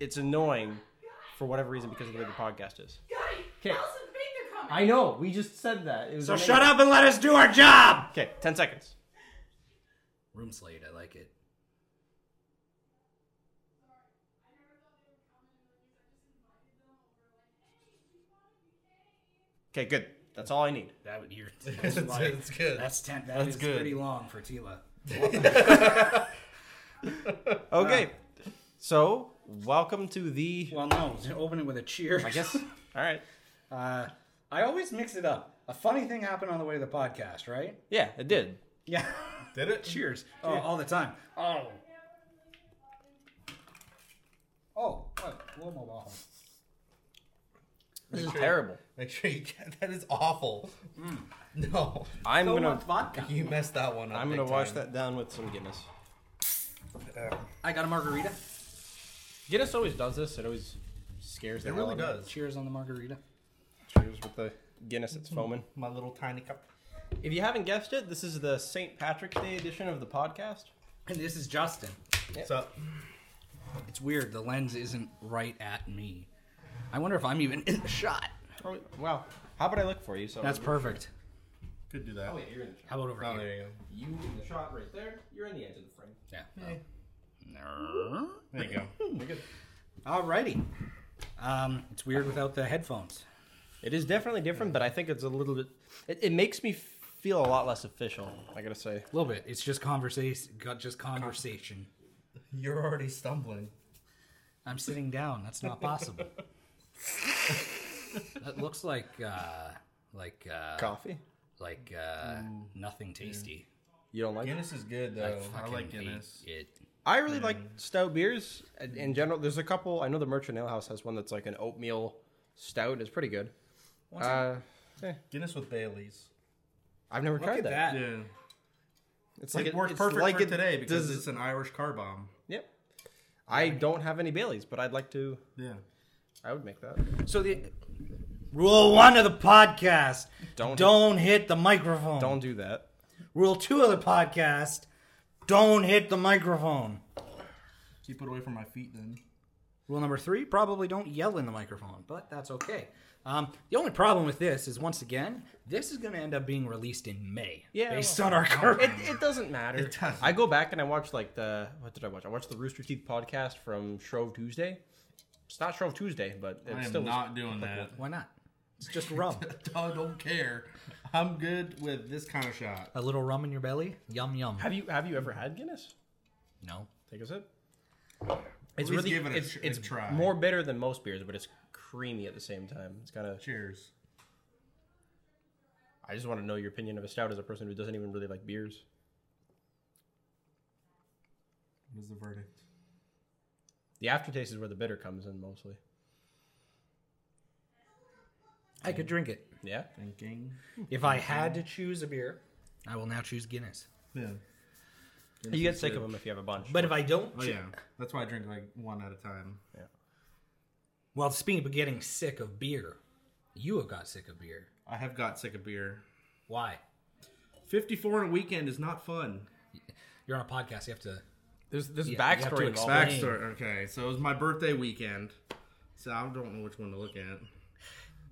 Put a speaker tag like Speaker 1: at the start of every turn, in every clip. Speaker 1: it's annoying for whatever reason because of the way the podcast is.
Speaker 2: Okay.
Speaker 3: Allison Baker coming.
Speaker 2: I know. We just said that. It was
Speaker 1: So
Speaker 2: amazing.
Speaker 1: shut up and let us do our job. Okay, ten seconds.
Speaker 4: Room slate, I like it.
Speaker 1: Okay, good. That's all I need.
Speaker 4: That would you're
Speaker 5: It's,
Speaker 4: that's like-
Speaker 5: it's good.
Speaker 4: that's ten
Speaker 1: That's
Speaker 4: that's
Speaker 1: good.
Speaker 4: pretty long for Tila.
Speaker 1: Okay, so welcome to the.
Speaker 4: Well no, open it with a cheer.
Speaker 1: I guess. All right.
Speaker 4: Uh, I always mix it up. A funny thing happened on the way to the podcast, right?
Speaker 1: Yeah, it did.
Speaker 4: Yeah.
Speaker 5: Did it?
Speaker 4: Cheers. Oh, all the time. Oh. Oh, what? Whoa, whoa, whoa.
Speaker 1: This is
Speaker 5: Sure.
Speaker 1: terrible.
Speaker 5: Make sure you get that is awful. No,
Speaker 1: I'm
Speaker 4: So
Speaker 1: gonna.
Speaker 4: much vodka.
Speaker 5: you messed that one up.
Speaker 1: I'm
Speaker 5: big
Speaker 1: gonna wash
Speaker 5: time.
Speaker 1: that down with some Guinness.
Speaker 5: uh,
Speaker 4: I got a margarita.
Speaker 1: Guinness always does this. It always scares the
Speaker 5: It
Speaker 1: hell
Speaker 5: really
Speaker 1: out of
Speaker 5: does.
Speaker 4: Cheers on the margarita.
Speaker 1: me. Cheers with the Guinness. It's foaming.
Speaker 5: My little tiny cup.
Speaker 1: If you haven't guessed it, this is the St. Patrick's Day edition of the podcast.
Speaker 4: And this is Justin.
Speaker 5: So
Speaker 4: It's weird. The lens isn't right at me. I wonder if I'm even in the shot.
Speaker 1: Oh, wow. How about I look for you? So
Speaker 4: That's perfect.
Speaker 5: could do that.
Speaker 1: Oh, yeah, you're in the shot.
Speaker 4: How about over
Speaker 5: Oh,
Speaker 4: here?
Speaker 5: there you go.
Speaker 1: You in the shot right there. You're in the edge of the frame.
Speaker 4: Yeah.
Speaker 5: Eh.
Speaker 4: No.
Speaker 5: There you go.
Speaker 1: Hmm,
Speaker 5: We're good.
Speaker 4: Alrighty. Um, it's weird without the headphones.
Speaker 1: It is definitely different, but I think it's a little bit. It, it makes me feel a lot less official. I gotta say.
Speaker 4: A little bit. It's just conversation. Just conversation.
Speaker 5: You're already stumbling.
Speaker 4: I'm sitting down. That's not possible. that looks like uh, like uh,
Speaker 1: Coffee.
Speaker 4: like uh, nothing tasty.
Speaker 1: You don't like it?
Speaker 5: Guinness is good
Speaker 4: I
Speaker 5: though. Oh, I,
Speaker 4: fucking
Speaker 5: like
Speaker 4: hate
Speaker 5: Guinness.
Speaker 4: it.
Speaker 1: I really like stout beers in- in general. There's a couple. I know the Merchant Ale House has one that's like an oatmeal stout. It's pretty good. Uh,
Speaker 5: Guinness with Bailey's.
Speaker 1: I've never
Speaker 4: Look
Speaker 1: tried
Speaker 4: at that.
Speaker 5: Yeah,
Speaker 1: It's
Speaker 5: like
Speaker 1: like
Speaker 5: it, worked
Speaker 1: it's
Speaker 5: perfect
Speaker 1: like
Speaker 5: for
Speaker 1: it
Speaker 5: today because
Speaker 1: does-
Speaker 5: it's an Irish car bomb.
Speaker 1: Yep. I don't have any Baileys, but I'd like to.
Speaker 5: Yeah.
Speaker 1: I would make that.
Speaker 4: So the rule one of the podcast:
Speaker 1: Don't-
Speaker 4: hit the microphone.
Speaker 1: Don't do that.
Speaker 4: Rule two of the podcast: don't hit the microphone.
Speaker 5: Keep it away from my feet then.
Speaker 4: Rule number three, probably don't yell in the microphone, but that's okay. Um, the only problem with this is, once again, this is going to end up being released in May.
Speaker 1: Yeah,
Speaker 4: Based on our current.
Speaker 1: It, it doesn't matter.
Speaker 5: It doesn't.
Speaker 1: I go back and I watch like the what did I watch? I watched the Rooster Teeth podcast from Shrove Tuesday. It's not Shrove Tuesday, but it's
Speaker 5: I am
Speaker 1: still was-
Speaker 5: not doing that.
Speaker 4: Why not? It's just rum.
Speaker 5: I don't care. I'm good with this kind of shot.
Speaker 4: A little rum in your belly? Yum, yum.
Speaker 1: Have you have you ever had Guinness?
Speaker 4: No.
Speaker 1: Take a sip. It's
Speaker 5: least
Speaker 1: really
Speaker 5: give it a
Speaker 1: it's,
Speaker 5: tr- a
Speaker 1: it's
Speaker 5: try.
Speaker 1: more bitter than most beers, but it's creamy at the same time. It's kind of.
Speaker 5: Cheers.
Speaker 1: I just want to know your opinion of a stout as a person who doesn't even really like beers.
Speaker 5: What is the verdict?
Speaker 1: The aftertaste is where the bitter comes in mostly.
Speaker 4: I could drink it.
Speaker 1: Yeah.
Speaker 5: Thinking.
Speaker 4: If I had to choose a beer, I will now choose Guinness.
Speaker 5: Yeah.
Speaker 1: You get sick of them if you have a bunch.
Speaker 4: But if I don't,
Speaker 5: Oh
Speaker 4: choo-
Speaker 5: yeah. That's why I drink like one at a time.
Speaker 4: well, speaking of getting sick of beer, you have got sick of beer.
Speaker 5: I have got sick of beer.
Speaker 4: Why?
Speaker 5: 54 in a weekend is not fun.
Speaker 4: You're on a podcast. You have to.
Speaker 1: there's there's
Speaker 4: Yeah, you have to
Speaker 1: backstory involved.
Speaker 4: expect-
Speaker 5: Backstory. Okay, so it was my birthday weekend. So I don't know which one to look at.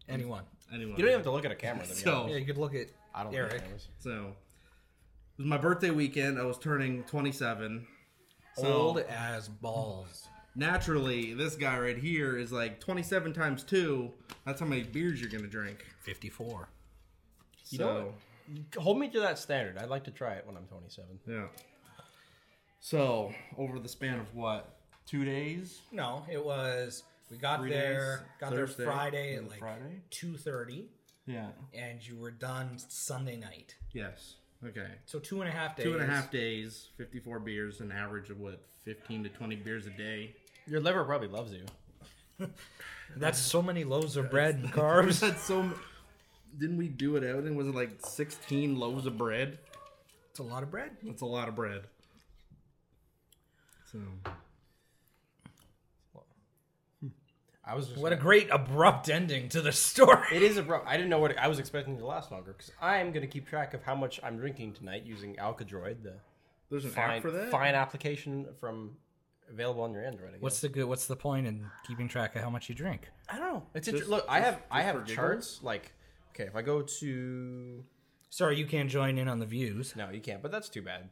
Speaker 4: Anyone?
Speaker 5: Anyone.
Speaker 1: You don't even have to look at a camera. To be honest.
Speaker 5: So,
Speaker 4: Yeah, you could look at
Speaker 1: I don't.
Speaker 4: Eric.
Speaker 1: Think cameras.
Speaker 5: so it was my birthday weekend. I was turning 27. So
Speaker 4: Old as balls.
Speaker 5: naturally, this guy right here is like 27 times 2. That's how many beers you're going to drink.
Speaker 4: 54.
Speaker 1: You know
Speaker 5: so,
Speaker 1: Hold me to that standard. I'd like to try it when I'm 27.
Speaker 5: yeah. So, over the span of what? 2 days?
Speaker 4: No, it was we got
Speaker 5: Three
Speaker 4: there,
Speaker 5: days,
Speaker 4: got
Speaker 5: Thursday,
Speaker 4: there Friday
Speaker 5: was
Speaker 4: at
Speaker 5: it
Speaker 4: like
Speaker 5: Friday?
Speaker 4: two thirty,
Speaker 5: Yeah.
Speaker 4: and you were done Sunday night.
Speaker 5: Yes. Okay.
Speaker 4: So two and a half days.
Speaker 5: Two and a half days, 54 beers, an average of what, 15 to 20 beers a day?
Speaker 1: Your liver probably loves you.
Speaker 4: That's so many loaves of bread and carbs.
Speaker 5: That's so. m- Didn't we do it out and was it like 16 loaves of bread?
Speaker 4: It's a lot of bread.
Speaker 5: That's a lot of bread. So
Speaker 1: I was just
Speaker 4: What a great abrupt ending to the story.
Speaker 1: It is abrupt. I didn't know what I was expecting it to last longer because I'm going to keep track of how much I'm drinking tonight using Alkadroid, the
Speaker 5: there's an app
Speaker 1: fine,
Speaker 5: for that.
Speaker 1: fine application from available on your Android. I guess.
Speaker 4: What's the good? What's the point in keeping track of how much you drink?
Speaker 1: I don't know. It's inter-
Speaker 5: Just-
Speaker 1: look. I have I
Speaker 5: just
Speaker 1: have
Speaker 5: for giggles?
Speaker 1: charts. Like, okay, if I go to
Speaker 4: Sorry, you can't join in on the views.
Speaker 1: no, you can't. But that's too bad.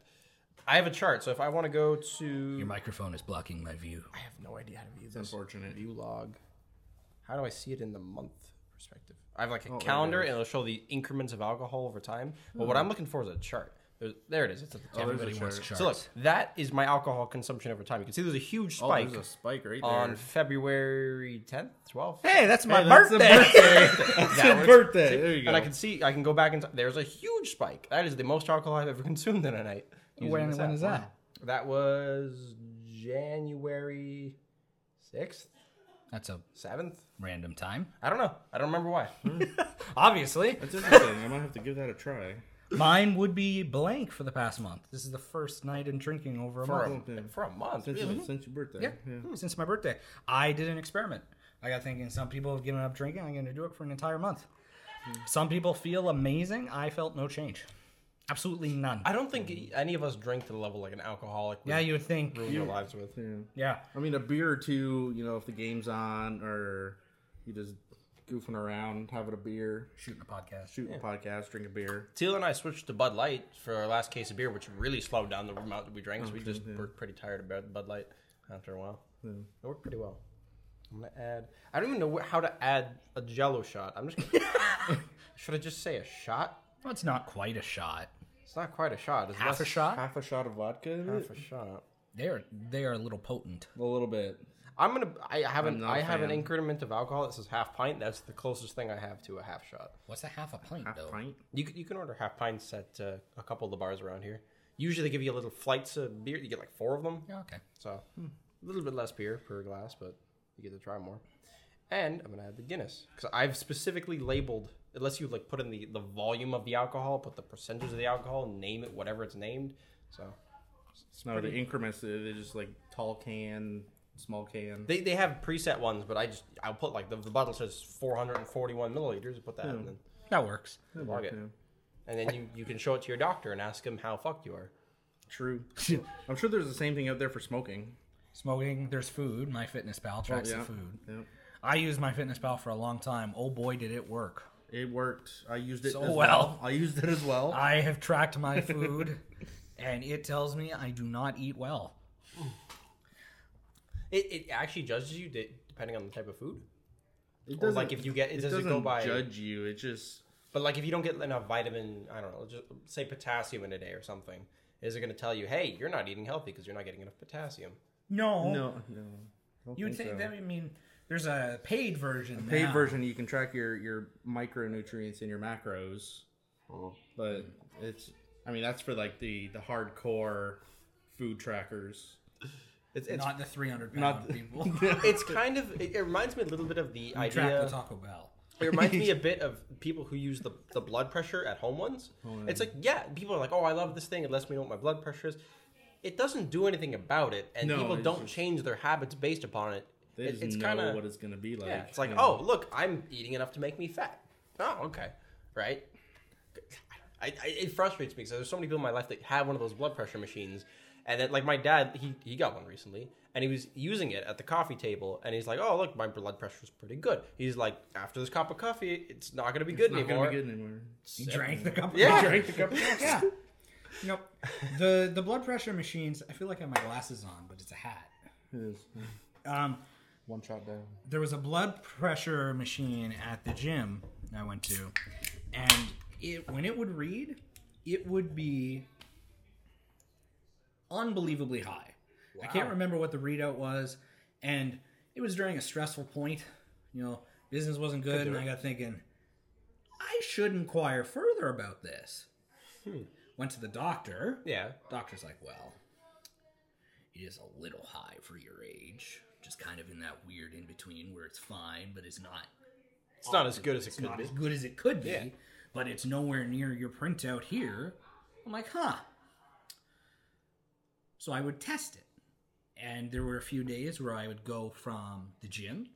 Speaker 1: I have a chart. So if I want to go to,
Speaker 4: Your microphone is blocking my view.
Speaker 1: I have no idea how to use this.
Speaker 5: Unfortunate.
Speaker 1: View log. How do I see it in the month perspective? I have like a
Speaker 5: Oh, there it
Speaker 1: calendar,
Speaker 5: is. Hmm.
Speaker 1: and it'll show the increments of alcohol over time. But what I'm looking for is a chart. There's, there it is. It's at the top.
Speaker 5: Oh, there's a
Speaker 4: Everybody wants
Speaker 5: chart.
Speaker 4: charts.
Speaker 1: So look, that is my alcohol consumption over time. You can see there's a huge spike
Speaker 5: Oh, there's a spike right there.
Speaker 1: on February 10th, 12th.
Speaker 4: hey, that's my
Speaker 5: Hey, that's the
Speaker 4: birthday.
Speaker 5: birthday. that's
Speaker 1: That
Speaker 5: the
Speaker 1: was-
Speaker 5: birthday. There you go.
Speaker 1: And I can see, I can go back and t- there's a huge spike. That is the most alcohol I've ever consumed in a night. using
Speaker 4: When-
Speaker 1: this
Speaker 4: when
Speaker 1: app.
Speaker 4: is that?
Speaker 1: That was January 6th,
Speaker 4: that's a
Speaker 1: 7th.
Speaker 4: random time.
Speaker 1: I don't know. I don't remember why.
Speaker 4: Obviously,
Speaker 5: That's interesting. I might have to give that a try.
Speaker 4: mine would be blank for the past month. This is the first night in drinking over a
Speaker 1: For
Speaker 4: month.
Speaker 1: a, for a month.
Speaker 5: Since,
Speaker 1: Really?
Speaker 5: since your birthday.
Speaker 4: Yeah, since my birthday, I did an experiment. I got thinking some people have given up drinking. I'm going to do it for an entire month. Some people feel amazing. I felt no change, absolutely none.
Speaker 1: I don't think any of us drink to the level like an alcoholic would
Speaker 4: yeah, you would think.
Speaker 1: ruin their lives with.
Speaker 5: Yeah.
Speaker 4: Yeah,
Speaker 5: I mean, a beer or two, you know, if the game's on or you just goofing around, having a beer,
Speaker 4: shooting a podcast.
Speaker 5: shooting a podcast, drink a beer.
Speaker 1: Teal and I switched to Bud Light for our last case of beer, which really slowed down the amount that we drank. So we just were pretty tired of Bud- Bud Light after a while. It worked pretty well. I'm gonna add. I don't even know wh- how to add a Jello shot. I'm just. Gonna, should I just say a shot?
Speaker 4: Well, it's not quite a shot.
Speaker 1: It's not quite a shot. It's
Speaker 4: Half
Speaker 1: less-
Speaker 4: a shot.
Speaker 5: Half a shot of vodka in it?
Speaker 1: Half a shot.
Speaker 4: They are they are a little potent.
Speaker 5: A little bit.
Speaker 1: I'm gonna. I
Speaker 5: I'm
Speaker 1: haven't.
Speaker 5: not a
Speaker 1: I have an
Speaker 5: fan.
Speaker 1: increment of alcohol that says half pint. That's the closest thing I have to a half shot.
Speaker 4: What's a half a pint
Speaker 5: Half
Speaker 4: though?
Speaker 5: pint.
Speaker 1: You c- you can order half pints at uh, a couple of the bars around here. Usually they give you little flights of beer. You get like four of them.
Speaker 4: Yeah, okay.
Speaker 1: So a little bit less beer per glass, but you get to try more. And I'm gonna add the Guinness because I've specifically labeled, unless you like put in the the volume of the alcohol, put the percentage of the alcohol, name it whatever it's named. So
Speaker 5: no, the increments, they- they're just like tall can, small can.
Speaker 1: they, they have preset ones, but I just I'll put like the, the bottle says 441 milliliters. Put that in,
Speaker 4: That works.
Speaker 1: and log it, and then you you can show it to your doctor and ask him how fucked you are.
Speaker 5: True. I'm sure there's the same thing out there for smoking.
Speaker 4: Smoking. There's food. My Fitness Pal tracks
Speaker 5: Oh, yeah.
Speaker 4: the food.
Speaker 5: Yep.
Speaker 4: I used My Fitness Pal for a long time. Oh boy, did it work!
Speaker 5: It worked. I used it
Speaker 4: So
Speaker 5: as well.
Speaker 4: well.
Speaker 5: I used it as well.
Speaker 4: I have tracked my food, and it tells me I do not eat well.
Speaker 1: It, it actually judges you de- depending on the type of food.
Speaker 5: it
Speaker 1: Or, like, if you get- it doesn't go by-
Speaker 5: judge you. It just
Speaker 1: But like, if you don't get enough vitamin, I don't know, just say potassium in a day or something, is it going to tell you, hey, you're not eating healthy because you're not getting enough potassium?
Speaker 4: No,
Speaker 5: no no. Don't
Speaker 4: You'd think
Speaker 5: so.
Speaker 4: that. I mean, there's a paid version.
Speaker 5: paid
Speaker 4: now.
Speaker 5: version you can track your your micronutrients and your macros but it's i mean that's for like the the hardcore food trackers it's it's
Speaker 4: not the 300 pound
Speaker 5: Not the-
Speaker 4: people.
Speaker 1: It's kind of. It, it reminds me a little bit of the
Speaker 4: Track the
Speaker 1: idea.
Speaker 4: Taco Bell.
Speaker 1: It reminds me a bit of people who use the, the blood pressure at home ones.
Speaker 5: Oh,
Speaker 1: It's like, yeah, people are like, oh, I love this thing. It lets me know what my blood pressure is. It doesn't do anything about it, and
Speaker 5: No,
Speaker 1: people
Speaker 5: it's
Speaker 1: don't
Speaker 5: just-
Speaker 1: change their habits based upon it.
Speaker 5: they
Speaker 1: It-
Speaker 5: just
Speaker 1: it's
Speaker 5: know
Speaker 1: kind of
Speaker 5: what it's gonna be like
Speaker 1: Yeah, it's like,
Speaker 5: you
Speaker 1: oh,
Speaker 5: know.
Speaker 1: look, I'm eating enough to make me fat. Oh, okay, right. I, I, it frustrates me because there's so many people in my life that have one of those blood pressure machines, and then like my dad, he he got one recently, and he was using it at the coffee table, and he's like, oh, look, my blood pressure's pretty good. He's like, after this cup of coffee, it's not gonna be good
Speaker 5: it's not
Speaker 1: anymore.
Speaker 5: gonna be good anymore
Speaker 4: You drank the cup.
Speaker 1: Yeah.
Speaker 4: You
Speaker 5: drank the cup of
Speaker 4: yeah. Nope. The the blood pressure machines. I feel like I have my glasses on, but it's a hat. Um,
Speaker 5: one shot down
Speaker 4: there was a blood pressure machine at the gym I went to, and it when it would read, it would be unbelievably high. I can't remember what the readout was, and it was during a stressful point. You know, business wasn't good, and I got thinking, I should inquire further about this. Went to the doctor.
Speaker 1: Yeah,
Speaker 4: Doctor's like, well, it is a little high for your age. Just kind of in that weird in between where it's fine, but it's not.
Speaker 1: it's not as good as it
Speaker 4: It's
Speaker 1: could
Speaker 4: not
Speaker 1: be.
Speaker 4: as good as it could be,
Speaker 1: Yeah.
Speaker 4: but it's nowhere near your printout here. I'm like, huh. So I would test it, and there were a few days where I would go from the gym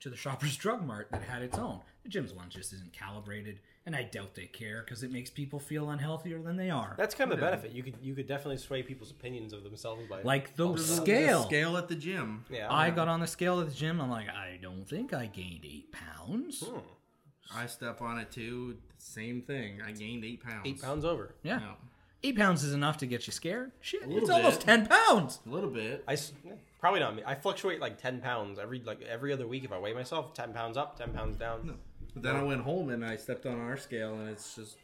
Speaker 4: to the Shoppers Drug Mart that had its own. The gym's one just isn't calibrated, and I doubt they care because it makes people feel unhealthier than they are.
Speaker 1: That's kind of the benefit. You could you could definitely sway people's opinions of themselves by
Speaker 4: like the
Speaker 5: The- the
Speaker 4: scale.
Speaker 5: scale at the gym.
Speaker 1: Oh, Yeah,
Speaker 4: I got on the scale at the gym. I'm like, I don't think I gained eight pounds.
Speaker 5: Hmm. I step on it too. Same thing. I gained eight pounds.
Speaker 1: eight pounds over.
Speaker 4: Yeah.
Speaker 5: Yeah.
Speaker 4: Eight pounds is enough to get you scared. Shit,
Speaker 5: little
Speaker 4: it's almost
Speaker 5: bit.
Speaker 4: ten pounds.
Speaker 5: A little bit.
Speaker 1: I s- yeah, probably not me. I fluctuate like ten pounds every like every other week if I weigh myself. Ten pounds up, ten pounds down.
Speaker 5: But then I went home and I stepped on our scale and it's just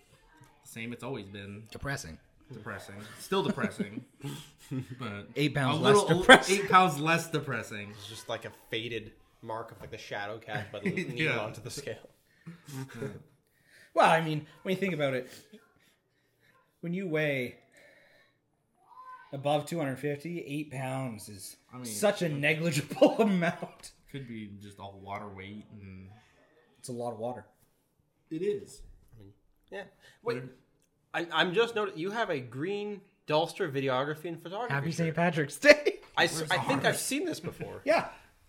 Speaker 5: the same. It's always been
Speaker 4: Depressing.
Speaker 5: depressing. Still depressing. but
Speaker 4: Eight
Speaker 5: a
Speaker 4: pounds less
Speaker 5: little
Speaker 4: depressing.
Speaker 5: eight pounds less depressing.
Speaker 1: It's just like a faded mark of like the shadow cast by the needle
Speaker 5: Yeah.
Speaker 1: onto the scale.
Speaker 4: Well, I mean, when you think about it, when you weigh above 250, eight pounds is
Speaker 5: mean-
Speaker 4: such a negligible amount.
Speaker 5: Could be just all water weight and
Speaker 4: It's a lot of water.
Speaker 5: it is.
Speaker 1: Yeah. Wait, I, I'm just noting you have a green Dulster videography and photography.
Speaker 4: Happy
Speaker 1: shirt.
Speaker 4: St. Patrick's Day.
Speaker 1: I, s- I think I've
Speaker 5: ours?
Speaker 1: seen this before.
Speaker 4: yeah.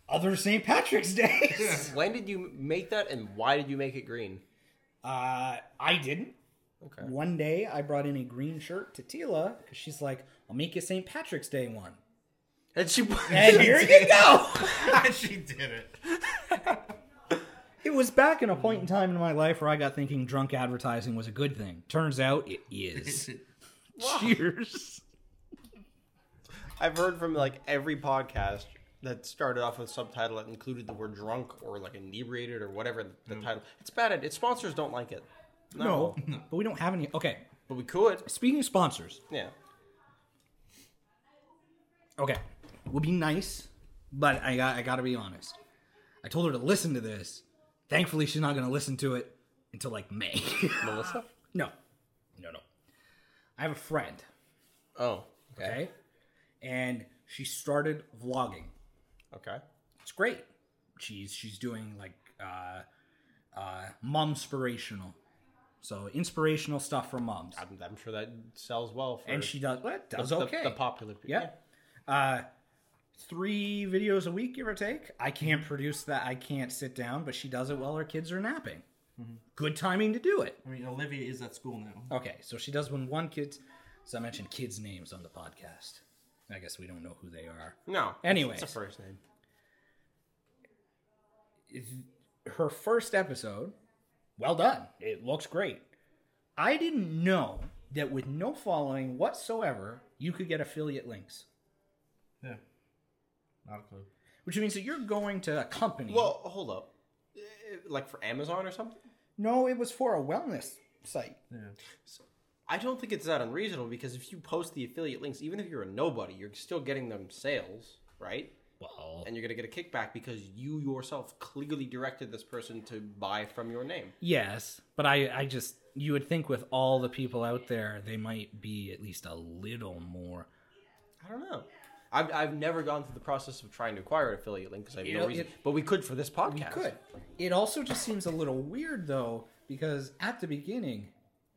Speaker 4: Other St. Patrick's Days.
Speaker 1: When did you make that, and why did you make it green?
Speaker 4: Uh, I didn't.
Speaker 1: Okay.
Speaker 4: One day I brought in a green shirt to Tila because she's like, I'll make you St. Patrick's Day one.
Speaker 1: And she.
Speaker 4: And here you go.
Speaker 5: she did it.
Speaker 4: It was back in a point in time in my life where I got thinking drunk advertising was a good thing. Turns out it is. Cheers.
Speaker 1: I've heard from like every podcast that started off with subtitle that included the word drunk or like inebriated or whatever the title. It's bad. It sponsors don't like it.
Speaker 4: Mm. No, but we don't have any. Okay,
Speaker 1: but we could.
Speaker 4: speaking of sponsors,
Speaker 1: Yeah.
Speaker 4: okay, would be nice, but I got I got to be honest. I told her to listen to this. Thankfully, she's not going to listen to it until like May.
Speaker 1: Melissa.
Speaker 4: no, no, no. I have a friend,
Speaker 1: Oh. Okay.
Speaker 4: okay, and she started vlogging.
Speaker 1: Okay.
Speaker 4: it's great. She's she's doing like uh uh mom inspirational. So inspirational stuff for moms.
Speaker 1: I'm, I'm sure that sells well. For
Speaker 4: And she does what?
Speaker 1: the,
Speaker 4: Does
Speaker 1: the-
Speaker 4: okay.
Speaker 1: the popular. people.
Speaker 4: yeah. Uh three videos a week give or take. I can't produce that. I can't sit down, but she does it while her kids are napping.
Speaker 1: Mm-hmm.
Speaker 4: Good timing to do it.
Speaker 5: I mean, Olivia is at school now.
Speaker 4: Okay, so she does when one kid so I mentioned kids names on the podcast. I guess we don't know who they are.
Speaker 1: No.
Speaker 4: Anyways.
Speaker 1: it's a first name.
Speaker 4: her first episode, well done. It looks great. I didn't know that with no following whatsoever, you could get affiliate links,
Speaker 5: Yeah. Not a clue.
Speaker 4: which means that you're going to a company.
Speaker 1: Well, hold up. Eh, Like for Amazon or something.
Speaker 4: no, it was for a wellness site.
Speaker 1: I don't think it's that unreasonable because if you post the affiliate links, even if you're a nobody, you're still getting them sales, right?
Speaker 4: Well,
Speaker 1: and you're gonna get a kickback because you yourself clearly directed this person to buy from your name.
Speaker 4: yes, but I, I just, you would think with all the people out there, they might be at least a little more.
Speaker 1: I don't know. I've, I've never gone through the process of trying to acquire an affiliate link because I have
Speaker 4: know,
Speaker 1: no reason.
Speaker 4: it-
Speaker 1: but we could for this podcast.
Speaker 4: Good. It also just seems a little weird though, because at the beginning,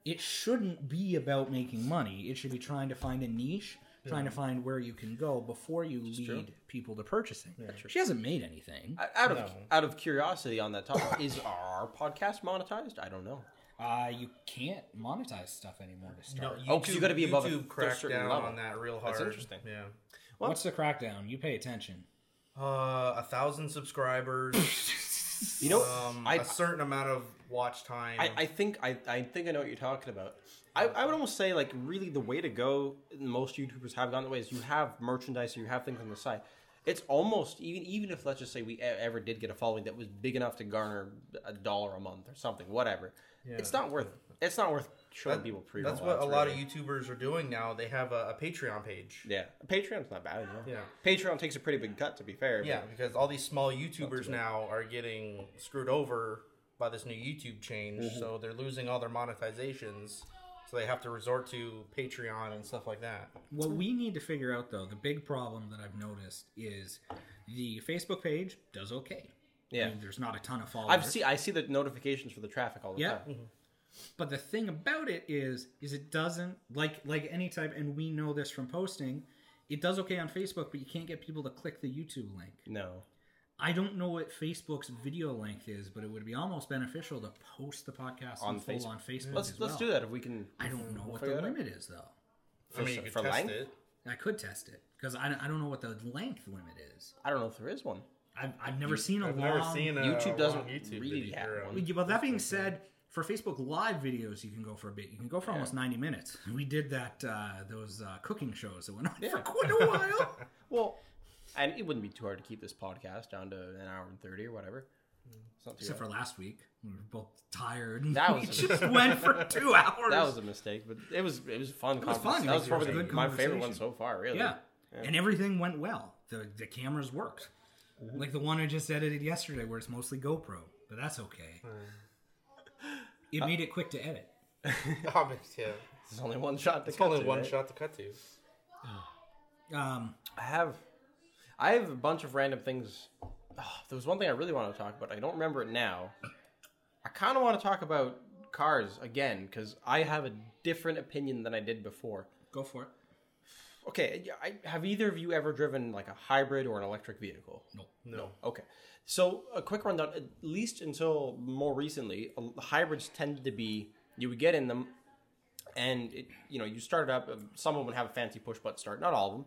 Speaker 4: it shouldn't be about making money. It should be trying to find a niche, trying to find where you can go before you lead people to purchasing. She hasn't made anything.
Speaker 1: O- Out of out of curiosity on that topic, is our podcast monetized? I don't know.
Speaker 4: Uh, you can't monetize stuff anymore to start.
Speaker 1: Oh, 'cause you gotta be above a
Speaker 5: YouTube cracked
Speaker 1: certain
Speaker 5: down
Speaker 1: level.
Speaker 5: on that real hard.
Speaker 1: That's interesting.
Speaker 5: Yeah.
Speaker 4: What's the crackdown? You pay attention.
Speaker 5: Uh, a thousand subscribers.
Speaker 1: You know,
Speaker 5: um,
Speaker 1: I,
Speaker 5: a certain amount of watch time.
Speaker 1: I, I think I, I think I know what you're talking about. I, I would almost say like really the way to go most YouTubers have gone the way is you have merchandise, you have things on the side. It's almost even even if let's just say we e- ever did get a following that was big enough to garner a dollar a month or something, whatever. It's not worth it's not worth showing people pre.
Speaker 5: That's what a lot of YouTubers are doing now. They have a, a Patreon page.
Speaker 1: Yeah, Patreon's not bad. You know?
Speaker 5: Yeah.
Speaker 1: Patreon takes a pretty big cut to be fair. but-
Speaker 5: Yeah, because all these small YouTubers now are getting screwed over by this new YouTube change,
Speaker 1: Mm-hmm.
Speaker 5: so they're losing all their monetizations. So they have to resort to Patreon and stuff like that.
Speaker 4: What we need to figure out though, the big problem that I've noticed is the Facebook page does okay. I
Speaker 1: yeah.
Speaker 4: mean, there's not a ton of followers.
Speaker 1: I've see I see the notifications for the traffic all the
Speaker 4: Yeah.
Speaker 1: time.
Speaker 4: But the thing about it is, is it doesn't like like any type, and we know this from posting. It does okay on Facebook, but you can't get people to click the YouTube link.
Speaker 1: No.
Speaker 4: I don't know what Facebook's video length is, but it would be almost beneficial to post the podcast
Speaker 1: On
Speaker 4: on full
Speaker 1: Facebook.
Speaker 4: on Facebook.
Speaker 1: Let's
Speaker 4: as
Speaker 1: let's
Speaker 4: well.
Speaker 1: do that if we can.
Speaker 4: I don't know what
Speaker 1: figure
Speaker 4: the
Speaker 1: that out.
Speaker 4: limit is though.
Speaker 5: I mean, you could
Speaker 1: for
Speaker 5: test
Speaker 1: length?
Speaker 5: it.
Speaker 4: I could test it because I, don't- I don't know what the length limit is.
Speaker 1: I don't know if there is one.
Speaker 4: I've, I've never seen a
Speaker 5: I've
Speaker 4: long.
Speaker 5: never seen a
Speaker 1: YouTube doesn't
Speaker 5: long YouTube
Speaker 1: really
Speaker 5: video.
Speaker 1: have
Speaker 5: or a-
Speaker 1: one.
Speaker 4: Yeah, But that being said, for Facebook Live videos, you can go for a bit. You can go for almost ninety minutes. We did that uh, those uh, cooking shows that went on for
Speaker 1: Yeah.
Speaker 4: quite a while.
Speaker 1: Well, and it wouldn't be too hard to keep this podcast down to an hour and thirty or whatever. It's not too
Speaker 4: Except
Speaker 1: bad.
Speaker 4: for last week, we were both tired. And
Speaker 1: That
Speaker 4: we
Speaker 1: was-
Speaker 4: just went for two hours.
Speaker 1: that was a mistake, but it was it was fun. It
Speaker 4: was fun.
Speaker 1: That was
Speaker 4: It was
Speaker 1: probably
Speaker 4: good
Speaker 1: my favorite one
Speaker 4: conversation.
Speaker 1: so far. Really.
Speaker 4: yeah. and everything went well. The the cameras worked, like the one I just edited yesterday, where it's mostly GoPro, but that's okay.
Speaker 1: Hmm.
Speaker 4: It
Speaker 1: Uh,
Speaker 4: made it quick to edit.
Speaker 5: Oh, man, yeah.
Speaker 1: There's only one shot. To
Speaker 5: It's only
Speaker 1: to,
Speaker 5: one
Speaker 1: right?
Speaker 5: shot to cut to.
Speaker 4: Um,
Speaker 1: I have, I have a bunch of random things. Oh, there was one thing I really wanted to talk about. I don't remember it now. I kind of want to talk about cars again because I have a different opinion than I did before.
Speaker 4: go for it.
Speaker 1: Okay, I, have either of you ever driven like a hybrid or an electric vehicle?
Speaker 5: No.
Speaker 1: Okay. So a quick rundown, at least until more recently, uh, hybrids tended to be you would get in them, and it, you know you started up. uh, Some of them would have a fancy push button start, not all of them,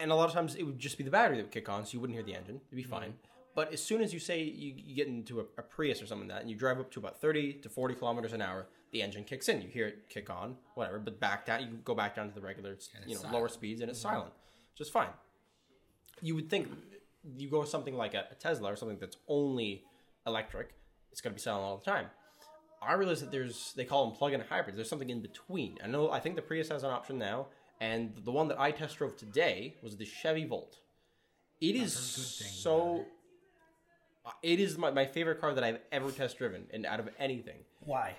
Speaker 1: and a lot of times it would just be the battery that would kick on, so you wouldn't hear the engine. It'd be fine. But as soon as you say you, you get into a, a Prius or something like that, and you drive up to about thirty to forty kilometers an hour, the engine kicks in. You hear it kick on, whatever. But back down, you go back down to the regular, you know,
Speaker 4: silent.
Speaker 1: lower speeds, and it's silent, which is fine you would think you go with something like a, a Tesla or something that's only electric, it's going to be selling all the time. I realize that there's they call them plug-in hybrids. There's something in between. I know I think the Prius has an option now, and the one that I test drove today was the Chevy Volt. It is so. It is my, my favorite car that I've ever test driven, and out of anything.
Speaker 4: Why?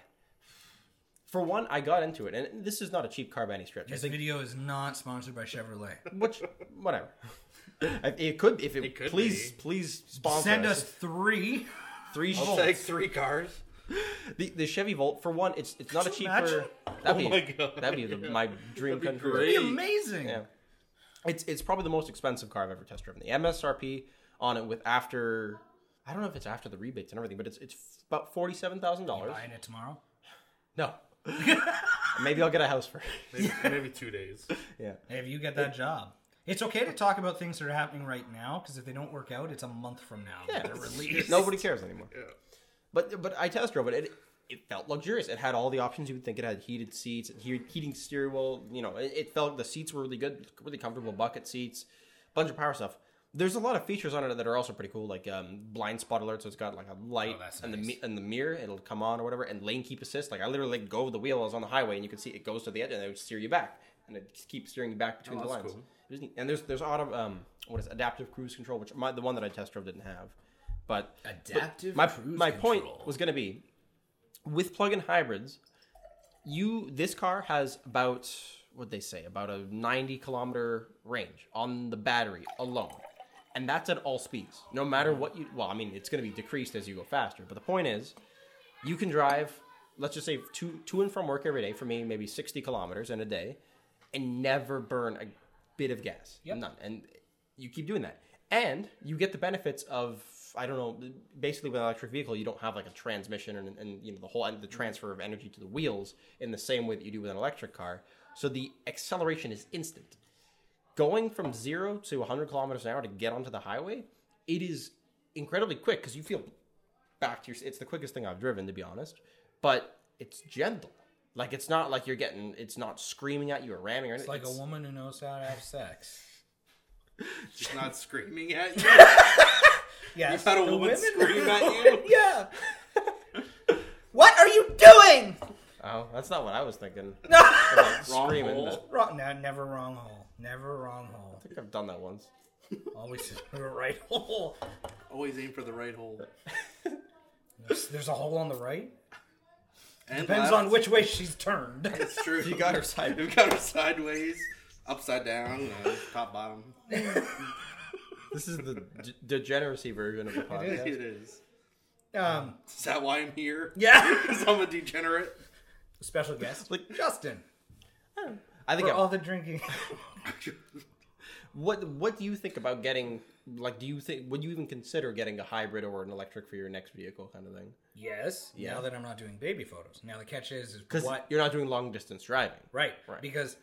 Speaker 1: For one, I got into it, and this is not a cheap car by any stretch. I
Speaker 4: This
Speaker 1: think
Speaker 4: video is not sponsored by Chevrolet.
Speaker 1: which whatever. I- it could if it,
Speaker 5: could
Speaker 1: please
Speaker 5: be.
Speaker 1: please sponsor
Speaker 4: Send us three.
Speaker 1: three
Speaker 5: I'll
Speaker 1: volts.
Speaker 5: take three cars.
Speaker 1: The, the Chevy Volt, for one, it's it's not a
Speaker 4: Could you
Speaker 1: cheaper.
Speaker 4: imagine?
Speaker 1: That'd be,
Speaker 5: Oh my God.
Speaker 1: That'd be the, my dream
Speaker 5: That'd be
Speaker 1: country.
Speaker 5: great.
Speaker 4: Be
Speaker 5: Hey.
Speaker 4: amazing.
Speaker 1: Yeah. It's it's probably the most expensive car I've ever test driven. The MSRP on it with after I don't know if it's after the rebates and everything, but it's it's about forty seven thousand dollars.
Speaker 4: Buying it tomorrow.
Speaker 1: No, maybe I'll get a house for. it.
Speaker 5: Maybe, maybe two days.
Speaker 1: Yeah,
Speaker 4: Hey, if you get that job, it's okay to talk about things that are happening right now because if they don't work out, it's a month from now. that
Speaker 1: yeah.
Speaker 4: they're released.
Speaker 1: Nobody cares anymore.
Speaker 5: Yeah.
Speaker 1: But but I test drove it. it. It felt luxurious. It had all the options you would think. It had heated seats, it heat, heating steering wheel. You know, it, it felt the seats were really good, really comfortable bucket seats, bunch of power stuff. There's a lot of features on it that are also pretty cool, like um, blind spot alert. So it's got like a light
Speaker 4: Oh, that's
Speaker 1: and the
Speaker 4: nice.
Speaker 1: mi- and the mirror. It'll come on or whatever. And lane keep assist. Like I literally let go of the wheel. I was on the highway and you could see it goes to the edge and it would steer you back and it keeps steering you back between
Speaker 5: Oh,
Speaker 1: the
Speaker 5: that's
Speaker 1: lines.
Speaker 5: cool.
Speaker 1: It was neat. And there's there's auto um what is it, adaptive cruise control, which my, the one that I test drove didn't have, but
Speaker 4: Adaptive
Speaker 1: my
Speaker 4: cruise
Speaker 1: my point
Speaker 4: control.
Speaker 1: was going to be with plug-in hybrids you this car has about what they say about a 90 kilometer range on the battery alone and that's at all speeds no matter what you well i mean it's going to be decreased as you go faster but the point is you can drive let's just say to to and from work every day for me maybe 60 kilometers in a day and never burn a bit of gas none and you keep doing that and you get the benefits of i don't know basically with an electric vehicle you don't have like a transmission and, and you know the whole end the transfer of energy to the wheels in the same way that you do with an electric car so the acceleration is instant going from zero to 100 kilometers an hour to get onto the highway, it is incredibly quick because you feel back to your. It's the quickest thing I've driven, to be honest. But it's gentle. Like it's not like you're getting. It's not screaming at you or ramming or
Speaker 4: It's
Speaker 1: anything.
Speaker 4: like a woman who knows how to have sex.
Speaker 5: She's not screaming at you.
Speaker 4: Yes.
Speaker 5: Not a
Speaker 4: the
Speaker 5: woman
Speaker 4: women-
Speaker 5: scream at you.
Speaker 4: yeah. what are you doing?
Speaker 1: Oh, that's not what I was thinking.
Speaker 4: No.
Speaker 1: About
Speaker 5: Wrong
Speaker 1: screaming.
Speaker 5: hole.
Speaker 1: but
Speaker 4: wrong, no, never wrong hole. Never wrong hole.
Speaker 1: I think I've done that once.
Speaker 4: Always the right hole.
Speaker 5: Always aim for the right hole.
Speaker 4: There's, there's a hole on the right.
Speaker 5: And
Speaker 4: Depends
Speaker 5: left.
Speaker 4: on which way she's turned.
Speaker 5: It's true.
Speaker 1: You got her side-
Speaker 5: You got her sideways, upside down, uh, top bottom.
Speaker 1: This is the d- degeneracy version of the
Speaker 5: It
Speaker 1: podcast.
Speaker 5: is.
Speaker 4: Um,
Speaker 5: Is that why I'm here?
Speaker 4: yeah.
Speaker 5: Because I'm a degenerate.
Speaker 4: Special guest,
Speaker 1: Like-
Speaker 4: Justin,
Speaker 1: I think.
Speaker 4: for
Speaker 1: I'm-
Speaker 5: Oh,
Speaker 4: all the drinking.
Speaker 1: what What do you think about getting like, do you think would you even consider getting a hybrid or an electric for your next vehicle, kind of thing?
Speaker 4: Yes.
Speaker 1: Yeah.
Speaker 4: Now that I'm not doing baby photos. Now the catch is, is
Speaker 1: Because
Speaker 4: what
Speaker 1: you're not doing long distance driving.
Speaker 4: right.
Speaker 1: Right.
Speaker 4: Because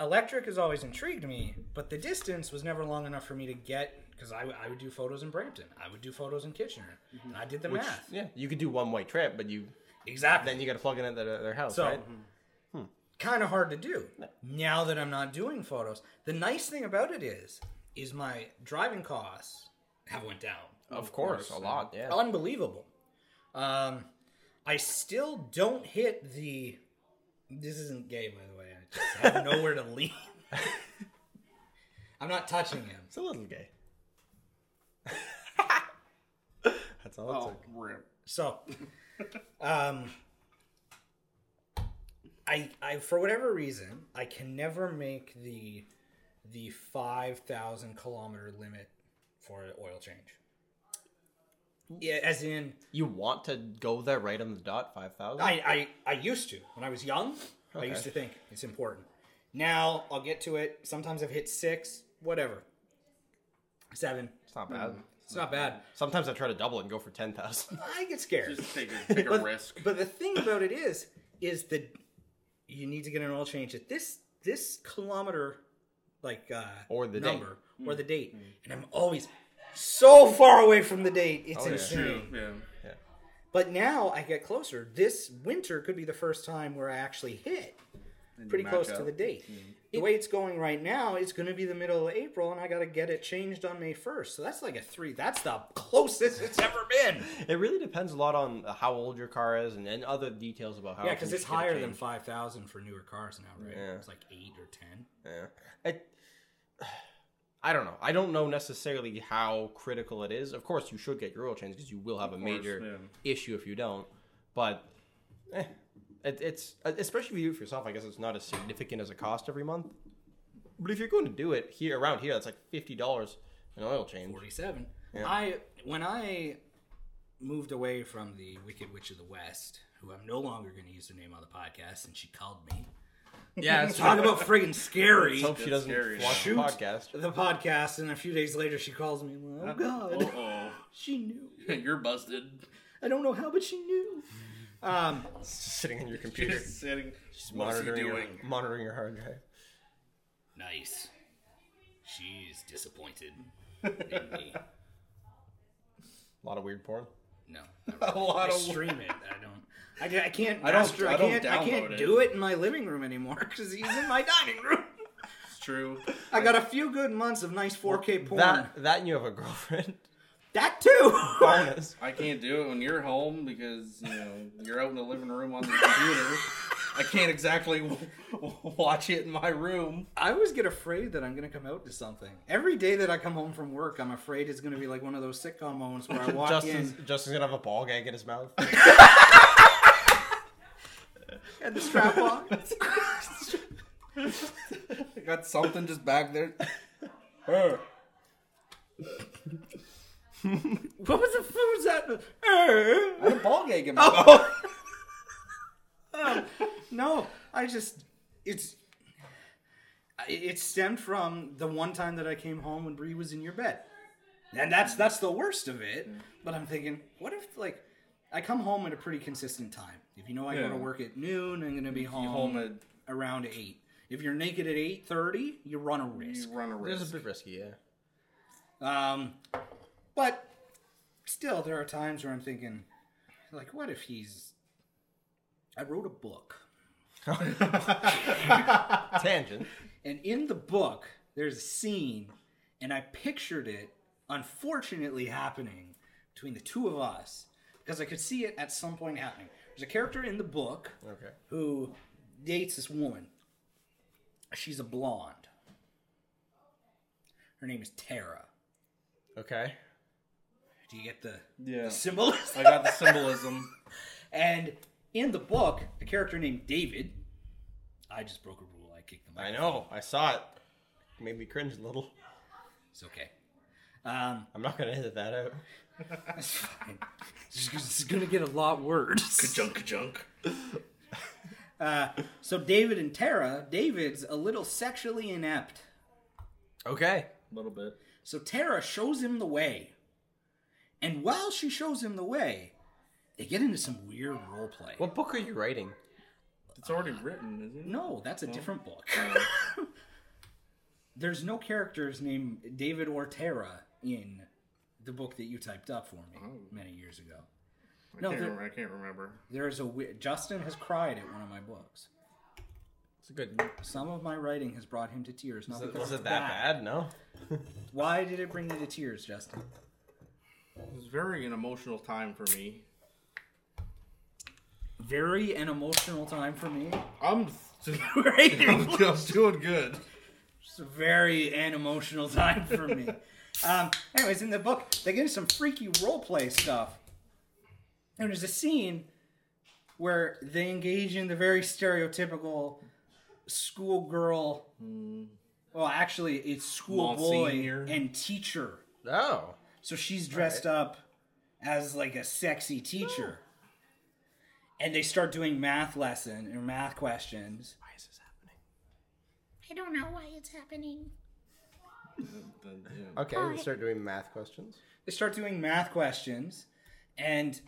Speaker 4: electric has always intrigued me, but the distance was never long enough for me to get because I, would- I would do photos in Brampton. I would do photos in Kitchener. And I did the
Speaker 1: Mm-hmm. Which,
Speaker 4: math.
Speaker 1: yeah, you could do one way trip, but you
Speaker 4: Exactly.
Speaker 1: then you got to plug it into their, their house,
Speaker 4: So, mm-hmm.
Speaker 1: right? Hmm.
Speaker 4: kind of hard to do now that I'm not doing photos. The nice thing about it is, is my driving costs have went down.
Speaker 1: Of course, a lot. Yeah.
Speaker 4: Unbelievable. Um, I still don't hit the. This isn't gay, by the way. I just have nowhere to lean. I'm not touching him.
Speaker 1: It's a little gay. That's all it
Speaker 5: Oh,
Speaker 1: took.
Speaker 5: rip.
Speaker 4: So, um, I I for whatever reason I can never make the the five thousand kilometer limit for an oil change. Yeah, as in
Speaker 1: You want to go there right on the dot, 5,000?
Speaker 4: I I, I used to when I was young. I
Speaker 1: Okay.
Speaker 4: used to think it's important. Now I'll get to it. Sometimes I've hit six, whatever, seven.
Speaker 1: It's not bad.
Speaker 4: It's not bad.
Speaker 1: Sometimes I try to double it and go for 10,000.
Speaker 4: I get scared.
Speaker 5: Just take a, take a risk.
Speaker 4: But the thing about it is, is that you need to get an oil change at this this kilometer, like uh,
Speaker 1: Or the date.
Speaker 4: number or the date, and I'm always so far away from the date. It's
Speaker 1: Oh, yeah.
Speaker 4: insane.
Speaker 5: True. Yeah.
Speaker 4: But now I get closer. This winter could be the first time where I actually hit
Speaker 5: And
Speaker 4: pretty
Speaker 5: match
Speaker 4: close to
Speaker 5: up.
Speaker 4: the date.
Speaker 1: Mm-hmm.
Speaker 4: The way it's going right now, it's going to be the middle of April, and I got to get it changed on May first. So that's like a three. That's the closest it's ever been.
Speaker 1: it really depends a lot on how old your car is and, and other details about how
Speaker 4: Yeah,
Speaker 1: often Oh,
Speaker 4: because
Speaker 1: you
Speaker 4: it's
Speaker 1: should get it
Speaker 4: higher than
Speaker 1: changed.
Speaker 4: five thousand for newer cars now, right?
Speaker 1: Yeah.
Speaker 4: It's like eight or ten.
Speaker 1: Yeah. It, I don't know. I don't know necessarily how critical it is. Of course, you should get your oil change because you will have a
Speaker 5: course,
Speaker 1: major issue if you don't. But eh, it, it's uh, especially if you do it for yourself. I guess it's not as significant as a cost every month. But if you're going to do it here around here, that's like fifty dollars an oil change.
Speaker 4: Forty-seven. I when I moved away from the Wicked Witch of the West, who I'm no longer going to use her name on the podcast, and she called me.
Speaker 1: Yeah, it's
Speaker 4: Talk about friggin' scary.
Speaker 1: Let's hope she
Speaker 5: That's
Speaker 1: doesn't
Speaker 5: scary.
Speaker 1: watch the
Speaker 4: Shoot.
Speaker 1: podcast.
Speaker 4: the podcast, and a few days later, she calls me. Oh God,
Speaker 5: Uh
Speaker 4: she knew.
Speaker 5: oh. You're busted.
Speaker 4: I don't know how, but she knew. Um,
Speaker 1: Sitting on your computer,
Speaker 5: Just sitting. She's
Speaker 1: monitoring your, monitoring your hard drive.
Speaker 4: nice. She's disappointed in me.
Speaker 1: A lot of weird porn.
Speaker 4: No. not really.
Speaker 5: lot
Speaker 4: I
Speaker 5: of
Speaker 4: stream it. I don't. I, ca- I can't.
Speaker 5: I don't-
Speaker 4: master- I
Speaker 5: I don't
Speaker 4: can't. I can't
Speaker 5: download it.
Speaker 4: do it in my living room anymore because he's in my dining room.
Speaker 5: It's true.
Speaker 4: I got a few good months of nice 4K porn. That,
Speaker 1: That that and you have a girlfriend.
Speaker 4: too.
Speaker 1: Bonus.
Speaker 5: I can't do it when you're home because you know you're out in the living room on the computer. I can't exactly w- w- watch it in my room.
Speaker 4: I always get afraid that I'm gonna come out to something. Every day that I come home from work, I'm afraid it's gonna be like one of those sitcom moments where I walk
Speaker 1: Justin's,
Speaker 4: in
Speaker 1: Justin's gonna have a ball gag in his mouth.
Speaker 4: and the strap on.
Speaker 5: I got something just back there.
Speaker 4: what was the what was Uh.
Speaker 5: A
Speaker 4: that?
Speaker 5: ball gag in my mouth.
Speaker 4: No, I just it's I- it stemmed from the one time that I came home when Bree was in your bed, and that's that's the worst of it. But I'm thinking, what if like I come home at a pretty consistent time? If you know I go
Speaker 5: Yeah.
Speaker 4: to work at noon, I'm gonna be home,
Speaker 5: home at-
Speaker 4: around eight. If you're naked at eight thirty, you run a risk.
Speaker 5: You run a
Speaker 1: It's a
Speaker 5: risk.
Speaker 1: bit risky, yeah.
Speaker 4: Um, but still, there are times where I'm thinking, like, what if he's? I wrote a book.
Speaker 1: Tangent.
Speaker 4: And in the book, there's a scene, and I pictured it unfortunately happening between the two of us because I could see it at some point happening. There's a character in the book
Speaker 1: Okay.
Speaker 4: who dates this woman. She's a blonde. Her name is Tara.
Speaker 1: Okay.
Speaker 4: Do you get the
Speaker 5: Yeah.
Speaker 4: symbolism?
Speaker 5: I got the symbolism.
Speaker 4: And in the book, a character named David. I just broke a rule. I kicked the
Speaker 1: I
Speaker 4: mic.
Speaker 1: know. I saw it. Made me cringe a little.
Speaker 4: It's okay. Um,
Speaker 1: I'm not gonna edit that out.
Speaker 4: It's fine. It's just- It's gonna get a lot worse.
Speaker 5: Junk, junk.
Speaker 4: So David and Tara, David's a little sexually inept.
Speaker 1: Okay.
Speaker 5: A little bit.
Speaker 4: So Tara shows him the way. And while she shows him the way, they get into some weird role play.
Speaker 1: What book are you writing?
Speaker 5: It's already written, isn't it?
Speaker 4: No, that's a different book. There's no characters named David or Tara in the book that you typed up for me
Speaker 1: Oh.
Speaker 4: many years ago.
Speaker 5: I,
Speaker 4: No,
Speaker 5: can't
Speaker 4: there-
Speaker 5: remember, I can't remember.
Speaker 4: There is a we- Justin has cried at one of my books.
Speaker 1: It's a good.
Speaker 4: Some of my writing has brought him to tears. Not
Speaker 1: Was it,
Speaker 4: because
Speaker 1: was
Speaker 4: it's
Speaker 1: it that bad? No.
Speaker 4: Why did it bring you to tears, Justin?
Speaker 5: It was very an emotional time for me.
Speaker 4: Very an emotional time for me.
Speaker 5: I'm,
Speaker 4: Right?
Speaker 5: I'm, I'm doing good.
Speaker 4: It's a very an emotional time for me. um, anyways, in the book, they get into some freaky roleplay stuff. And there's a scene where they engage in the very stereotypical schoolgirl. Well, actually, it's schoolboy
Speaker 5: Monsignor.
Speaker 4: and teacher.
Speaker 1: No.
Speaker 4: So she's dressed up as like a sexy teacher. And they start doing math lesson or math questions.
Speaker 1: Why is this happening?
Speaker 3: I don't know why it's happening.
Speaker 5: Then, yeah.
Speaker 1: Okay, we start doing math questions.
Speaker 4: they start doing math questions and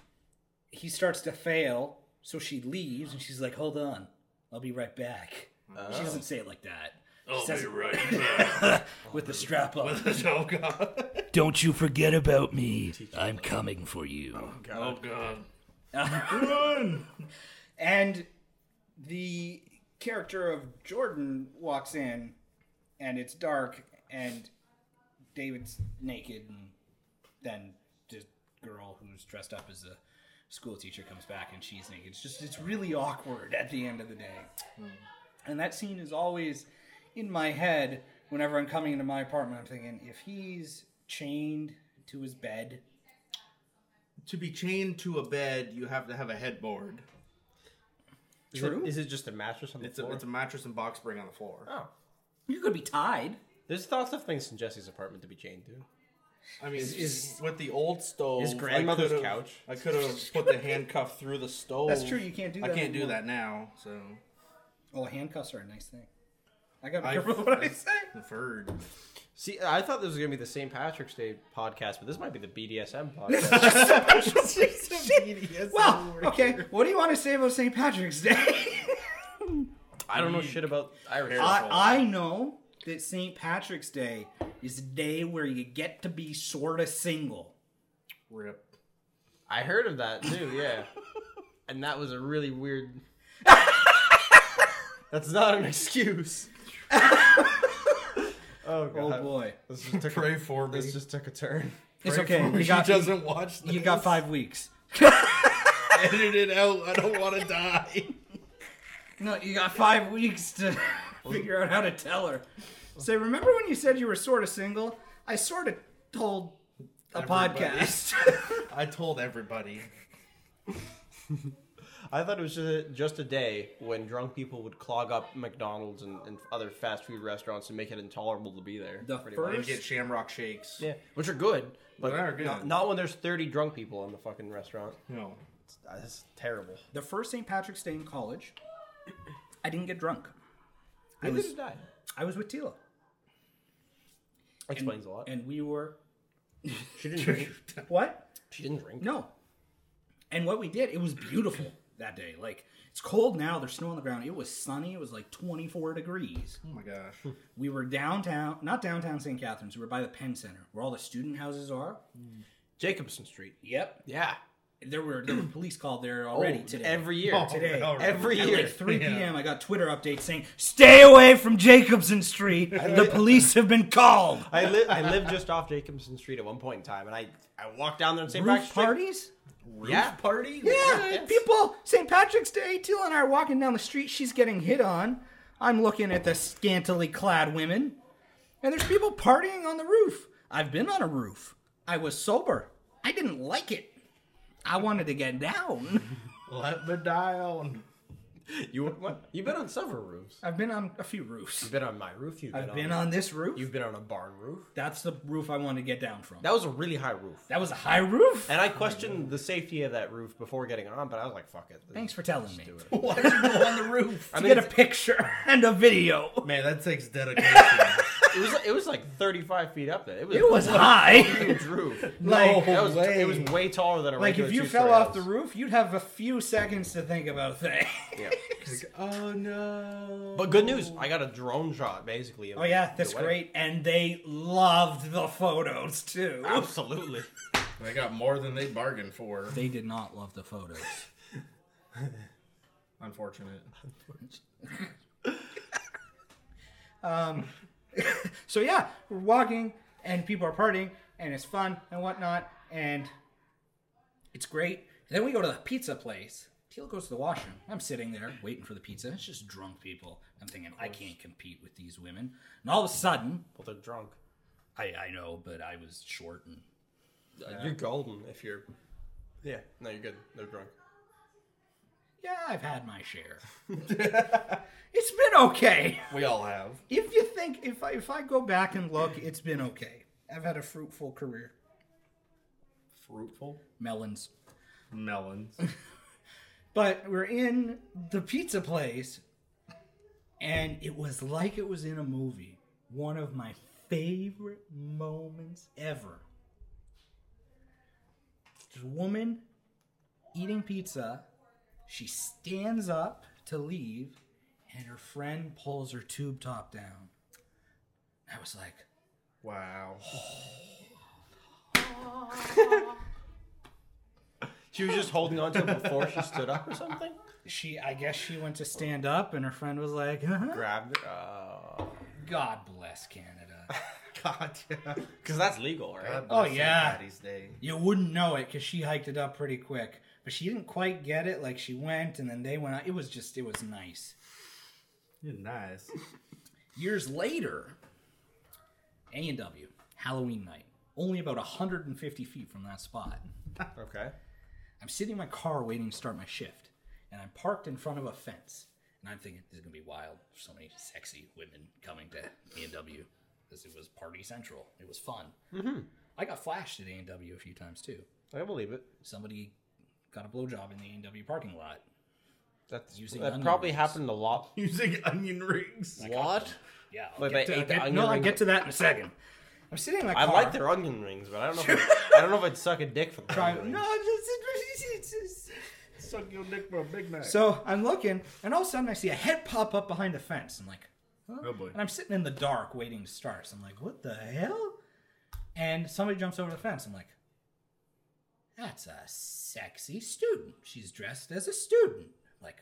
Speaker 4: he starts to fail so she leaves and she's like hold on i'll be right back she doesn't say it like that I'll be right back. with the strap up.
Speaker 5: oh god.
Speaker 4: Don't you forget about me. I'm coming for you.
Speaker 5: Oh god.
Speaker 4: And the character of Jordan walks in, and it's dark, and David's naked, and then the girl who's dressed up as a school teacher comes back, and she's naked. It's just, it's really awkward at the end of the day. And that scene is always in my head whenever I'm coming into my apartment. I'm thinking, if he's chained to his bed,
Speaker 5: To be chained to a bed, you have to have a headboard.
Speaker 1: Is
Speaker 4: True.
Speaker 1: It, is it just a mattress on the
Speaker 5: It's a
Speaker 1: floor?
Speaker 5: it's a mattress and box spring on the floor.
Speaker 1: oh.
Speaker 4: you could be tied.
Speaker 1: There's lots of things in Jesse's apartment to be chained to.
Speaker 5: I mean, with the old stove,
Speaker 1: His
Speaker 5: I
Speaker 1: grandmother's
Speaker 5: could've-
Speaker 1: couch.
Speaker 5: I could have put the handcuff through the stove.
Speaker 4: That's true, you can't do
Speaker 5: I
Speaker 4: that
Speaker 5: can't do
Speaker 4: anymore.
Speaker 5: that now. So
Speaker 4: Well, handcuffs are a nice thing. I gotta be
Speaker 5: I-
Speaker 4: careful what I say.
Speaker 5: deferred.
Speaker 1: See, I thought this was gonna be the St. Patrick's Day podcast, but this might be the BDSM podcast.
Speaker 4: Well, okay. What do you want to say about St. Patrick's Day?
Speaker 1: I don't know shit about Irish.
Speaker 4: I, I know that St. Patrick's Day is a day where you get to be sort of single.
Speaker 5: Rip.
Speaker 1: I heard of that too, yeah. and that was a really weird. That's not an excuse. oh
Speaker 4: Oh
Speaker 1: god.
Speaker 5: Uh-huh.
Speaker 4: boy,
Speaker 1: This just took
Speaker 5: Pray
Speaker 1: a,
Speaker 5: for me.
Speaker 1: this just took a turn.
Speaker 4: it's
Speaker 5: Pray
Speaker 4: okay.
Speaker 5: for me.
Speaker 4: You got
Speaker 5: she doesn't watch. This.
Speaker 4: you got five weeks.
Speaker 5: Edit it out. I don't want to die.
Speaker 4: No, you got five weeks to figure out how to tell her. Say, remember when you said you were sort of single? I sort of told a
Speaker 5: Everybody.
Speaker 4: podcast.
Speaker 5: I told everybody.
Speaker 1: I thought it was just a, just a day when drunk people would clog up McDonald's and, and other fast food restaurants and make it intolerable to be there.
Speaker 4: the
Speaker 1: pretty much.
Speaker 5: And get
Speaker 4: first
Speaker 5: shamrock shakes.
Speaker 1: Yeah, which are good, but
Speaker 5: They are good.
Speaker 1: Not, not when there's 30 drunk people in the fucking restaurant.
Speaker 5: No.
Speaker 1: That's terrible.
Speaker 4: the first St. Patrick's Day in college, I didn't get drunk. I
Speaker 1: Neither
Speaker 4: was-
Speaker 1: did I.
Speaker 4: I was with Tila.
Speaker 1: Explains a lot.
Speaker 4: And we were
Speaker 1: she didn't drink.
Speaker 5: Oh
Speaker 4: what?
Speaker 1: She didn't drink.
Speaker 4: No. And what we did, it was beautiful that day. Like it's cold now, there's snow on the ground. It was sunny, it was like 24 degrees.
Speaker 5: Oh my gosh.
Speaker 4: We were downtown, not downtown St. Catharines, we were by the Penn Center, where all the student houses are.
Speaker 1: Jacobson Street.
Speaker 4: Yep.
Speaker 1: Yeah.
Speaker 4: There were there were police called there already
Speaker 1: Oh,
Speaker 4: today.
Speaker 1: Every year.
Speaker 4: Today.
Speaker 5: all right.
Speaker 1: Every
Speaker 4: At
Speaker 1: year.
Speaker 4: like 3
Speaker 5: Yeah.
Speaker 4: p.m., I got Twitter updates saying, Stay away from Jacobson Street. The police have been called.
Speaker 1: I, li- I lived just off Jacobson Street at one point in time, and I, I walked down there and St. Patrick's
Speaker 4: Roof
Speaker 1: Street.
Speaker 4: parties?
Speaker 1: Yeah. Party?
Speaker 4: Yeah, people. St. Patrick's Day. Teal and I are walking down the street. She's getting hit on. I'm looking at the scantily clad women, and there's people partying on the roof. I've been on a roof. I was sober. I didn't like it. I wanted to get down.
Speaker 5: Let me down.
Speaker 1: You, what? You've been on several roofs.
Speaker 4: I've been on a few roofs.
Speaker 1: You've been on my roof. You've been
Speaker 4: I've
Speaker 1: on,
Speaker 4: been on this roof.
Speaker 1: You've been on a barn roof.
Speaker 4: That's the roof I wanted to get down from.
Speaker 1: That was a really high roof.
Speaker 4: That was a high roof.
Speaker 1: And I questioned the safety of that roof before getting on, but I was like, fuck it.
Speaker 4: Thanks for telling me.
Speaker 1: do it.
Speaker 5: Why did you go on the roof?
Speaker 1: I
Speaker 4: To
Speaker 1: mean,
Speaker 4: get a picture and a video.
Speaker 5: Man, that takes dedication.
Speaker 1: It was it was like 35 feet up there. It was
Speaker 4: It was high.
Speaker 1: huge roof.
Speaker 4: Like,
Speaker 1: That was
Speaker 5: way.
Speaker 1: it was way taller than a
Speaker 4: like
Speaker 1: regular
Speaker 4: if you
Speaker 1: two-story
Speaker 4: fell off
Speaker 1: house.
Speaker 4: the roof, you'd have a few seconds to think about things.
Speaker 1: Yeah.
Speaker 5: oh no.
Speaker 1: But good news, I got a drone shot basically. of
Speaker 4: Oh yeah,
Speaker 1: the
Speaker 4: that's
Speaker 1: wedding.
Speaker 4: great. And they loved the photos too.
Speaker 1: Absolutely.
Speaker 5: They got more than they bargained for.
Speaker 4: They did not love the photos.
Speaker 5: Unfortunate.
Speaker 4: so yeah, we're walking and people are partying and it's fun and whatnot and it's great. And then we go to the pizza place. Teal goes to the washroom. I'm sitting there waiting for the pizza. It's just drunk people. I'm thinking I can't compete with these women. And all of a sudden,
Speaker 1: well, they're drunk.
Speaker 4: I, I know, but I was short and
Speaker 1: Uh, You're golden if you're. Yeah. No, you're good. They're drunk.
Speaker 4: yeah, I've had my share. it's been okay.
Speaker 5: We all have.
Speaker 4: if you think if I, if I go back and look, it's been okay. I've had a fruitful career.
Speaker 5: Fruitful
Speaker 4: Melons.
Speaker 5: melons.
Speaker 4: But we're in the pizza place and it was like it was in a movie. One of my favorite moments ever. This woman eating pizza, she stands up to leave and her friend pulls her tube top down. I was like,
Speaker 5: wow.
Speaker 1: She was just holding on to it before she stood up or something.
Speaker 4: she I guess she went to stand up and her friend was like, "Uh-huh."
Speaker 1: Grabbed it. Uh,
Speaker 4: God bless Canada.
Speaker 5: God. Yeah.
Speaker 1: Because that's legal, right?
Speaker 4: Oh, yeah.
Speaker 5: Patty's Day.
Speaker 4: You wouldn't know it cuz she hiked it up pretty quick, but she didn't quite get it like she went and then they went out. It was just it was nice.
Speaker 5: You're nice.
Speaker 4: Years later, A&W, Halloween night. Only about 150 feet from that spot.
Speaker 1: Okay.
Speaker 4: I'm sitting in my car waiting to start my shift, and I'm parked in front of a fence. And I'm thinking, this is gonna be wild. So many sexy women coming to A and W. This it was party central. It was fun. Mm-hmm. I got flashed at A and W a few times too.
Speaker 1: I believe it.
Speaker 4: Somebody got a blowjob in the A and W parking lot.
Speaker 1: That's
Speaker 4: Using
Speaker 1: that
Speaker 4: onion
Speaker 1: probably
Speaker 4: rings.
Speaker 1: happened a lot.
Speaker 5: Using onion rings.
Speaker 1: What?
Speaker 4: Yeah. I'll
Speaker 1: Wait,
Speaker 4: get
Speaker 1: they
Speaker 4: to,
Speaker 1: ate the
Speaker 4: I'll get,
Speaker 1: onion
Speaker 4: no, I
Speaker 1: ring-
Speaker 4: get to that in a second. I'm sitting in my
Speaker 1: I
Speaker 4: car.
Speaker 1: like their onion rings, but I don't know. If I'd, I don't know if I'd suck a dick for the
Speaker 4: Try-
Speaker 1: onion rings.
Speaker 4: No, I'm just- it's- it's- it's-
Speaker 5: Suck your dick for a Big Mac.
Speaker 4: so I'm looking, and all of a sudden I see a head pop up behind a fence. I'm like,
Speaker 5: oh boy.
Speaker 4: And I'm sitting in the dark waiting to start. So I'm like, what the hell? And somebody jumps over the fence. I'm like, that's a sexy student. She's dressed as a student. Like,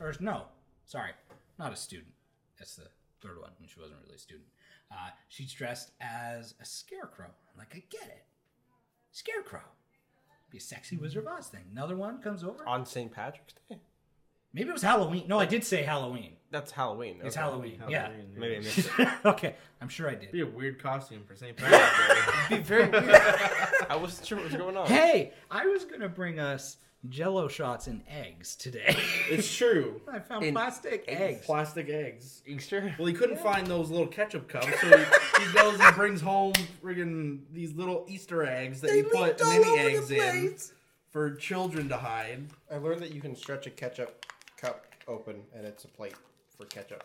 Speaker 4: or no, sorry, not a student. That's the third one, and she wasn't really a student. Uh, she's dressed as a scarecrow. I'm like, I get it. Scarecrow. Be a sexy Wizard of Oz thing. Another one comes over.
Speaker 1: On St. Patrick's Day.
Speaker 4: Maybe it was Halloween. No, I did say Halloween.
Speaker 1: That's Halloween.
Speaker 4: It's
Speaker 1: okay.
Speaker 4: Halloween.
Speaker 5: Halloween,
Speaker 4: Yeah.
Speaker 1: Maybe I missed it.
Speaker 4: okay, I'm sure I did.
Speaker 5: Be a weird costume for St. Patrick's Day.
Speaker 4: be very weird.
Speaker 1: I wasn't sure what was going on.
Speaker 4: hey, I was gonna bring us jello shots and eggs today.
Speaker 5: it's true.
Speaker 4: I found
Speaker 1: In
Speaker 4: plastic eggs.
Speaker 5: Plastic eggs.
Speaker 1: You sure?
Speaker 5: Well, he couldn't find those little ketchup cups, so he, he goes and brings home friggin' these little Easter eggs that you put mini eggs in for children to hide.
Speaker 6: I learned that you can stretch a ketchup cup open and it's a plate for ketchup.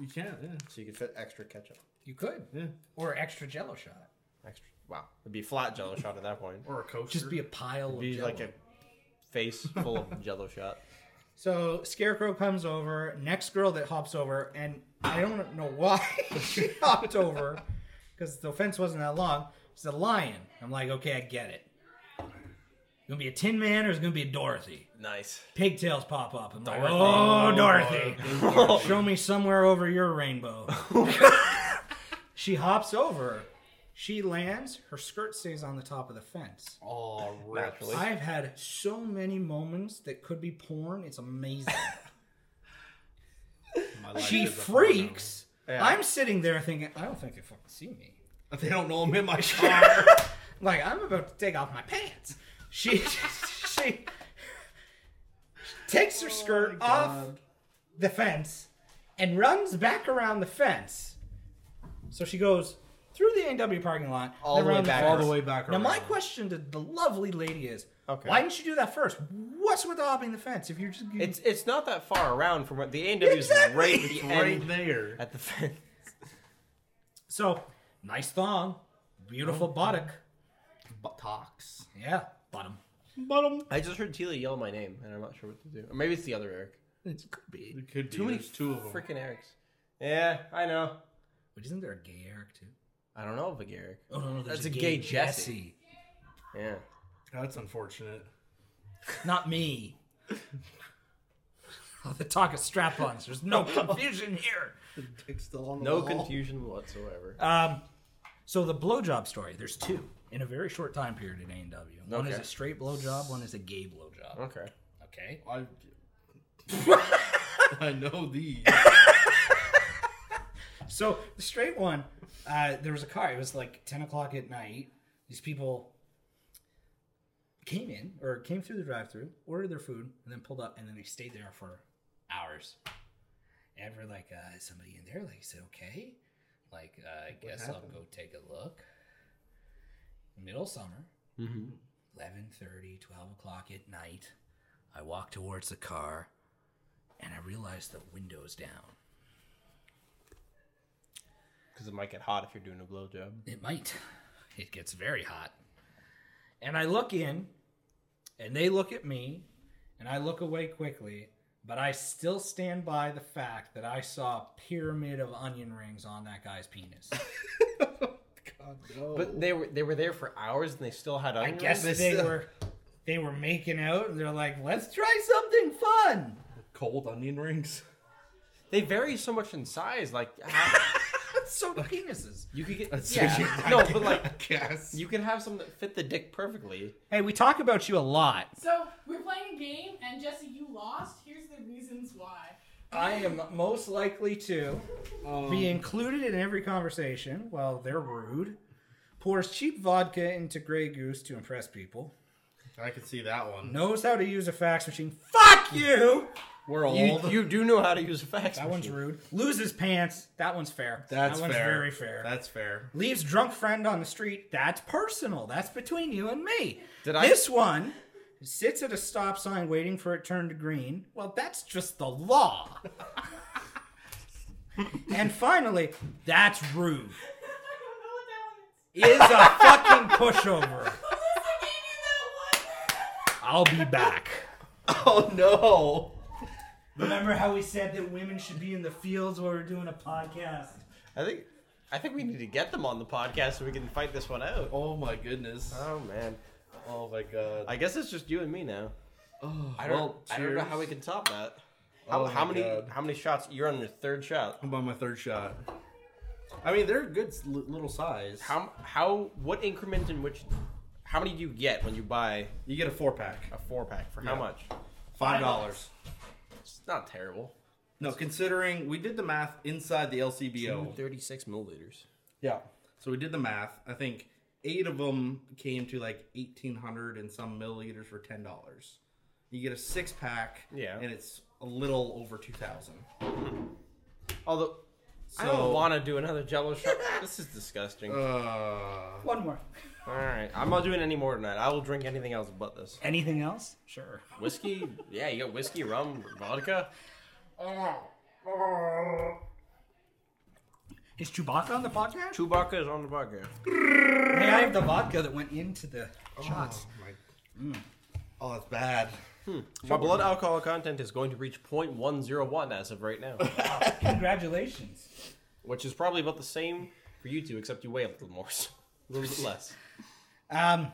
Speaker 5: You can't, yeah.
Speaker 6: So you can fit extra ketchup.
Speaker 4: You could.
Speaker 5: Yeah.
Speaker 4: Or extra jello shot.
Speaker 1: Extra. Wow. It'd be a flat jello shot at that point.
Speaker 5: Or a coaster.
Speaker 4: Just be a pile of
Speaker 1: Be
Speaker 4: jello.
Speaker 1: like a face full of jello shot.
Speaker 4: So Scarecrow comes over, next girl that hops over, and I don't know why she hopped over, because the fence wasn't that long. It's a lion. I'm like, okay, I get it. Gonna be a Tin Man or it's gonna be a Dorothy?
Speaker 1: Nice.
Speaker 4: Pigtails pop up. I'm like,
Speaker 1: Dorothy.
Speaker 4: oh, Dorothy.
Speaker 5: Oh,
Speaker 4: Show me somewhere over your rainbow. she hops over. She lands. Her skirt stays on the top of the fence.
Speaker 5: Oh,
Speaker 1: Naturally.
Speaker 4: I've had so many moments that could be porn. It's amazing.
Speaker 5: My life
Speaker 4: she
Speaker 5: is a
Speaker 4: freaks. I'm sitting there thinking, I don't think they fucking see me.
Speaker 5: porno. They don't know I'm in my car.
Speaker 4: Like I'm about to take off my pants. She she, she takes her skirt
Speaker 5: Oh
Speaker 4: off the fence and runs back around the fence. So she goes through the AW parking lot
Speaker 1: All
Speaker 4: then
Speaker 1: the way
Speaker 4: around
Speaker 1: back
Speaker 4: fence.
Speaker 1: All the way
Speaker 5: back
Speaker 4: Now my
Speaker 5: around.
Speaker 4: question to the lovely lady is,
Speaker 1: Okay.
Speaker 4: why didn't you do that first? What's with hopping the fence if you're just
Speaker 1: It's it's not that far around from what the A and W is
Speaker 4: Exactly.
Speaker 1: right at the
Speaker 5: right
Speaker 1: end
Speaker 5: there.
Speaker 1: at the fence.
Speaker 4: So nice thong, beautiful buttock.
Speaker 5: Buttocks.
Speaker 4: Yeah, bottom.
Speaker 5: Bottom.
Speaker 1: I just heard Tila yell my name, and I'm not sure what to do. Or maybe it's the other Eric.
Speaker 4: It could be.
Speaker 5: It could be.
Speaker 1: Too many
Speaker 5: There's two of them.
Speaker 1: Freaking Erics. Yeah, I know.
Speaker 4: But isn't there a gay Eric too?
Speaker 1: I don't know of a gay Eric.
Speaker 4: Oh no, no
Speaker 1: That's a gay Jesse. Yeah.
Speaker 5: That's unfortunate.
Speaker 4: Not me. oh, the talk of strap-ons. There's no confusion here.
Speaker 5: Dick's still on the
Speaker 1: No
Speaker 5: wall.
Speaker 1: confusion whatsoever.
Speaker 4: Um, so the blowjob story. There's two in a very short time period at A and W. One is
Speaker 1: Okay.
Speaker 4: a straight blowjob. One is a gay blowjob.
Speaker 1: Okay.
Speaker 4: Okay.
Speaker 5: I, I know these.
Speaker 4: So the straight one, uh, there was a car. It was like ten o'clock at night. These people came in or came through the drive-through, ordered their food, and then pulled up, and then they stayed there for hours. And we're like, uh, is somebody in there? Like, is it okay? Like, uh, I guess I'll go take a look. Middle summer,
Speaker 1: Mhm.
Speaker 4: 11.30, 12 o'clock at night. I walk towards the car, and I realize the window's down.
Speaker 1: Because it might get hot if you're doing a blowjob.
Speaker 4: It might. It gets very hot. And I look in, and they look at me, and I look away quickly, but I still stand by the fact that I saw a pyramid of onion rings on that guy's penis.
Speaker 1: But they were they were there for hours and they still had.
Speaker 4: I guess
Speaker 1: this.
Speaker 4: they were they were making out, and they're like, "Let's try something fun."
Speaker 5: Cold onion rings.
Speaker 1: They vary so much in size. Like how-
Speaker 4: So penises.
Speaker 1: you could get
Speaker 5: Yeah,
Speaker 1: yeah.
Speaker 5: I
Speaker 1: no,
Speaker 5: gu-
Speaker 1: but like
Speaker 5: I guess.
Speaker 1: you could have some that fit the dick perfectly.
Speaker 4: Hey, we talk about you a lot.
Speaker 7: So we're playing a game, and Jesse, you lost. Here's the reasons why.
Speaker 4: I am most likely to
Speaker 1: Oh.
Speaker 4: be included in every conversation while they're rude, pours cheap vodka into Grey Goose to impress people,
Speaker 5: I could see that one.
Speaker 4: knows how to use a fax machine. Fuck you!
Speaker 5: We're old.
Speaker 1: You, you do know how to use a fax.
Speaker 4: That one's
Speaker 1: machine.
Speaker 4: rude. Loses pants. That one's fair.
Speaker 5: That's
Speaker 4: that one's
Speaker 5: fair.
Speaker 4: very fair.
Speaker 5: That's fair.
Speaker 4: Leaves drunk friend on the street. That's personal. That's between you and me.
Speaker 1: Did I-
Speaker 4: this one sits at a stop sign waiting for it to turn to green. Well, that's just the law. and finally, that's rude.
Speaker 7: I don't know what that one is.
Speaker 4: Is a fucking pushover.
Speaker 7: Melissa gave you that one.
Speaker 4: I'll be back.
Speaker 5: Oh no.
Speaker 4: Remember how we said that women should be in the fields while we're doing a podcast?
Speaker 1: I think I think we need to get them on the podcast so we can fight this one out.
Speaker 5: Oh my goodness.
Speaker 1: Oh man,
Speaker 5: Oh my god.
Speaker 1: I guess it's just you and me now.
Speaker 5: oh,
Speaker 1: I don't,
Speaker 5: well,
Speaker 1: I don't know
Speaker 5: cheers.
Speaker 1: how we can top that. How,
Speaker 5: Oh
Speaker 1: how
Speaker 5: my
Speaker 1: many
Speaker 5: God.
Speaker 1: how many shots? You're on your third shot.
Speaker 5: I'm on my third shot. I mean, they're a good s- li- little size.
Speaker 1: How how what increment in which? How many do you get when you buy
Speaker 5: you get a four pack,
Speaker 1: a four pack for how
Speaker 5: Yeah.
Speaker 1: much?
Speaker 5: five dollars.
Speaker 1: It's not terrible.
Speaker 5: No, considering we did the math inside the LCBO.
Speaker 1: Thirty six milliliters.
Speaker 5: Yeah. So we did the math. I think eight of them came to like eighteen hundred and some milliliters for ten dollars. You get a six pack.
Speaker 1: Yeah.
Speaker 5: And it's a little over two thousand.
Speaker 1: Although I
Speaker 5: So-
Speaker 1: don't want to do another Jello shot. this is disgusting.
Speaker 5: Uh,
Speaker 4: One more.
Speaker 1: All right, I'm not doing any more tonight. I will drink anything else but this
Speaker 4: Anything else? Sure.
Speaker 1: whiskey. yeah, you got whiskey, rum, vodka.
Speaker 4: Is Chewbacca on the podcast?
Speaker 1: Chewbacca is on the podcast.
Speaker 4: Hey, I have the vodka that went into the shots.
Speaker 5: my- Oh, that's bad.
Speaker 1: My blood alcohol content is going to reach 0.101 as of right now,
Speaker 4: Congratulations.
Speaker 1: which is probably about the same for you two, except you weigh a little more, so- a little bit less.
Speaker 4: Um,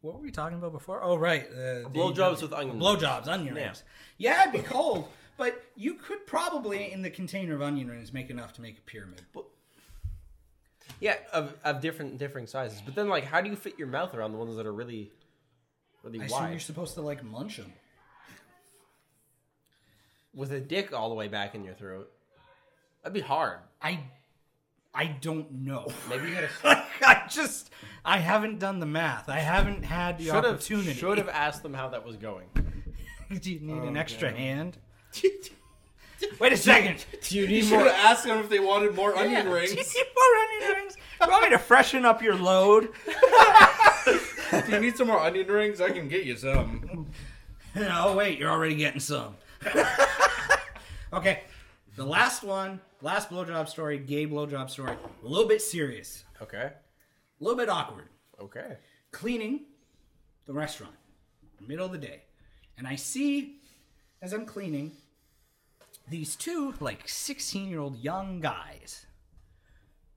Speaker 4: what were we talking about before? Oh, right. Uh, the-
Speaker 1: Blowjobs with onion.
Speaker 4: Blowjobs, onion
Speaker 1: Yeah.
Speaker 4: rings. Yeah, it'd be cold, but you could probably, in the container of onion rings, make enough to make a pyramid.
Speaker 1: Yeah, of, of different differing sizes. But then, like, how do you fit your mouth around the ones that are really, really
Speaker 4: I assume you're
Speaker 1: wide
Speaker 4: supposed to, like, munch them.
Speaker 1: with a dick all the way back in your throat? That'd be hard.
Speaker 4: I, I don't know.
Speaker 1: Maybe you gotta
Speaker 4: I just, I haven't done the math. I haven't had the
Speaker 1: should have
Speaker 4: opportunity.
Speaker 1: should have asked them how that was going.
Speaker 4: Do you need an extra hand? Wait a second. Do you
Speaker 5: You
Speaker 4: need
Speaker 5: should have asked them if they wanted more onion
Speaker 4: Do you
Speaker 5: rings.
Speaker 4: need more onion rings? You want me to freshen up your load?
Speaker 5: Do you need some more onion rings? I can get you some.
Speaker 4: oh wait, you're already getting some. okay, the last one Last blowjob story, gay blowjob story. A little bit serious,
Speaker 1: Okay.
Speaker 4: a little bit awkward.
Speaker 1: Okay.
Speaker 4: Cleaning the restaurant, middle of the day, and I see as I'm cleaning these two like 16 year old young guys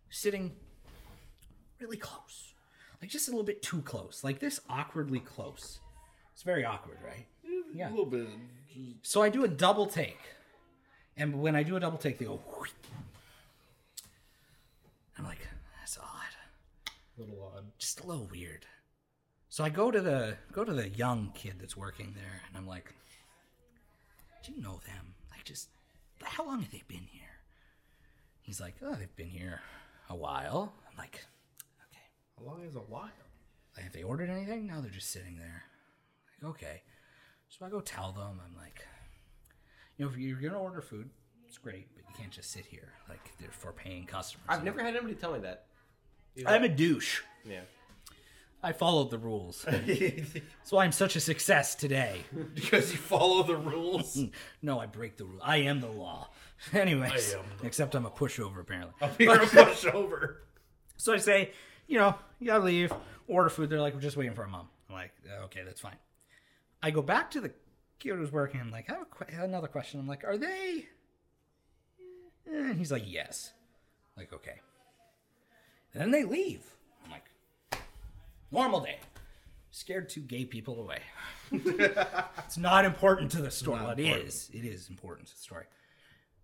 Speaker 4: sitting really close, like just a little bit too close, like this awkwardly close. It's very awkward, right? Yeah.
Speaker 5: A little bit.
Speaker 4: So I do a double take. And when I do a double take, they go. whoosh. I'm like, that's odd.
Speaker 5: little odd.
Speaker 4: Just a little weird. So I go to the go to the young kid that's working there, and I'm like, Do you know them? Like just how long have they been here? He's like, Oh, they've been here a while. I'm like, Okay.
Speaker 5: How long is a while?
Speaker 4: Like, have they ordered anything? No, they're just sitting there. Like, okay. So I go tell them, I'm like, you know, if you're going to order food, it's great, but you can't just sit here. Like, they're for paying customers.
Speaker 1: I've never had anybody tell me that.
Speaker 4: I'm a douche.
Speaker 1: Yeah.
Speaker 4: I followed the rules. That's why I'm such a success today.
Speaker 5: Because you follow the rules.
Speaker 4: No, I break the rule. I am the law. Anyways, except I'm a pushover, apparently.
Speaker 5: You're a pushover.
Speaker 4: So I say, you know, you gotta leave, order food. They're like, we're just waiting for our mom. I'm like, "Uh, okay, that's fine. I go back to the kid who's working. I'm like, I have a que- another question. I'm like, are they? And he's like, yes. I'm like, okay. And then they leave. I'm like, normal day. Scared two gay people away. it's not important to the story. Well, it is. It is important to the story.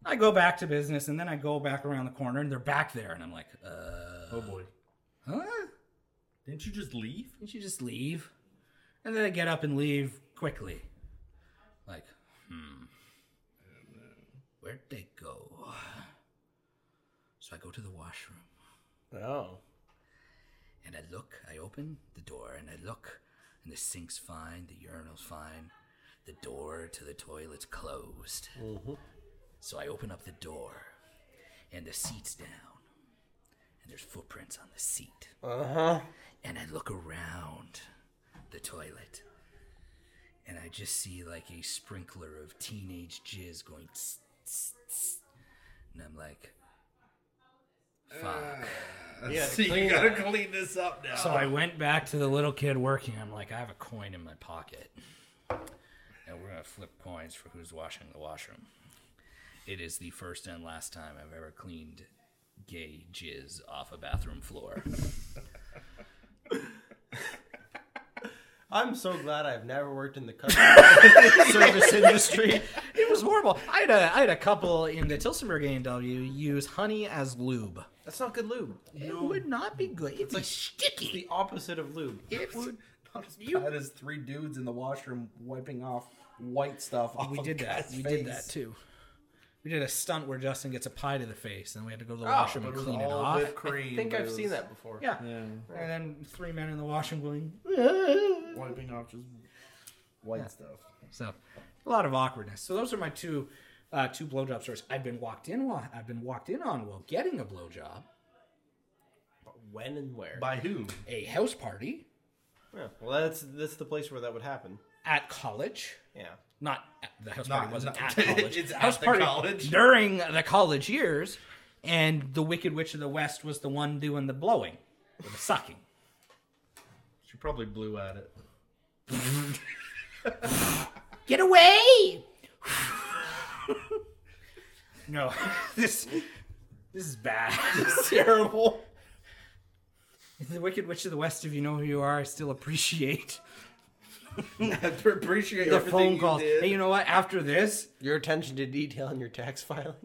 Speaker 4: I go back to business, and then I go back around the corner, and they're back there, and I'm like, uh.
Speaker 5: Oh boy.
Speaker 4: Huh?
Speaker 5: Didn't you just leave?
Speaker 4: Didn't you just leave? And then I get up and leave quickly. Like, hmm. Where'd they go? So I go to the washroom
Speaker 1: Oh.
Speaker 4: and I look, I open the door and I look, and the sink's fine, the urinal's fine, the door to the toilet's closed. So I open up the door and the seat's down, and there's footprints on the seat.
Speaker 1: Uh huh.
Speaker 4: and I look around the toilet, and I just see like a sprinkler of teenage jizz going, tss, tss, tss. and I'm like, "Fuck!"
Speaker 5: Yeah. See, Uh, you gotta clean this up now.
Speaker 4: So I went back to the little kid working. I'm like, "I have a coin in my pocket, and we're gonna flip coins for who's washing the washroom." It is the first and last time I've ever cleaned gay jizz off a bathroom floor.
Speaker 1: I'm so glad I've never worked in the customer service industry.
Speaker 4: It was horrible. I had a I had a couple in the Tilsonburg A&W use honey as lube.
Speaker 1: That's not good lube.
Speaker 4: It would not be good. It's like
Speaker 1: It's
Speaker 4: sticky.
Speaker 1: the opposite of lube.
Speaker 4: It would.
Speaker 6: Not as bad as three dudes in the washroom wiping off white stuff off
Speaker 4: We
Speaker 6: of
Speaker 4: did that.
Speaker 6: Guy's
Speaker 4: We
Speaker 6: face.
Speaker 4: did that too. We did a stunt where Justin gets a pie to the face, and we had to go to the
Speaker 5: Ah,
Speaker 4: washroom and clean it off.
Speaker 5: cream.
Speaker 1: I think I've seen that before.
Speaker 4: Yeah. And then three men in the washroom going.
Speaker 5: Wiping off just
Speaker 6: White stuff.
Speaker 4: So a lot of awkwardness. So those are my two uh, two blowjob stories. I've been walked in. While, I've been walked in on while getting a blowjob,
Speaker 1: When and where?
Speaker 5: by who?
Speaker 4: a house party
Speaker 1: Yeah. Well, that's that's the place where that would happen.
Speaker 4: at college.
Speaker 1: Yeah.
Speaker 4: not at- the house
Speaker 5: Not-
Speaker 4: party wasn't
Speaker 5: not-
Speaker 4: at college.
Speaker 5: it's
Speaker 4: house
Speaker 5: at the
Speaker 4: party
Speaker 5: college.
Speaker 4: during the college years, and the Wicked Witch of the West was the one doing the blowing, or the sucking.
Speaker 5: She probably blew at it.
Speaker 4: Get away! no, this this is bad.
Speaker 5: Terrible.
Speaker 4: the Wicked Witch of the West. If you know who you are, I still appreciate
Speaker 5: have to appreciate
Speaker 4: the phone calls. Hey, you know what? After this,
Speaker 1: Your attention to detail in your tax filing.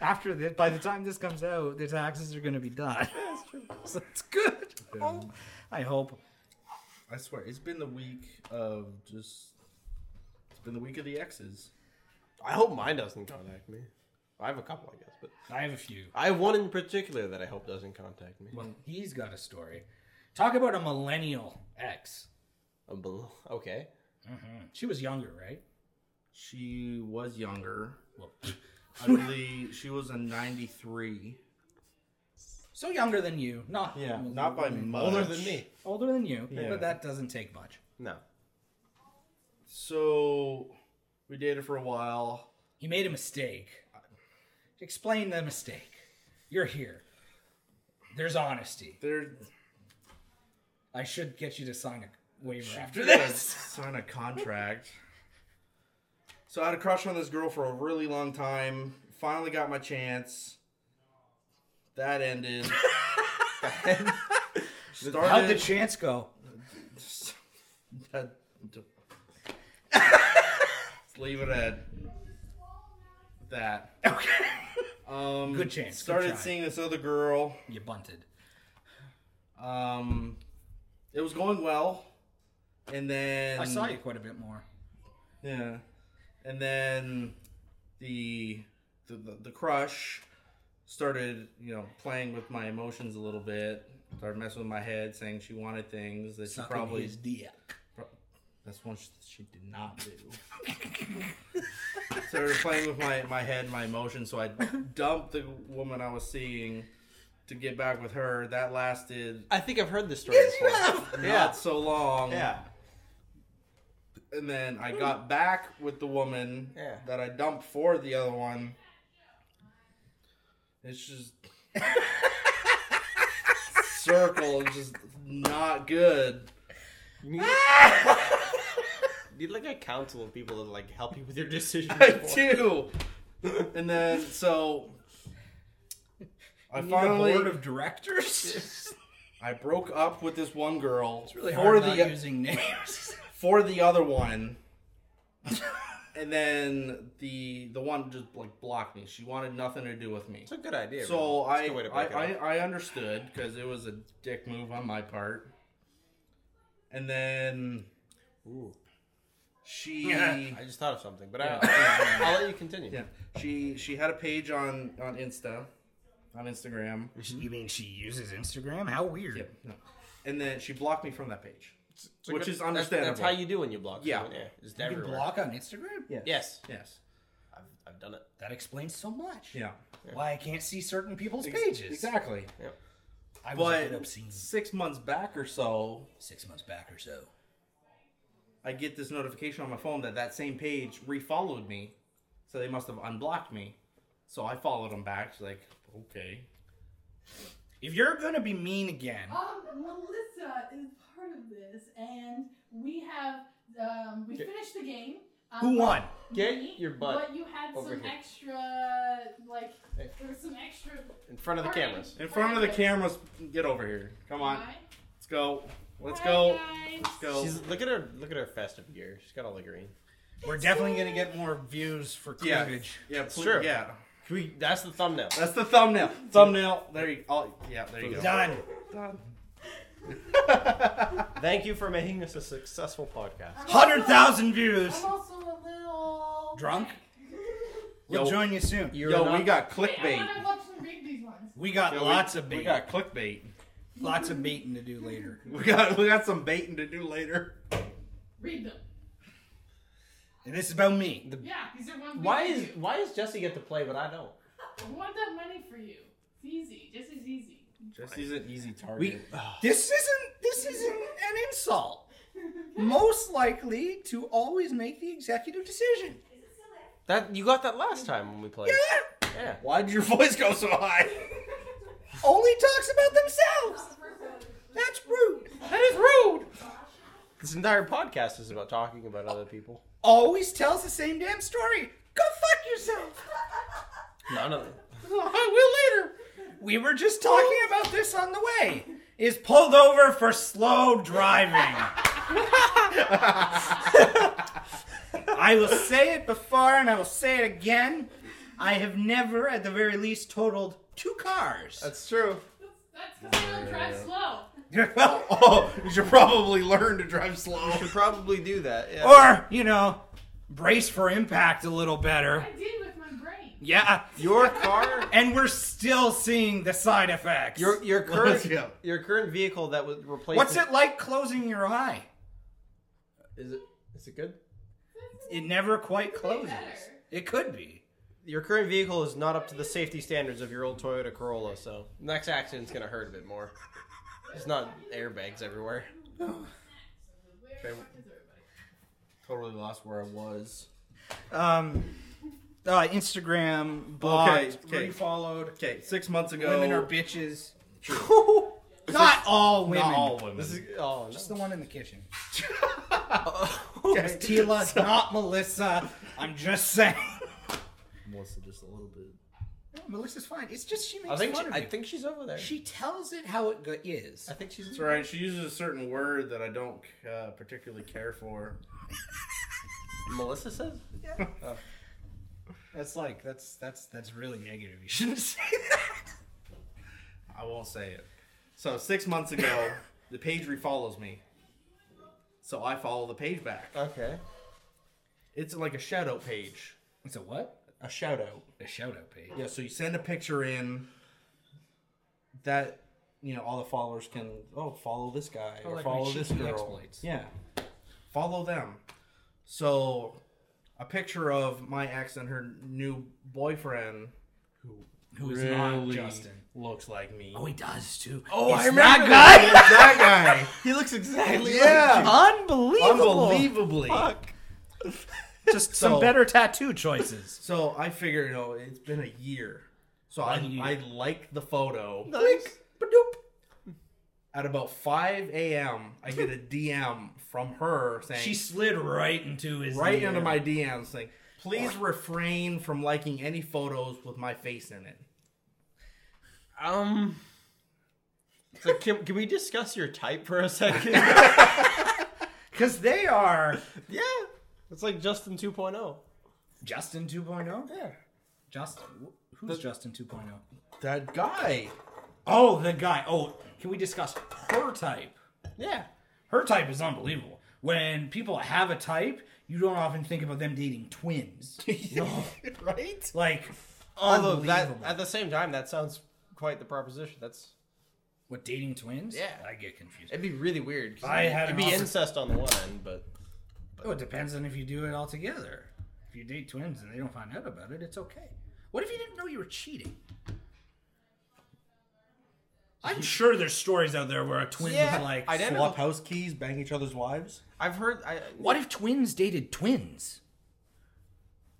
Speaker 4: after this, by the time this comes out, the taxes are going to be done. So it's good. Oh, I hope.
Speaker 5: I swear, it's been the week of just. It's been the week of the X's.
Speaker 1: I hope mine doesn't contact me. I have a couple, I guess, but
Speaker 4: I have a few.
Speaker 1: I have one in particular that I hope doesn't contact me.
Speaker 4: Well, he's got a story. Talk about a millennial ex.
Speaker 1: A bl- Okay.
Speaker 4: She was younger, right?
Speaker 5: She was younger.
Speaker 4: Well,
Speaker 5: I believe she was a 93.
Speaker 4: so younger than you, not
Speaker 5: Yeah, not by much.
Speaker 1: Older than me.
Speaker 4: older than you,
Speaker 5: Yeah.
Speaker 4: but that doesn't take much.
Speaker 1: No.
Speaker 5: So we dated for a while.
Speaker 4: He made a mistake. Explain the mistake. You're here. There's honesty.
Speaker 5: They're
Speaker 4: I should get you to sign a waiver after this.
Speaker 5: sign a contract. So I had a crush on this girl for a really long time. Finally got my chance. That ended. Started.
Speaker 4: How'd the chance go?
Speaker 5: That- leave it at that.
Speaker 4: Okay.
Speaker 5: Um,
Speaker 4: Good chance, good
Speaker 5: Started
Speaker 4: try.
Speaker 5: seeing this other girl.
Speaker 4: You bunted.
Speaker 5: Um, it was going well, and then
Speaker 4: I saw you quite a bit more.
Speaker 5: Yeah, and then the the the, the crush started you know playing with my emotions a little bit. Started messing with my head, saying she wanted things that she
Speaker 4: Sucking
Speaker 5: probably
Speaker 4: his dick.
Speaker 5: That's one sh- that she did not do. Started playing with my, my head and my emotions, so I dumped the woman I was seeing to get back with her. That lasted
Speaker 1: I think I've heard this story before.
Speaker 5: not so long. And then
Speaker 4: Hmm.
Speaker 5: I got back with the woman
Speaker 1: Yeah.
Speaker 5: that I dumped for the other one. It's just circle, just not good.
Speaker 1: You need, you need, like a council of people to like help you with your decision.
Speaker 5: I do. And then so I finally
Speaker 4: a board of directors.
Speaker 5: I broke up with this one girl
Speaker 4: really
Speaker 5: for
Speaker 4: hard not
Speaker 5: the
Speaker 4: using names.
Speaker 5: for the other one. and then the the one just like blocked me. She wanted nothing to do with me.
Speaker 1: It's a good idea.
Speaker 5: So
Speaker 1: man. It's a
Speaker 5: I,
Speaker 1: good way to
Speaker 5: I,
Speaker 1: break it
Speaker 5: I,
Speaker 1: up.
Speaker 5: I understood because it was a dick move on my part. And then
Speaker 1: Ooh.
Speaker 5: she
Speaker 1: I just thought of something, but I, I'll let you continue.
Speaker 5: yeah, she she had a page on on Insta, on Instagram.
Speaker 4: you mean she uses Instagram? How weird.
Speaker 5: Yep. no. And then she blocked me from that page.
Speaker 1: It's a
Speaker 5: Which is
Speaker 1: that's- That's,
Speaker 5: understandable.
Speaker 1: how you do when you block.
Speaker 5: Yeah.
Speaker 1: someone, yeah. Just
Speaker 4: You can
Speaker 1: everywhere.
Speaker 4: block on Instagram?
Speaker 5: Yeah.
Speaker 1: Yes,
Speaker 5: Yes.
Speaker 1: I've, I've done it.
Speaker 4: That explains so much.
Speaker 5: Yeah.
Speaker 4: Why I can't see certain people's pages.
Speaker 5: Exactly.
Speaker 4: I was a bit
Speaker 5: But
Speaker 4: obscene
Speaker 5: six months back or so,
Speaker 4: six months back or so.
Speaker 5: I get this notification on my phone that that same page refollowed me, so they must have unblocked me. So I followed them back. It's like, okay,
Speaker 4: If you're gonna be mean again,
Speaker 7: Um, Melissa is part of this, and we have um, we finished the game. Um,
Speaker 4: who won?
Speaker 1: Get
Speaker 7: me,
Speaker 1: your butt
Speaker 7: But you had
Speaker 1: over
Speaker 7: some
Speaker 1: here.
Speaker 7: extra, like, there was some extra.
Speaker 1: In front of the cameras.
Speaker 5: in front of the cameras, get over here. Come on,
Speaker 7: Hi.
Speaker 5: let's go, let's
Speaker 7: Hi,
Speaker 5: go,
Speaker 7: guys.
Speaker 5: let's go.
Speaker 1: She's look at her look at her festive gear. She's got all the green.
Speaker 4: We're definitely gonna get more views for
Speaker 5: yeah,
Speaker 4: cleavage.
Speaker 5: yeah, please,
Speaker 1: Sure.
Speaker 5: yeah.
Speaker 1: Can we, that's the thumbnail.
Speaker 5: That's the thumbnail. Thumbnail. There you. Oh, yeah. There you go.
Speaker 4: Done.
Speaker 1: Thank you for making this a successful podcast.
Speaker 7: I'm
Speaker 4: Hundred
Speaker 7: also-
Speaker 4: thousand views.
Speaker 7: I'm also a little
Speaker 4: Drunk?
Speaker 5: Yo,
Speaker 4: We'll join you soon.
Speaker 1: You're
Speaker 5: yo,
Speaker 1: not-
Speaker 5: we got
Speaker 7: Wait, I
Speaker 5: clickbait.
Speaker 7: want to watch them read these ones.
Speaker 4: We got
Speaker 5: Yo, we-
Speaker 4: lots of
Speaker 5: We
Speaker 4: bait.
Speaker 5: got clickbait.
Speaker 4: Lots of baiting to do later.
Speaker 5: We got we got some baiting to do later.
Speaker 7: Read them.
Speaker 4: And this is about me.
Speaker 7: Yeah, these are ones. we
Speaker 1: Why
Speaker 7: give
Speaker 1: is
Speaker 7: you.
Speaker 1: why is Jesse get to play but I don't?
Speaker 7: I want that money for you? It's easy, just as easy.
Speaker 5: This is an easy target.
Speaker 1: We
Speaker 4: This isn't this isn't an insult. Most likely to always make the executive decision.
Speaker 1: that you got that last time when we played.
Speaker 4: Yeah.
Speaker 1: Yeah.
Speaker 5: Why did your voice go so high?
Speaker 4: Only talks about themselves. That's rude.
Speaker 1: That is rude. This entire podcast is about talking about other people.
Speaker 4: Always tells the same damn story. Go fuck yourself.
Speaker 1: None of them.
Speaker 4: I will later. We were just talking about this on the way. Is pulled over for slow driving. I will say it before and I will say it again. I have never, at the very least, totaled two cars.
Speaker 1: That's true.
Speaker 7: That's because I don't drive slow.
Speaker 4: well,
Speaker 5: Oh, you should probably learn to drive slow.
Speaker 1: Should probably do that. Yeah.
Speaker 4: or, you know, brace for impact a little better.
Speaker 7: I did with my brain.
Speaker 4: Yeah.
Speaker 1: your car
Speaker 4: And we're still seeing the side effects.
Speaker 1: your your
Speaker 5: Let's
Speaker 1: current
Speaker 5: go.
Speaker 1: your current vehicle that was replaced
Speaker 4: What's it like closing your eye?
Speaker 1: is it is it good?
Speaker 4: It never quite
Speaker 7: Way
Speaker 4: closes.
Speaker 7: better.
Speaker 4: It could be.
Speaker 1: Your current vehicle is not up to the safety standards of your old Toyota Corolla, so next accident's gonna hurt a bit more. It's not airbags everywhere.
Speaker 7: Where the fuck is everybody?
Speaker 5: Totally lost where I was.
Speaker 4: Um,
Speaker 8: Uh, Instagram blocked,
Speaker 5: okay.
Speaker 8: refollowed.
Speaker 5: Okay, six months ago.
Speaker 8: Women are bitches.
Speaker 5: Is
Speaker 8: Not
Speaker 5: this-
Speaker 8: all women.
Speaker 5: Not all women.
Speaker 8: This is
Speaker 1: Oh,
Speaker 8: just the one in the kitchen. Uh,
Speaker 5: okay.
Speaker 8: It's Tila, not Melissa. I'm just saying.
Speaker 5: Melissa just a little bit.
Speaker 8: No, Melissa's fine. It's just she makes
Speaker 1: I think she,
Speaker 8: fun of
Speaker 1: I
Speaker 8: you.
Speaker 1: think she's over there.
Speaker 8: she tells it how it go- is.
Speaker 1: I think she's.
Speaker 5: That's right. She uses a certain word that I don't uh, particularly care for.
Speaker 1: Melissa says.
Speaker 8: That's like that's that's that's really negative. You shouldn't say that.
Speaker 5: I won't say it. So six months ago, the page refollows me. So I follow the page back.
Speaker 1: Okay.
Speaker 5: It's like a shadow page.
Speaker 8: It's a what?
Speaker 1: A shout out.
Speaker 8: A shout out page.
Speaker 5: Yeah, so you send a picture in that you know all the followers can oh follow this guy or
Speaker 8: like my
Speaker 5: follow this
Speaker 8: cheating
Speaker 5: girl.
Speaker 8: exploits.
Speaker 5: Yeah. Follow them. So a picture of my ex and her new boyfriend
Speaker 8: Who is not
Speaker 5: really
Speaker 8: Justin?
Speaker 5: looks like me.
Speaker 8: Oh, he does too.
Speaker 1: Oh, I remember
Speaker 8: that guy.
Speaker 5: that
Speaker 1: He looks exactly.
Speaker 5: Yeah. guy.
Speaker 8: Unbelievable.
Speaker 5: Unbelievably.
Speaker 8: Just some
Speaker 5: So-
Speaker 8: better tattoo choices.
Speaker 5: So I figured, you know, it's been a year. So I,
Speaker 8: One year.
Speaker 5: I liked the photo.
Speaker 1: Nice.
Speaker 5: At about 5 a.m., I get a DM from her saying,
Speaker 4: She slid right into his
Speaker 5: right
Speaker 4: DM.
Speaker 5: into my DMs saying, please refrain from liking any photos with my face in it.
Speaker 1: Um. So can, can we discuss your type for a second?
Speaker 8: Because they are
Speaker 1: yeah. It's like Justin oh. 2.0.
Speaker 8: Justin 2.0.
Speaker 1: Yeah.
Speaker 8: Justin, who's Justin oh? 2.0?
Speaker 5: That guy.
Speaker 4: Oh, the guy. Oh, can we discuss her type?
Speaker 1: Yeah.
Speaker 4: Her type is unbelievable. When people have a type, you don't often think about them dating twins.
Speaker 5: right?
Speaker 4: Like,
Speaker 1: Although
Speaker 4: unbelievable.
Speaker 1: that at the same time that sounds quite the proposition. That's
Speaker 4: what dating twins?
Speaker 1: Yeah.
Speaker 4: I get confused.
Speaker 1: it'd be really weird. 'cause
Speaker 4: I had
Speaker 1: it'd
Speaker 4: an
Speaker 1: be
Speaker 4: awesome-
Speaker 1: incest on the one end, but
Speaker 4: Oh, it depends on if you do it all together. If you date twins and they don't find out about it, it's okay. What if you didn't know you were cheating? I'm sure there's stories out there where a twin
Speaker 1: Yeah,
Speaker 4: was like,
Speaker 1: I didn't-
Speaker 5: Swap house keys, bang each other's wives.
Speaker 1: I've heard. I,
Speaker 4: "What if twins dated twins?"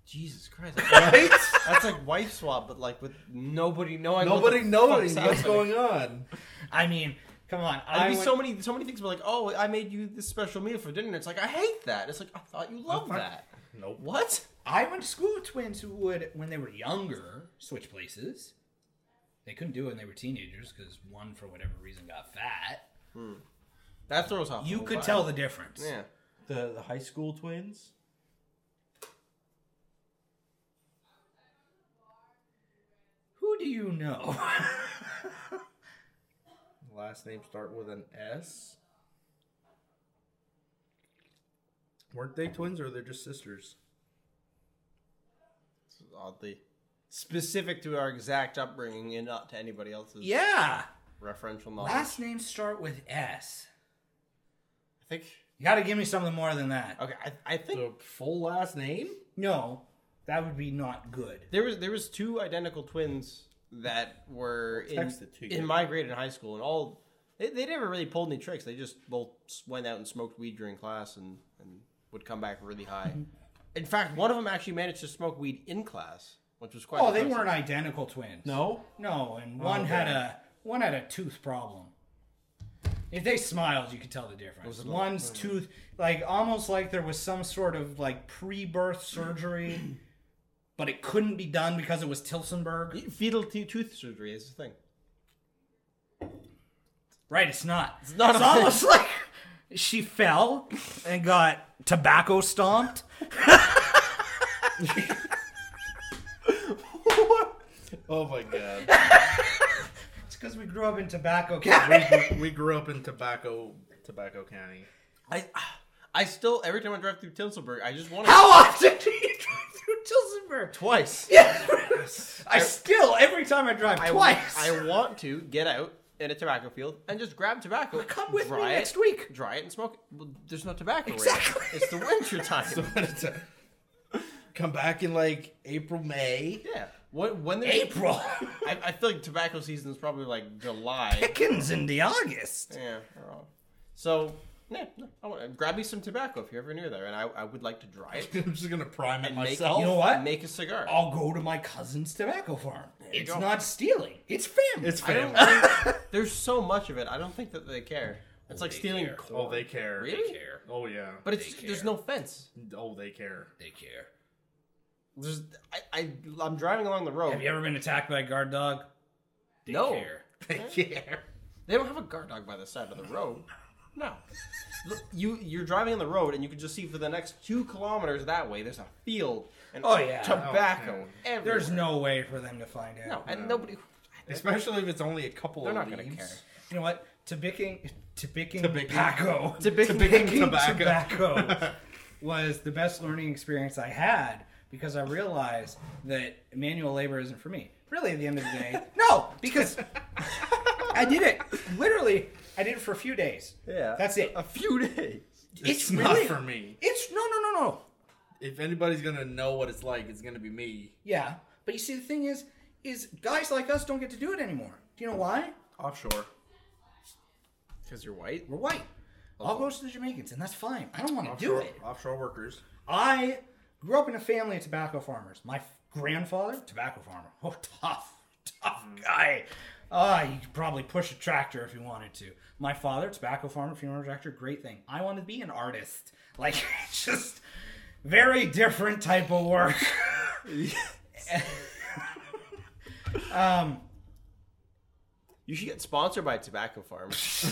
Speaker 1: Jesus Christ! Right? That's like wife swap, but like with nobody knowing. what
Speaker 5: Nobody
Speaker 1: the
Speaker 5: knows
Speaker 1: fuck's
Speaker 5: what's
Speaker 1: happening.
Speaker 5: going on.
Speaker 4: I mean, come on.
Speaker 1: There'd
Speaker 4: I
Speaker 1: be
Speaker 4: went-
Speaker 1: so many, so many things. But like, oh, I made you this special meal for dinner. It's like I hate that. It's like I thought you loved that.
Speaker 5: Nope.
Speaker 1: What?
Speaker 4: I went to school with twins who would, when they were younger, switch places. They couldn't do it when they were teenagers because one, for whatever reason, got fat.
Speaker 1: That throws off. the
Speaker 4: You
Speaker 1: whole
Speaker 4: could
Speaker 1: vibe.
Speaker 4: tell the difference.
Speaker 1: Oh, Yeah.
Speaker 5: The, the high school twins?
Speaker 4: Who do you know?
Speaker 5: Last name start with an S. Weren't they twins or they're just sisters?
Speaker 1: Oddly specific to our exact upbringing and not to anybody else's
Speaker 4: yeah.
Speaker 1: referential knowledge.
Speaker 4: Last names start with S.
Speaker 1: I think.
Speaker 4: You got to give me something more than that.
Speaker 1: Okay, I, I think
Speaker 5: The full last name?
Speaker 4: No, that would be not good.
Speaker 1: There was there was two identical twins that were in,
Speaker 5: Text it to you.
Speaker 1: in my grade in high school, and all they, they never really pulled any tricks. They just both went out and smoked weed during class, and and would come back really high.
Speaker 4: Mm-hmm.
Speaker 1: In fact, one of them actually managed to smoke weed in class, which was quite.
Speaker 4: Oh, they
Speaker 1: impressive.
Speaker 4: weren't identical twins.
Speaker 5: No.
Speaker 4: No, and one had a one had a tooth problem. If they smiled, you could tell the difference. One's tooth, like almost like there was some sort of like pre-birth surgery, but it couldn't be done because it was Tilsonburg.
Speaker 1: Fetal te- tooth surgery is the thing.
Speaker 4: Right? It's not. It's
Speaker 1: not a-
Speaker 4: almost like she fell and got tobacco stomped.
Speaker 5: Oh my god.
Speaker 4: It's because we grew up in tobacco.
Speaker 5: we grew up in tobacco tobacco county.
Speaker 1: I I still every time I drive through Tilsonburg, I just want to
Speaker 4: How often do you drive through Tilsonburg?
Speaker 1: twice.
Speaker 4: Yes. I still every time I drive
Speaker 1: I want-
Speaker 4: twice.
Speaker 1: I want to get out in a tobacco field and just grab tobacco.
Speaker 4: Come with me
Speaker 1: dry it,
Speaker 4: next week.
Speaker 1: Dry it and smoke it. Well, there's no tobacco.
Speaker 4: Exactly.
Speaker 1: Right now. It's the winter time.
Speaker 5: Come back in like April, May.
Speaker 1: yeah. When, when there's
Speaker 4: April
Speaker 1: I, I feel like tobacco season is probably like July.
Speaker 4: Dickens into August.
Speaker 1: yeah. I don't know. So No, no, I want to grab me some tobacco if you're ever near there, and I, I would like to dry it
Speaker 8: I'm just gonna prime it
Speaker 1: and make
Speaker 8: myself.
Speaker 1: you
Speaker 4: know what?
Speaker 1: make a cigar.
Speaker 8: I'll go to my cousin's tobacco farm.
Speaker 1: you
Speaker 8: It's
Speaker 1: go.
Speaker 8: not stealing. It's family. It's
Speaker 1: I
Speaker 8: family.
Speaker 1: don't think, there's so much of it. I don't think that they care. It's like
Speaker 9: they
Speaker 1: stealing
Speaker 9: care.
Speaker 1: corn.
Speaker 5: Oh, they care.
Speaker 1: Really?
Speaker 9: care.
Speaker 5: Oh yeah.
Speaker 1: But it's
Speaker 9: They
Speaker 1: there's
Speaker 9: care.
Speaker 1: no fence.
Speaker 5: Oh, they care.
Speaker 9: They care.
Speaker 1: There's I, I I'm driving along the road.
Speaker 4: Have you ever been attacked by a guard dog?
Speaker 9: They
Speaker 1: No.
Speaker 9: care.
Speaker 8: They care.
Speaker 1: They don't have a guard dog by the side of the road. No. Look, you you're driving on the road and you can just see for the next two kilometers that way. There's a field and
Speaker 4: Oh, yeah.
Speaker 1: tobacco. everywhere.
Speaker 4: There's no way for them to find out.
Speaker 1: no and nobody.
Speaker 8: Especially if it's only a couple
Speaker 1: They're
Speaker 8: of
Speaker 1: not gonna
Speaker 8: leaves.
Speaker 1: care.
Speaker 4: You know what? Tobicking, tobicking,
Speaker 8: Tobicking.
Speaker 4: tobacco.
Speaker 1: Tobicking
Speaker 8: tobacco.
Speaker 4: tobacco was the best learning experience I had because I realized that manual labor isn't for me. Really, at the end of the day, no, because I did it. Literally, I did it for a few days.
Speaker 1: Yeah.
Speaker 4: That's it.
Speaker 1: A few days.
Speaker 5: It's,
Speaker 4: It's
Speaker 5: not
Speaker 4: really-
Speaker 5: for me.
Speaker 4: It's no, no, no, no.
Speaker 5: If anybody's gonna know what it's like, it's gonna be me.
Speaker 4: Yeah, but you see, the thing is, is guys like us don't get to do it anymore. Do you know why?
Speaker 5: Offshore.
Speaker 1: Because you're white.
Speaker 4: We're white. I'll go to the Jamaicans, and that's fine. I don't want to do
Speaker 5: Offshore,
Speaker 4: it.
Speaker 5: offshore workers.
Speaker 4: I grew up in a family of tobacco farmers. My f- grandfather, tobacco farmer. Oh, tough, tough guy. Ah, you could probably push a tractor if you wanted to. My father, tobacco farmer, funeral director, great thing. I wanted to be an artist. Like, just very different type of work. um,
Speaker 1: You should get sponsored by a tobacco farm.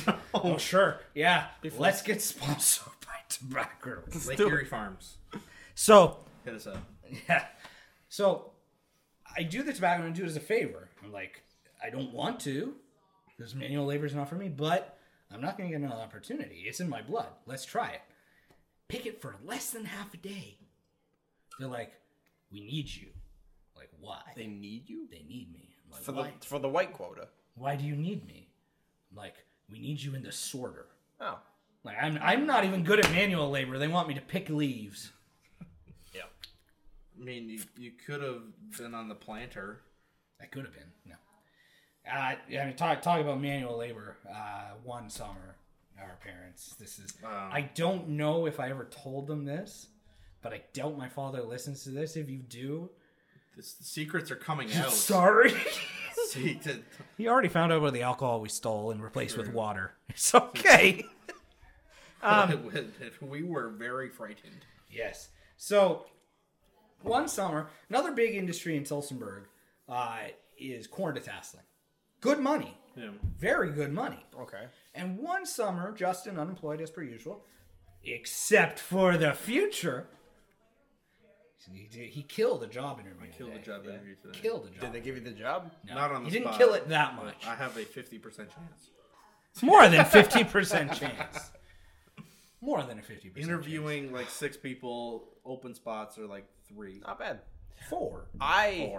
Speaker 4: oh, sure. Yeah. Let's get sponsored by tobacco.
Speaker 5: Lake
Speaker 1: do it.
Speaker 5: Erie Farms.
Speaker 4: So,
Speaker 5: Hit us up.
Speaker 4: Yeah. So I do the tobacco and I do it as a favor. I'm like, I don't want to. This manual labor is not for me, but I'm not going to get another opportunity. It's in my blood. Let's try it. Pick it for less than half a day. They're like, we need you. I'm like, why?
Speaker 1: they need you
Speaker 4: They need me. I'm like,
Speaker 1: for the
Speaker 4: why?
Speaker 1: for the white quota.
Speaker 4: why do you need me? I'm like, we need you in the sorter.
Speaker 1: Oh.
Speaker 4: Like, I'm, I'm not even good at manual labor. They want me to pick leaves.
Speaker 5: I mean, you, you could have been on the planter.
Speaker 4: That could have been. No. Uh, yeah, I mean, talk, talk about manual labor. Uh, one summer, our parents. This is.
Speaker 5: Um,
Speaker 4: I don't know if I ever told them this, but I doubt my father listens to this. If you do,
Speaker 5: This, the secrets are coming out.
Speaker 4: sorry.
Speaker 5: See, to-
Speaker 4: he already found out about the alcohol we stole and replaced with water. It's okay.
Speaker 5: we were very frightened.
Speaker 4: Yes. So, one summer, another big industry in Tilsonburg uh, is corn detasseling. Good money.
Speaker 5: Yeah.
Speaker 4: Very good money.
Speaker 1: Okay.
Speaker 4: And one summer, Justin, unemployed as per usual, except for the future, he, did- he killed a job interview.
Speaker 5: Killed the
Speaker 4: today.
Speaker 5: job interview today.
Speaker 4: Killed a job.
Speaker 1: Did they give you the job?
Speaker 4: No,
Speaker 5: Not on the
Speaker 4: He didn't
Speaker 5: spot.
Speaker 4: kill it that much.
Speaker 5: I have a 50% chance.
Speaker 4: It's more than fifty percent chance. More than a fifty percent.
Speaker 5: Interviewing like six people, open spots are like three.
Speaker 1: Not bad.
Speaker 4: four.
Speaker 1: I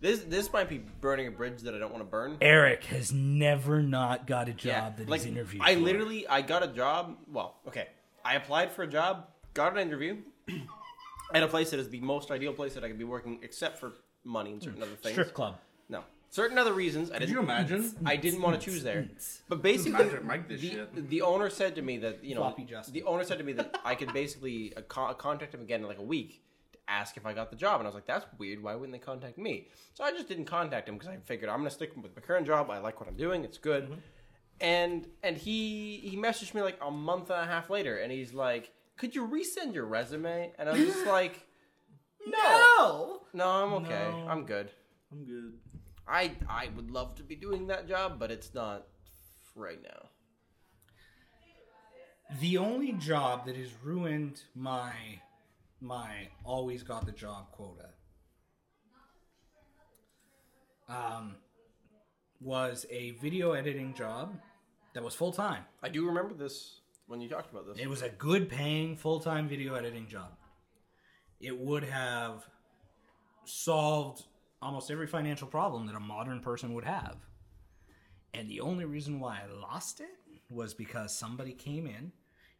Speaker 1: this this might be burning a bridge that I don't want to burn.
Speaker 4: Eric has never not got a job that
Speaker 1: like,
Speaker 4: he's interviewed.
Speaker 1: I
Speaker 4: for.
Speaker 1: literally I got a job. Well, okay, I applied for a job, got an interview, at a place that is the most ideal place that I could be working, except for money and
Speaker 4: Hmm.
Speaker 1: certain other things.
Speaker 4: strip club.
Speaker 1: No, certain other reasons. I
Speaker 5: Could
Speaker 1: didn't.
Speaker 5: you imagine?
Speaker 1: I didn't want to choose there. But basically,
Speaker 5: Magic Mike this
Speaker 1: the,
Speaker 5: shit.
Speaker 1: the owner said to me that you know
Speaker 4: Floppy Justin.
Speaker 1: the owner said to me that I could basically uh, con- contact him again in like a week to ask if I got the job, and I was like, that's weird. Why wouldn't they contact me? So I just didn't contact him because I figured I'm gonna stick with my current job. I like what I'm doing. It's good.
Speaker 4: Mm-hmm.
Speaker 1: And and he he messaged me like a month and a half later, and he's like, could you resend your resume? And I was just like, no, no, I'm okay.
Speaker 5: No.
Speaker 1: I'm good.
Speaker 5: I'm good.
Speaker 1: I I would love to be doing that job, but it's not right now.
Speaker 4: The only job that has ruined my my always got the job quota um, was a video editing job that was full time.
Speaker 1: I do remember this when you talked about this.
Speaker 4: It was a good paying full time video editing job. It would have solved almost every financial problem that a modern person would have. And the only reason why I lost it was because somebody came in,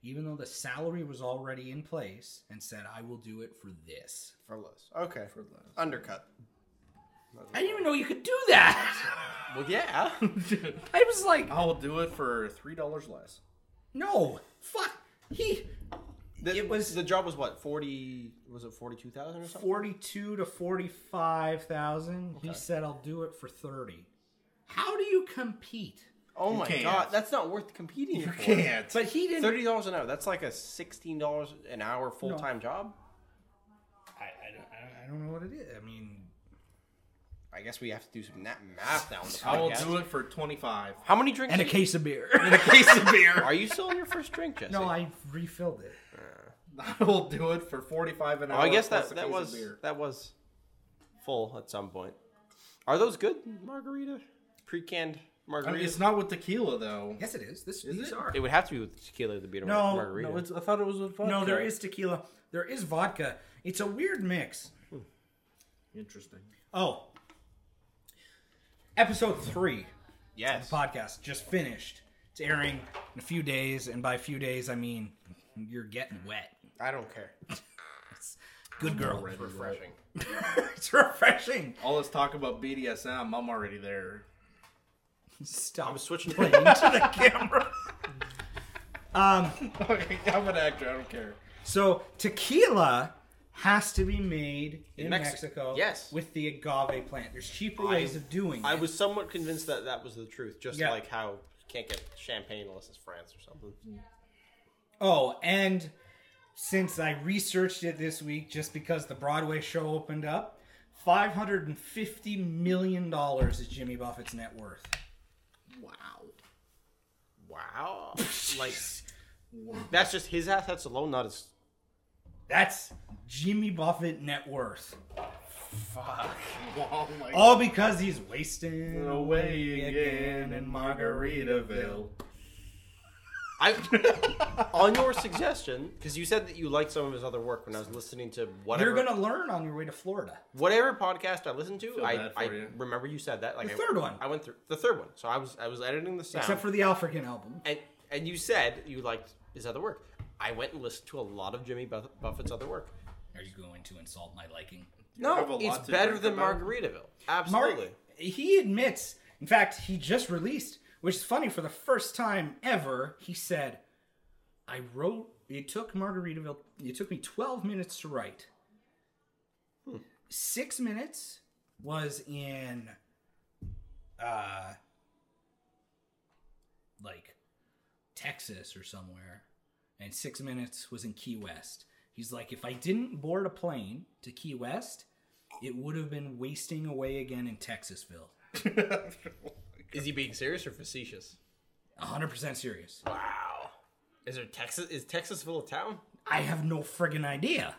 Speaker 4: even though the salary was already in place, and said, I will do it for this.
Speaker 1: For less. Okay. For less. Undercut.
Speaker 4: I didn't even know you could do that.
Speaker 1: Well, yeah.
Speaker 4: I was like,
Speaker 5: I'll do it for $3 less.
Speaker 4: No, fuck. He.
Speaker 1: The,
Speaker 4: it was
Speaker 1: the job was what forty? Was it forty two thousand or something?
Speaker 4: forty-two to forty-five thousand. He said, "I'll do it for 30. How do you compete?
Speaker 1: Oh
Speaker 8: You
Speaker 1: my
Speaker 8: can't.
Speaker 1: god, that's not worth competing
Speaker 8: You
Speaker 1: for.
Speaker 8: can't.
Speaker 4: But he didn't.
Speaker 1: Thirty dollars an hour. That's like a sixteen dollars an hour full time job.
Speaker 4: I, I, don't, I don't- I don't know what it is. I mean,
Speaker 1: I guess we have to do some na- math now. On the
Speaker 5: I will
Speaker 1: podcast.
Speaker 5: do it for 25.
Speaker 1: How many drinks?
Speaker 4: and a
Speaker 1: did-
Speaker 4: case of beer.
Speaker 5: In a case of beer.
Speaker 1: Are you still on your first drink, Jesse?
Speaker 4: no, I refilled it.
Speaker 5: I will do it for 45 an
Speaker 1: Oh,
Speaker 5: hour.
Speaker 1: I guess
Speaker 5: plus
Speaker 1: that
Speaker 5: a
Speaker 1: that
Speaker 5: case of
Speaker 1: was
Speaker 5: beer.
Speaker 1: that was full at some point. Are those good margarita? Pre canned
Speaker 5: I mean,
Speaker 1: margaritas?
Speaker 5: it's not with tequila though.
Speaker 4: Yes, it is. This these
Speaker 5: it?
Speaker 4: are.
Speaker 1: it would have to be with tequila to beat a
Speaker 4: No,
Speaker 1: margarita.
Speaker 5: No, it's, I thought it was with vodka.
Speaker 4: No, there is tequila. There is vodka. It's a weird mix.
Speaker 5: Interesting.
Speaker 4: Oh. Episode three of
Speaker 1: yes.
Speaker 4: the podcast just finished. It's airing in a few days, and by a few days I mean you're getting wet.
Speaker 1: I don't care.
Speaker 4: Good girl.
Speaker 1: Refreshing.
Speaker 4: it's refreshing.
Speaker 5: All this talk about BDSM, I'm already there.
Speaker 4: Stop
Speaker 1: I'm switching
Speaker 4: pointing to the camera.
Speaker 5: Okay, I'm an actor. I don't care.
Speaker 4: So tequila has to be made in,
Speaker 1: In Mexico.
Speaker 4: Mexico,
Speaker 1: Yes.
Speaker 4: with the agave plant. There's cheaper ways of doing
Speaker 1: I
Speaker 4: it.
Speaker 1: was somewhat convinced that that was the truth, just
Speaker 4: Yeah.
Speaker 1: like how you can't get champagne unless it's France or something.
Speaker 4: Oh, and since I researched it this week, just because the Broadway show opened up, five hundred and fifty million dollars is Jimmy Buffett's net worth.
Speaker 5: Wow.
Speaker 1: Wow. like, that's just his assets alone, not his.
Speaker 4: That's Jimmy Buffett net worth.
Speaker 5: Oh my
Speaker 4: All because he's wasting
Speaker 5: Away again in Margaritaville.
Speaker 1: I, on your suggestion, because you said that you liked some of his other work when I was listening to whatever
Speaker 4: You're gonna learn on your way to Florida.
Speaker 1: whatever podcast I listened to,
Speaker 5: Feel
Speaker 1: I,
Speaker 5: bad for
Speaker 1: I
Speaker 5: you.
Speaker 1: remember you said that. Like
Speaker 4: The
Speaker 1: I-
Speaker 4: third one.
Speaker 1: I went through the third one. So I was I was editing the sound,
Speaker 4: Except for the African album.
Speaker 1: and and you said you liked his other work. I went and listened to a lot of Jimmy Buff- Buffett's other work.
Speaker 4: Are you going to insult my liking?
Speaker 5: have a
Speaker 1: No,
Speaker 5: lot
Speaker 1: it's
Speaker 5: to
Speaker 1: better
Speaker 5: drink
Speaker 1: than
Speaker 5: about.
Speaker 1: Margaritaville.
Speaker 4: Mark,
Speaker 1: Absolutely.
Speaker 4: he admits. In fact, he just released, which is funny for the first time ever. He said, "I wrote. It took Margaritaville. It took me 12 minutes to write. Six minutes was in, uh, like Texas or somewhere, and six minutes was in Key West." He's like, if I didn't board a plane to Key West, it would have been wasting away again in Texasville.
Speaker 1: Is he being serious or facetious?
Speaker 4: 100% serious.
Speaker 1: Wow. Is there Texas? Is Texasville a town?
Speaker 4: I have no friggin' idea.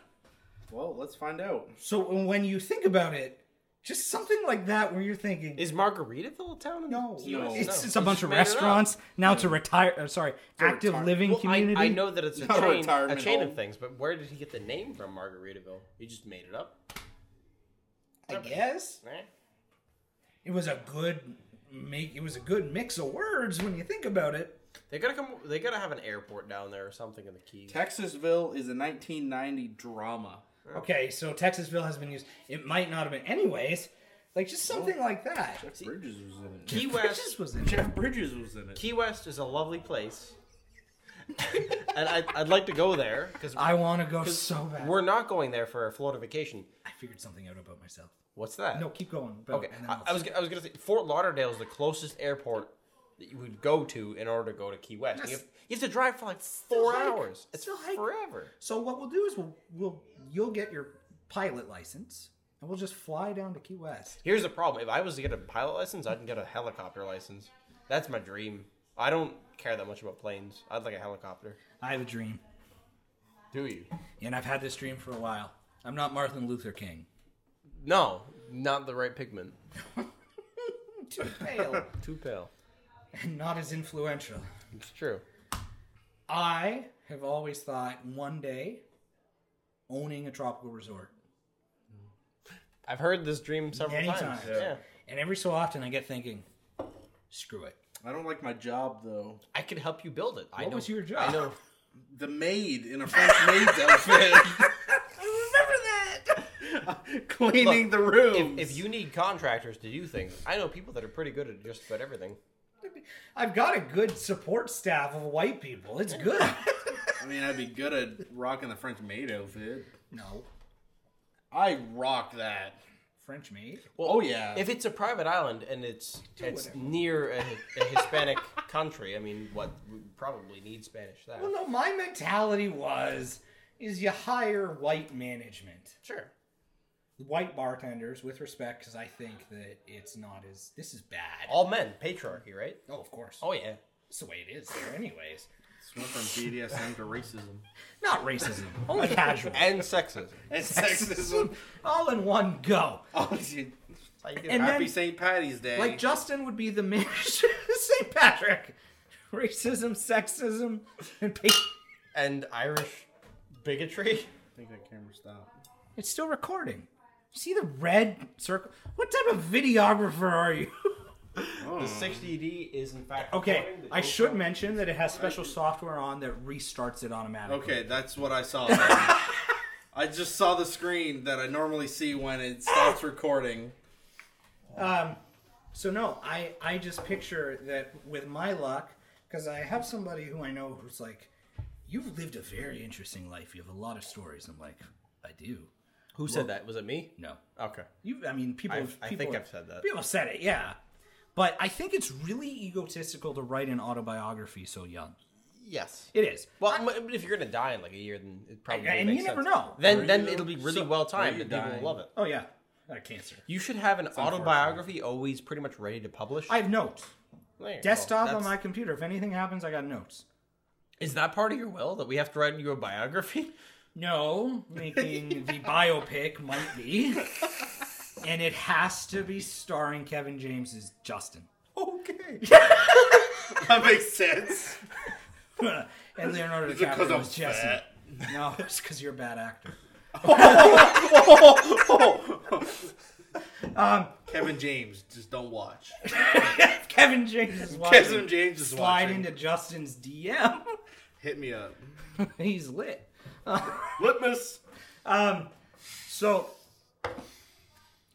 Speaker 5: Well, let's find out.
Speaker 4: So when you think about it, just something like that where you're thinking,
Speaker 1: Is Margaritaville a town? In
Speaker 4: no,
Speaker 1: the US?
Speaker 4: it's just a
Speaker 1: You
Speaker 4: bunch of
Speaker 1: made it up.
Speaker 4: restaurants. Now it's a retire, uh, sorry, active
Speaker 5: retire-
Speaker 4: living
Speaker 1: Well, I,
Speaker 4: community.
Speaker 1: I know that it's a
Speaker 5: Not a
Speaker 1: chain, a
Speaker 5: retirement
Speaker 1: chain of
Speaker 5: home.
Speaker 1: things, but where did he get the name from, Margaritaville? He just made it up.
Speaker 4: I guess
Speaker 1: Eh?
Speaker 4: it was a good make. It was a good mix of words when you think about it.
Speaker 1: They gotta come. They gotta have an airport down there or something in the Keys.
Speaker 5: Texasville is a 1990 drama.
Speaker 4: Okay, so Texasville has been used. It might not have been, anyways. Like just something like that.
Speaker 5: Jeff Bridges was in it.
Speaker 1: Key
Speaker 4: Texas
Speaker 1: West.
Speaker 4: was in.
Speaker 5: Jeff Bridges was in it.
Speaker 1: Key West is a lovely place, and I, I'd like to go there because
Speaker 4: I want to go so bad.
Speaker 1: we're not going there for a Florida vacation.
Speaker 4: I figured something out about myself.
Speaker 1: What's that?
Speaker 4: No, keep going. But,
Speaker 1: Okay,
Speaker 4: and then
Speaker 1: I,
Speaker 4: I'll-
Speaker 1: I was I was gonna say Fort Lauderdale is the closest airport that you would go to in order to go to Key West. You, have, you have to drive for like four
Speaker 4: hike.
Speaker 1: hours. It's
Speaker 4: Still hike.
Speaker 1: forever.
Speaker 4: So what we'll do is we'll, we'll you'll get your pilot license and we'll just fly down to Key West.
Speaker 1: Here's the problem: if I was to get a pilot license, I'd get a helicopter license. That's my dream. I don't care that much about planes. I'd like a helicopter.
Speaker 4: I have a dream,
Speaker 1: Do you?
Speaker 4: and I've had this dream for a while. I'm not Martin Luther King.
Speaker 1: No, not the right pigment.
Speaker 4: Too pale
Speaker 1: Too pale.
Speaker 4: and not as influential.
Speaker 1: It's true.
Speaker 4: I have always thought one day owning a tropical resort.
Speaker 1: I've heard this dream several
Speaker 4: Many
Speaker 1: times.
Speaker 4: times.
Speaker 1: Yeah.
Speaker 4: And every so often I get thinking, screw it.
Speaker 5: I don't like my job though.
Speaker 1: I could help you build it. I
Speaker 4: What
Speaker 1: know.
Speaker 4: was your job?
Speaker 1: I know.
Speaker 5: The maid in a French maid's outfit
Speaker 4: I remember
Speaker 5: cleaning the room.
Speaker 1: If, if you need contractors to do things, I know people that are pretty good at just about everything.
Speaker 4: that. I've got a good support staff of white people. It's good.
Speaker 5: I mean, I'd be good at rocking the French maid outfit.
Speaker 4: no,
Speaker 5: I rock that.
Speaker 4: French maid.
Speaker 1: Well,
Speaker 5: Oh, yeah.
Speaker 1: If it's a private island and it's it's near a, a Hispanic country, I mean, what we probably need Spanish that.
Speaker 4: Well, no, my mentality was is you hire white management,
Speaker 1: Sure.
Speaker 4: white bartenders, with respect, because I think that it's not as this is bad.
Speaker 1: All men, patriarchy, right?
Speaker 4: oh, of course,
Speaker 1: Oh yeah.
Speaker 4: it's the way it is there, anyways.
Speaker 5: This went from BDSM to racism.
Speaker 4: Not racism, only casual,
Speaker 1: And sexism.
Speaker 5: And sexism.
Speaker 4: all in one go.
Speaker 5: Oh, dude.
Speaker 1: That's how you do
Speaker 4: And
Speaker 1: it.
Speaker 5: Happy
Speaker 4: then-
Speaker 5: St. Patty's Day.
Speaker 4: Like Justin would be the manager of St. Patrick. Racism, sexism, and pa-
Speaker 1: And Irish bigotry.
Speaker 5: I think that camera stopped.
Speaker 4: it's still recording. See the red circle? What type of videographer are you?
Speaker 1: The 60D is in fact.
Speaker 4: Okay,
Speaker 1: recording the
Speaker 4: I
Speaker 1: old
Speaker 4: should
Speaker 1: film.
Speaker 4: mention that it has special software on that restarts it automatically.
Speaker 5: Okay, that's what I saw. then. I just saw the screen that I normally see when it stops recording.
Speaker 4: Um, So no, I I just picture that with my luck because I have somebody who I know who's like, you've lived a very interesting life. You have a lot of stories. I'm like, I do.
Speaker 1: Who said that? Was it me?
Speaker 4: No,
Speaker 1: Okay.
Speaker 4: you. I mean, people.
Speaker 1: I've- I
Speaker 4: people
Speaker 1: think I've said that.
Speaker 4: People have said it. Yeah, but I think it's really egotistical to write an autobiography so young.
Speaker 1: Yes.
Speaker 4: It is.
Speaker 1: Well, m if you're gonna die in like a year, then it probably
Speaker 4: And
Speaker 1: makes
Speaker 4: you never
Speaker 1: sense.
Speaker 4: know.
Speaker 1: Then then
Speaker 5: you-
Speaker 1: it'll be really
Speaker 5: so-
Speaker 1: well timed
Speaker 5: are you
Speaker 1: and people
Speaker 5: dying?
Speaker 1: will love it.
Speaker 4: Oh yeah, I had cancer.
Speaker 1: You should have an autobiography always pretty much ready to publish.
Speaker 4: I have notes.
Speaker 1: There,
Speaker 4: Desktop
Speaker 1: well,
Speaker 4: on
Speaker 1: that's-
Speaker 4: my computer. If anything happens, I got notes.
Speaker 1: Is that part of your will that we have to write you a biography?
Speaker 4: No, making the biopic might be. And it has to be starring Kevin James as Justin.
Speaker 1: Okay.
Speaker 5: That makes sense.
Speaker 4: and Leonardo
Speaker 5: it 'cause
Speaker 4: DiCaprio
Speaker 5: I'm
Speaker 4: as Jesse.
Speaker 5: fat?
Speaker 4: No, it's because you're a bad actor.
Speaker 5: Kevin James, just don't watch.
Speaker 4: Kevin James is watching.
Speaker 5: Kevin James is
Speaker 4: Slide
Speaker 5: watching.
Speaker 4: into Justin's DM.
Speaker 5: Hit me up.
Speaker 4: He's lit.
Speaker 5: Litmus.
Speaker 4: So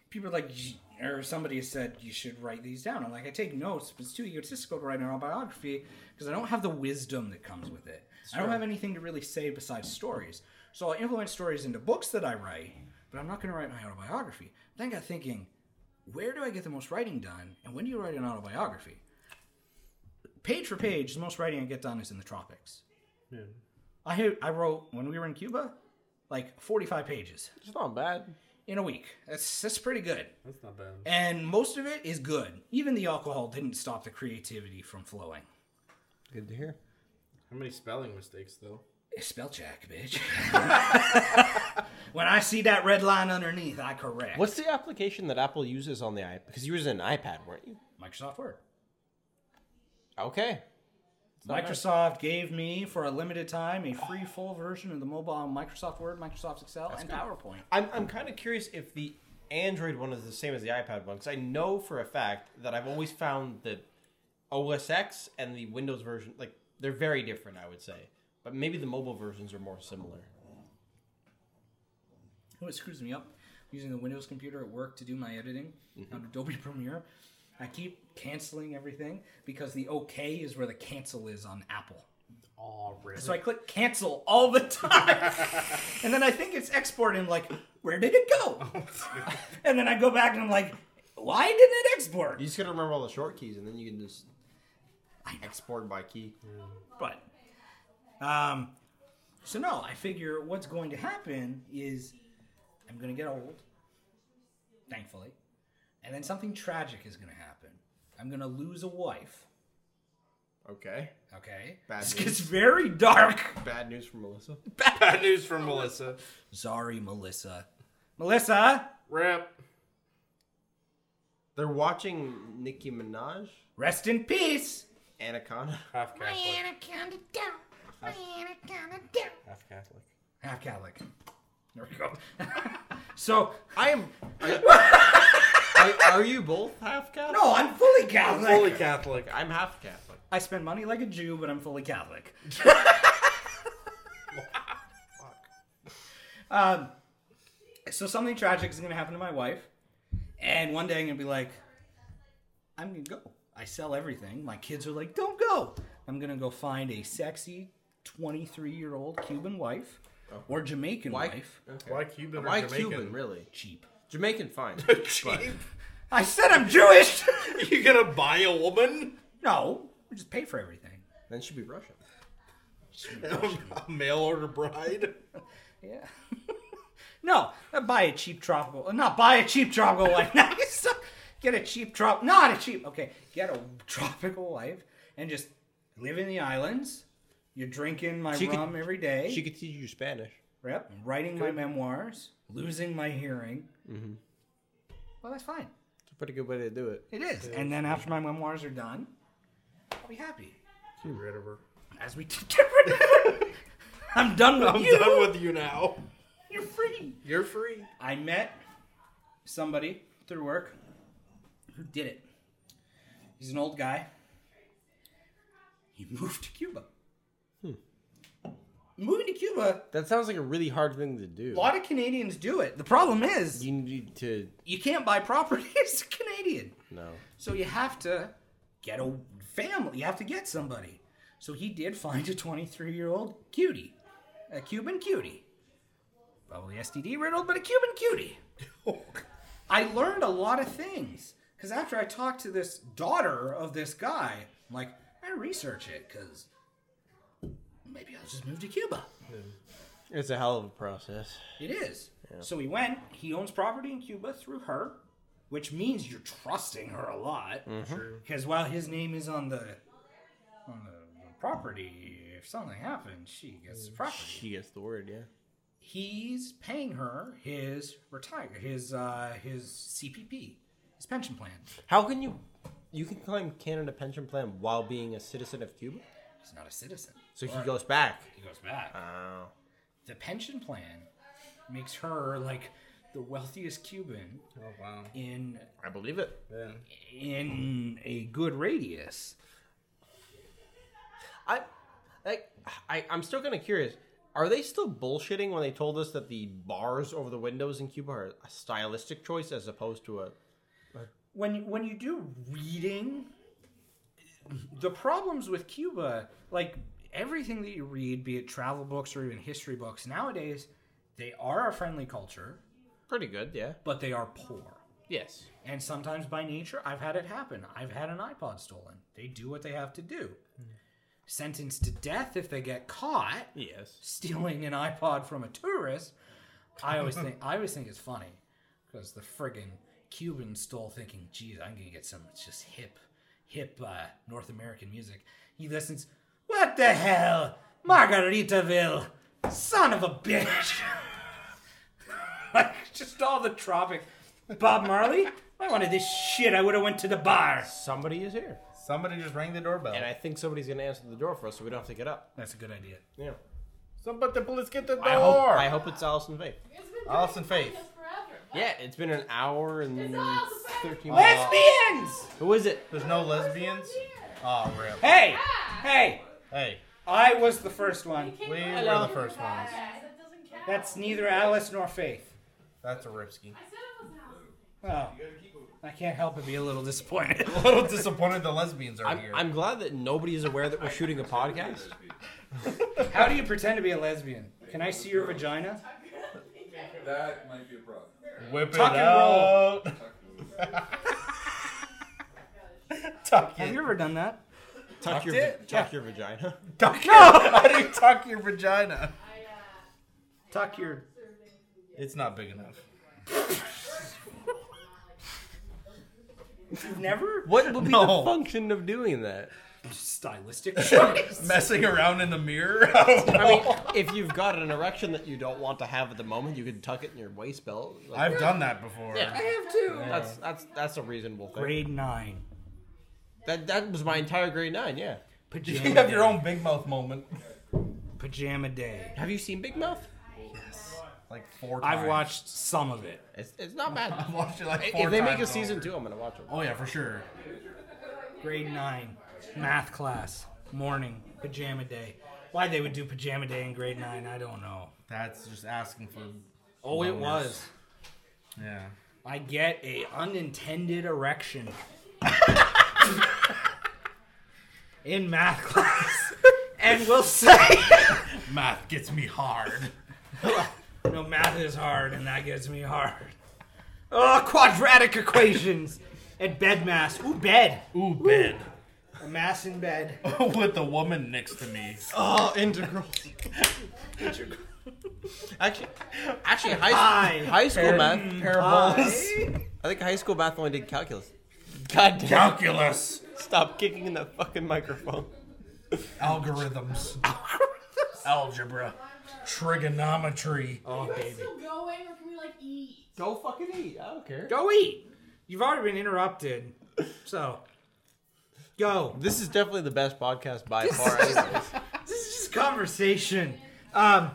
Speaker 4: people are like, "Gee," or somebody said you should write these down. I'm like, I take notes, but it's too egotistical to write an autobiography because I don't have the wisdom that comes with it. I don't have anything to really say besides stories. So I'll influence stories into books that I write, but I'm not going to write my autobiography. Then I got thinking, where do I get the most writing done, and when do you write an autobiography? Page for page, the most writing I get done is in the tropics. I had- I wrote when we were in Cuba, like 45 pages
Speaker 1: It's not bad.
Speaker 4: in a week. That's that's pretty good.
Speaker 5: That's not bad.
Speaker 4: And most of it is good. Even the alcohol didn't stop the creativity from flowing.
Speaker 1: Good to hear.
Speaker 5: How many spelling mistakes, though?
Speaker 4: Spell check, bitch. when I see that red line underneath, I correct.
Speaker 1: What's the application that Apple uses on the iPad? Because you were using an iPad, weren't you?
Speaker 4: Microsoft Word?
Speaker 1: Okay.
Speaker 4: Microsoft gave me for a limited time a free full version of the mobile Microsoft Word, Microsoft Excel, and PowerPoint.
Speaker 1: I'm, I'm kind of curious if the Android one is the same as the iPad one, because I know for a fact that I've always found the OS X and the Windows version, like, they're very different, I would say. But maybe the mobile versions are more similar.
Speaker 4: You know what screws Oh, me up? I'm using the Windows computer at work to do my editing on Adobe Premiere. I keep canceling everything because the OK is where the cancel is on Apple.
Speaker 5: Oh, really?
Speaker 4: So I click cancel all the time. and then I think it's exporting, like, where did it go?
Speaker 6: Oh,
Speaker 4: and then I go back and I'm like, why didn't it export?
Speaker 1: You just gotta remember all the short keys, and then you can just export by key.
Speaker 4: But, um, so no, I figure what's going to happen is I'm going to get old, thankfully, and then something tragic is going to happen. I'm going to lose a wife.
Speaker 6: Okay.
Speaker 4: Okay?
Speaker 6: Bad
Speaker 4: This
Speaker 6: news.
Speaker 4: gets very dark.
Speaker 6: Bad news for Melissa.
Speaker 5: Bad news from Melissa.
Speaker 4: Sorry, Melissa. Melissa,
Speaker 5: Rip.
Speaker 1: They're watching Nicki Minaj,
Speaker 4: rest in peace.
Speaker 1: Anaconda.
Speaker 5: Half
Speaker 3: My anaconda down. My anaconda down.
Speaker 5: Half Catholic.
Speaker 4: Half Catholic. There we go. so
Speaker 1: I am. Are, are you both half Catholic?
Speaker 4: no, I'm fully Catholic.
Speaker 5: Holy Catholic.
Speaker 1: I'm half Catholic.
Speaker 4: I spend money like a Jew, but I'm fully Catholic. um, so something tragic is gonna happen to my wife, and one day I'm gonna be like, I'm gonna go. I sell everything. My kids are like, don't go. I'm going to go find a sexy 23 year old Cuban wife or Jamaican wife.
Speaker 5: Why Cuban? or
Speaker 1: Why
Speaker 5: Jamaican?
Speaker 1: Cuban, really?
Speaker 4: Cheap.
Speaker 1: Jamaican, fine.
Speaker 5: Cheap.
Speaker 4: I said I'm Jewish.
Speaker 5: You gonna buy a woman?
Speaker 4: no, we just pay for everything.
Speaker 1: then she'd be Russian.
Speaker 5: a mail order bride?
Speaker 4: Yeah. no, uh, buy a cheap tropical. uh, Not buy a cheap tropical wife. No, you suck. Get a cheap trop. Not a cheap. Okay, get a tropical wife and just live in the islands. You're drinking my
Speaker 1: She could-
Speaker 4: rum every day.
Speaker 1: She could teach you Spanish.
Speaker 4: Yep. Writing my memoirs. Losing my hearing. Well, that's fine.
Speaker 1: It's a pretty good way to do it.
Speaker 4: It is. And then after my memoirs are done, I'll be happy.
Speaker 5: Get rid of her.
Speaker 4: As we did different. I'm done with
Speaker 5: I'm
Speaker 4: you.
Speaker 5: done with you now.
Speaker 4: You're free.
Speaker 5: You're free.
Speaker 4: I met somebody through work who did it. He's an old guy. He moved to Cuba. Moving to Cuba,
Speaker 1: That sounds like a really hard thing to do.
Speaker 4: a lot of Canadians do it. The problem is
Speaker 1: You need to
Speaker 4: you can't buy property as a Canadian.
Speaker 1: no.
Speaker 4: So you have to get a family. You have to get somebody. So he did find a 23 year old cutie, a Cuban cutie. Probably STD riddled, but a Cuban cutie. I learned a lot of things because after I talked to this daughter of this guy, I'm like, I research it because maybe I'll just move to Cuba.
Speaker 1: It's a hell of a process.
Speaker 4: It is. So he went. He owns property in Cuba through her, which means you're trusting her a lot. Because while his name is on the on the property, if something happens, she gets the property.
Speaker 1: She gets the word, yeah.
Speaker 4: He's paying her his retire his uh his CPP, his pension plan.
Speaker 1: How can you you can claim Canada pension plan while being a citizen of Cuba?
Speaker 4: He's not a citizen.
Speaker 1: So he goes back.
Speaker 4: He goes back.
Speaker 1: Oh.
Speaker 4: The pension plan makes her like the wealthiest Cuban
Speaker 5: Oh wow.
Speaker 4: in
Speaker 1: I believe it.
Speaker 5: Yeah.
Speaker 4: in a good radius.
Speaker 1: I like I, I'm still kinda curious. Are they still bullshitting when they told us that the bars over the windows in Cuba are a stylistic choice as opposed to a
Speaker 4: when when you do reading the problems with Cuba like everything that you read be it travel books or even history books nowadays they are a friendly culture
Speaker 1: pretty good, yeah?
Speaker 4: but they are poor
Speaker 1: Yes.
Speaker 4: and sometimes by nature I've had it happen I've had an iPod stolen they do what they have to do sentenced to death if they get caught
Speaker 1: Yes.
Speaker 4: stealing an iPod from a tourist, I always think I always think it's funny because the friggin' Cuban stole thinking, "Geez, I'm gonna get some just hip, hip uh, North American music." He listens, "What the hell, Margaritaville, son of a bitch!" like just all the tropic, Bob Marley. If I wanted this shit. I would have went to the bar.
Speaker 1: Somebody is here.
Speaker 8: Somebody just rang the doorbell.
Speaker 1: And I think somebody's gonna answer the door for us so we don't have to get up.
Speaker 4: That's a good idea.
Speaker 1: Yeah.
Speaker 8: Somebody, please get the door.
Speaker 1: I hope I hope it's Allison Faith.
Speaker 7: You guys have been doing
Speaker 8: Allison
Speaker 7: this
Speaker 8: Faith.
Speaker 7: podcast Forever.
Speaker 1: Yeah, it's been an hour and
Speaker 7: It's Allison Faith.
Speaker 1: 13 minutes.
Speaker 4: Lesbians.
Speaker 1: Who is it?
Speaker 8: There's no lesbians. Oh, really?
Speaker 4: Hey, hey!
Speaker 8: Hey,
Speaker 4: I was the first one.
Speaker 7: You can't
Speaker 8: we
Speaker 7: go
Speaker 8: were
Speaker 7: back
Speaker 8: the
Speaker 7: to
Speaker 8: first
Speaker 7: your
Speaker 8: ones.
Speaker 7: podcast. That doesn't count.
Speaker 4: That's neither Alice nor Faith.
Speaker 8: that's a ripski.
Speaker 7: I said it was Allison.
Speaker 4: Oh, I can't help but be a little disappointed.
Speaker 8: A little disappointed the lesbians are
Speaker 1: I'm,
Speaker 8: here.
Speaker 1: I'm glad that nobody is aware that we're shooting a podcast.
Speaker 4: How do you pretend to be a lesbian? Can I see your vagina?
Speaker 9: That might be a problem.
Speaker 8: Whip
Speaker 4: Tuck
Speaker 8: it
Speaker 4: and roll.
Speaker 8: out. tuck
Speaker 4: Have
Speaker 8: it.
Speaker 4: you ever done that?
Speaker 1: Tuck your
Speaker 8: it?
Speaker 1: tuck your vagina.
Speaker 8: Tuck no. How do you tuck your vagina?
Speaker 4: Tuck your.
Speaker 8: It's not big enough.
Speaker 4: You've never?
Speaker 1: What would be
Speaker 8: No.
Speaker 1: the function of doing that?
Speaker 4: Stylistic choice.
Speaker 8: Messing around in the mirror. I don't know.
Speaker 1: I mean, if you've got an erection that you don't want to have at the moment, you can tuck it in your waist belt. Like,
Speaker 8: I've done that before.
Speaker 1: Yeah.
Speaker 4: have two.
Speaker 1: that's that's that's a reasonable thing.
Speaker 4: Grade nine.
Speaker 1: That that was my entire grade nine. Yeah.
Speaker 8: You
Speaker 4: Pajama
Speaker 8: have
Speaker 4: day.
Speaker 8: your own big mouth moment.
Speaker 4: Pajama day.
Speaker 1: Have you seen Big Mouth?
Speaker 8: Like four times.
Speaker 4: I've watched some of it.
Speaker 1: It's, it's not bad.
Speaker 8: I've watched it like four
Speaker 1: if they make a
Speaker 8: times
Speaker 1: season
Speaker 8: over.
Speaker 1: two, I'm gonna watch it.
Speaker 8: Oh yeah, for sure.
Speaker 4: Grade nine. Math class. Morning. Pajama day. Why they would do pajama day in grade nine, I don't know.
Speaker 8: That's just asking for.
Speaker 4: Oh, it
Speaker 8: Bonus.
Speaker 4: was.
Speaker 8: Yeah.
Speaker 4: I get a unintended erection. in math class and will say, Math gets me hard. no, math is hard and that gets me hard. Oh, quadratic equations and bed mass. Ooh, bed.
Speaker 5: Ooh, bed.
Speaker 4: A mass in bed.
Speaker 5: With the woman next to me.
Speaker 2: Oh, integrals.
Speaker 1: Actually, actually, high,
Speaker 4: Pi.
Speaker 1: high school math.
Speaker 4: Parables.
Speaker 1: I think high school math only did calculus. God damn!
Speaker 5: Calculus.
Speaker 1: Stop kicking in that fucking microphone.
Speaker 5: Algorithms. Algebra. Trigonometry.
Speaker 4: Oh,
Speaker 7: Are we still going, or can we like eat?
Speaker 1: Go fucking eat. I don't care.
Speaker 4: Go eat. You've already been interrupted. So, go.
Speaker 1: This is definitely the best podcast by far. anyways.
Speaker 4: This is just conversation. Um,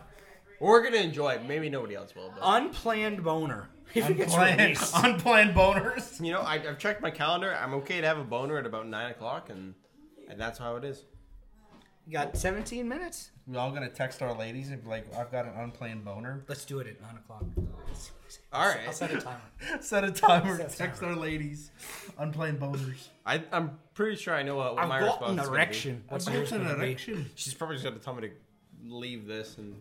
Speaker 1: We're gonna enjoy it. Maybe nobody else will. But
Speaker 4: unplanned boner. If it gets
Speaker 5: Unplanned,
Speaker 4: released.
Speaker 5: unplanned boners.
Speaker 1: you know, I, I've checked my calendar. I'm okay to have a boner at about nine o'clock, and and that's how it is.
Speaker 4: You got 17 minutes?
Speaker 5: We all gonna text our ladies and be like, I've got an unplanned boner.
Speaker 4: Let's do it at 9 o'clock.
Speaker 1: All right.
Speaker 4: I'll set a timer.
Speaker 5: Set a timer. Text our ladies. Unplanned boners.
Speaker 1: I, I'm pretty sure I know what, what my response is. gonna be.
Speaker 4: What's
Speaker 5: I've
Speaker 4: yours
Speaker 5: got an
Speaker 4: gonna be?
Speaker 5: erection.
Speaker 1: She's probably just gonna tell me to leave this, and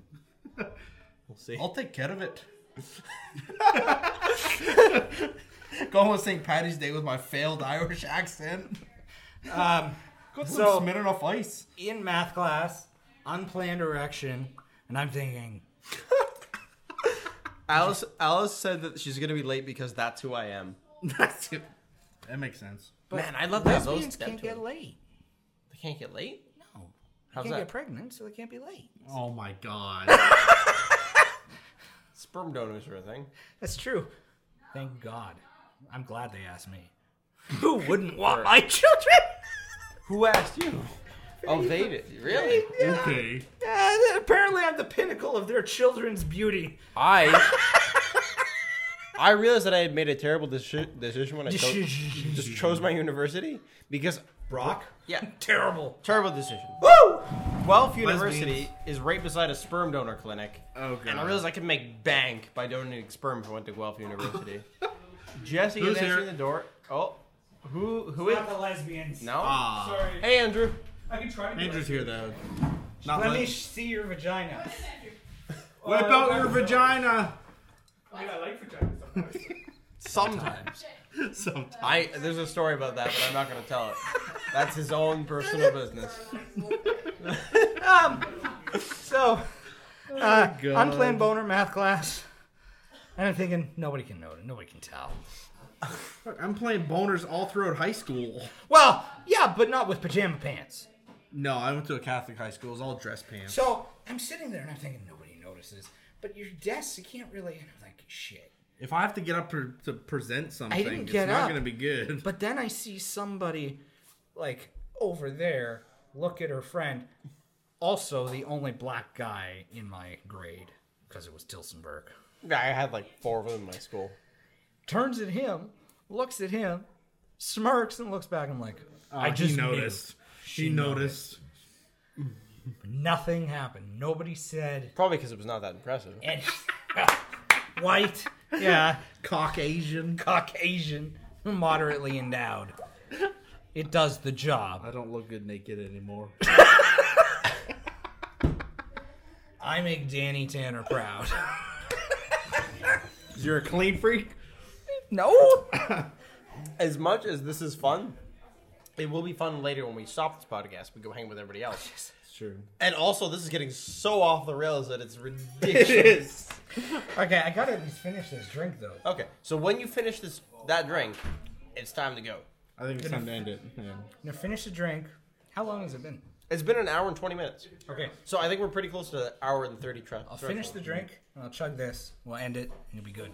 Speaker 1: we'll see.
Speaker 5: I'll take care of it. Going on St. Patty's Day with my failed Irish accent.
Speaker 4: Um,
Speaker 5: Got some
Speaker 4: So-
Speaker 5: Smirnoff Ice.
Speaker 4: in math class, unplanned erection, and I'm thinking,
Speaker 1: Alice Alice said that she's gonna be late because that's who I am.
Speaker 5: That's it. That makes sense.
Speaker 1: Man, I love that. Those
Speaker 4: lesbians
Speaker 1: step
Speaker 4: can't
Speaker 1: to it.
Speaker 4: get late.
Speaker 1: They can't get late.
Speaker 4: No.
Speaker 1: How's
Speaker 4: can't
Speaker 1: that?
Speaker 4: get pregnant, so they can't be late.
Speaker 5: Oh my god.
Speaker 1: Sperm donors are a thing.
Speaker 4: That's true. Thank God. I'm glad they asked me. Who wouldn't want my children?
Speaker 1: Who asked you? Oh, they did. Really?
Speaker 5: okay.
Speaker 4: Uh, apparently, I'm the pinnacle of their children's beauty.
Speaker 1: I. I realized that I had made a terrible deci- decision when I chose, just chose my university because
Speaker 4: Brock?
Speaker 1: yeah,
Speaker 4: Terrible.
Speaker 1: terrible decision.
Speaker 4: Woo!
Speaker 1: Guelph University is right beside a sperm donor clinic.
Speaker 5: Oh god.
Speaker 1: And I realized I could make bank by donating sperm if I went to Guelph University. Jesse is
Speaker 5: Who's here?
Speaker 1: answering the door. Oh, who? Who is?
Speaker 4: the lesbians.
Speaker 1: No.
Speaker 5: Ah.
Speaker 8: Sorry.
Speaker 1: Hey, Andrew.
Speaker 8: I can try to do
Speaker 5: Andrew's
Speaker 8: it.
Speaker 5: here though. Not
Speaker 4: Let
Speaker 5: like-
Speaker 4: me sh- see your vagina.
Speaker 5: Whip out your vagina.
Speaker 8: I mean, I like vaginas
Speaker 1: Sometimes
Speaker 8: sometimes.
Speaker 5: Sometimes.
Speaker 1: I there's a story about that, but I'm not gonna tell it. That's his own personal business.
Speaker 4: Um, so, uh,
Speaker 5: God.
Speaker 4: unplanned boner math class. And I'm thinking, nobody can know it. Nobody can tell.
Speaker 5: I'm playing boners all throughout high school.
Speaker 4: Well, yeah, but not with pajama pants.
Speaker 5: No, I went to a Catholic high school. It was all dress pants.
Speaker 4: So I'm sitting there and I'm thinking, nobody notices. But your desk, you can't really. And I'm like, shit.
Speaker 5: If I have to get up to, to present something,
Speaker 4: I didn't get
Speaker 5: it's not
Speaker 4: up.
Speaker 5: gonna be good.
Speaker 4: But then I see somebody, like, over there, look at her friend. Also, the only black guy in my grade, because it was Tilsonburg.
Speaker 1: I had like four of them in my school.
Speaker 4: turns at him, looks at him, smirks, and looks back. I'm like, I just
Speaker 5: Oh, he
Speaker 4: knew.
Speaker 5: noticed. She noticed.
Speaker 4: Nothing happened. Nobody said
Speaker 1: Probably because it was not that impressive.
Speaker 4: anything. White, yeah,
Speaker 5: Caucasian.
Speaker 4: Caucasian, moderately endowed. It does the job.
Speaker 5: I don't look good naked anymore.
Speaker 4: I make Danny Tanner proud.
Speaker 5: You're a clean freak.
Speaker 4: no,
Speaker 1: As much as this is fun, it will be fun later when we stop this podcast. We go hang with everybody else.
Speaker 5: It's true.
Speaker 1: And also, this is getting so off the rails that it's ridiculous.
Speaker 5: It is.
Speaker 4: okay, I gotta at least finish this drink though.
Speaker 1: Okay, so when you finish this that drink, it's time to go.
Speaker 5: I think it's time to end it. Yeah.
Speaker 4: Now finish the drink. How long has it been?
Speaker 1: It's been an hour and twenty minutes,
Speaker 4: Okay,
Speaker 1: so I think we're pretty close to the hour and thirty. Tra-
Speaker 4: I'll finish the drink. And I'll chug this. We'll end it, and you'll be good.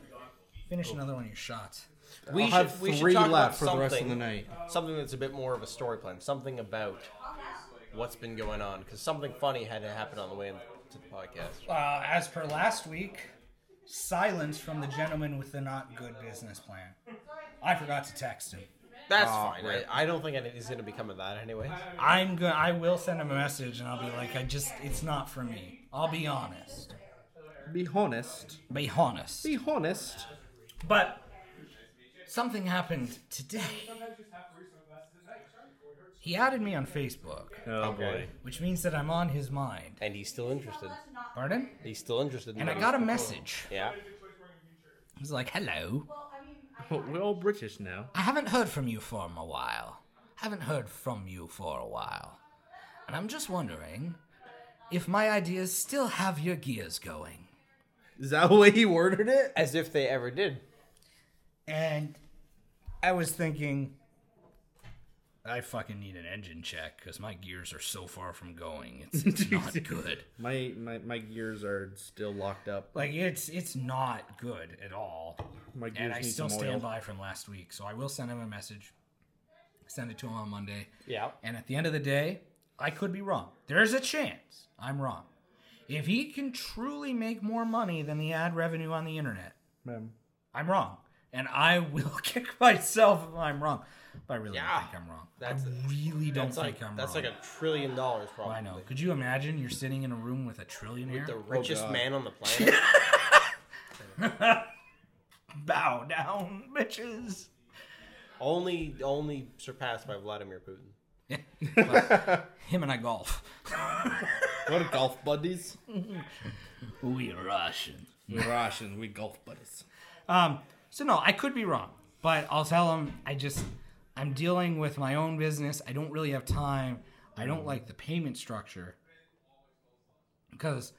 Speaker 4: Finish another one of your shots.
Speaker 1: We
Speaker 5: I'll
Speaker 1: should,
Speaker 5: have
Speaker 1: we should
Speaker 5: three
Speaker 1: talk
Speaker 5: left for
Speaker 1: about
Speaker 5: the rest of
Speaker 1: something-
Speaker 5: the night.
Speaker 1: Something that's a bit more of a story plan. Something about what's been going on, because something funny had to happen on the way into the podcast.
Speaker 4: Uh, as per last week, silence from the gentleman with the not good business plan. I forgot to text him.
Speaker 1: That's fine. I, I don't think it is going to become of that anyway.
Speaker 4: I'm going I will send him a message and I'll be like, I just, it's not for me. I'll be honest.
Speaker 5: Be honest.
Speaker 4: Be honest.
Speaker 5: Be honest.
Speaker 4: But something happened today He added me on Facebook,
Speaker 5: Oh
Speaker 1: Okay.
Speaker 4: which means that I'm on his mind.
Speaker 1: And he's still interested.
Speaker 4: Pardon?
Speaker 1: He's still interested. In
Speaker 4: And I
Speaker 1: that.
Speaker 4: got a message.
Speaker 1: Yeah.
Speaker 4: It was like, hello.
Speaker 5: boy. Oh, We're all British now.
Speaker 4: I haven't heard from you for a while. Haven't heard from you for a while. And I'm just wondering if my ideas still have your gears going.
Speaker 5: Is that the way he worded it?
Speaker 1: As if they ever did.
Speaker 4: And I was thinking, I fucking need an engine check because my gears are so far from going. It's, it's not good.
Speaker 5: My, my my gears are still locked up.
Speaker 4: Like it's it's not good at all.
Speaker 5: My gears
Speaker 4: And I
Speaker 5: need
Speaker 4: still
Speaker 5: some
Speaker 4: stand
Speaker 5: oil.
Speaker 4: by from last week, so I will send him a message. Send it to him on Monday.
Speaker 1: Yeah.
Speaker 4: And at the end of the day, I could be wrong. There's a chance I'm wrong. If he can truly make more money than the ad revenue on the internet,
Speaker 5: Ma'am.
Speaker 4: I'm wrong. And I will kick myself if I'm wrong. But I really
Speaker 1: Yeah.
Speaker 4: don't think I'm wrong.
Speaker 1: That's-
Speaker 4: I really don't
Speaker 1: That's
Speaker 4: think
Speaker 1: like
Speaker 4: I'm
Speaker 1: that's
Speaker 4: wrong.
Speaker 1: like a trillion dollars probably.
Speaker 4: I know. Could you imagine you're sitting in a room with a trillionaire?
Speaker 1: The richest
Speaker 5: God.
Speaker 1: man on the planet.
Speaker 4: Bow down, bitches.
Speaker 1: only only surpassed by Vladimir Putin.
Speaker 4: Him and I golf.
Speaker 5: What are golf buddies?
Speaker 4: We Russian.
Speaker 5: We're Russians. We golf buddies.
Speaker 4: Um, so no, I could be wrong, but I'll tell him I just I'm dealing with my own business. I don't really have time. I don't like the payment structure because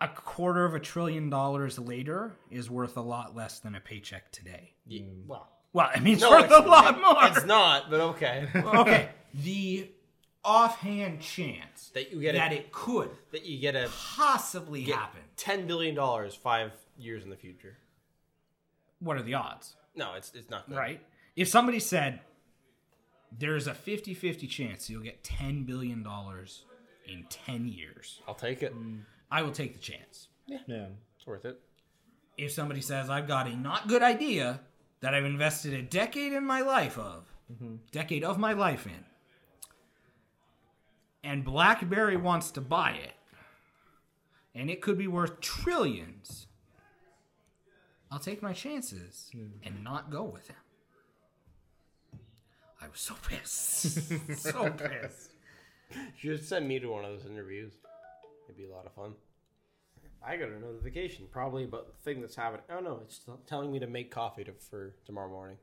Speaker 4: a quarter of a trillion dollars later is worth a lot less than a paycheck today.
Speaker 1: Yeah. Well,
Speaker 4: Well, I mean, it's
Speaker 1: No,
Speaker 4: worth
Speaker 1: it's-
Speaker 4: a lot more.
Speaker 1: it's not, but okay.
Speaker 4: okay, the offhand chance
Speaker 1: That you get
Speaker 4: that
Speaker 1: a,
Speaker 4: it could
Speaker 1: that you get a
Speaker 4: possibly
Speaker 1: get
Speaker 4: happen.
Speaker 1: ten billion dollars five years in the future.
Speaker 4: What are the odds?
Speaker 1: No, it's it's not good.
Speaker 4: right? If somebody said there's a 50-50 chance you'll get 10 billion dollars in 10 years,
Speaker 1: I'll take it.
Speaker 4: Mm. I will take the chance.
Speaker 5: Yeah.
Speaker 1: It's worth it.
Speaker 4: If somebody says I've got a not good idea that I've invested a decade in my life of,
Speaker 1: Mm-hmm.
Speaker 4: decade of my life in, and BlackBerry wants to buy it, and it could be worth trillions, I'll take my chances
Speaker 1: Mm-hmm.
Speaker 4: and not go with him. I was so pissed. so pissed.
Speaker 1: You should send me to one of those interviews. It'd be a lot of fun. I got a notification, probably about the thing that's happening. Oh no, it's t- telling me to make coffee to, for tomorrow morning.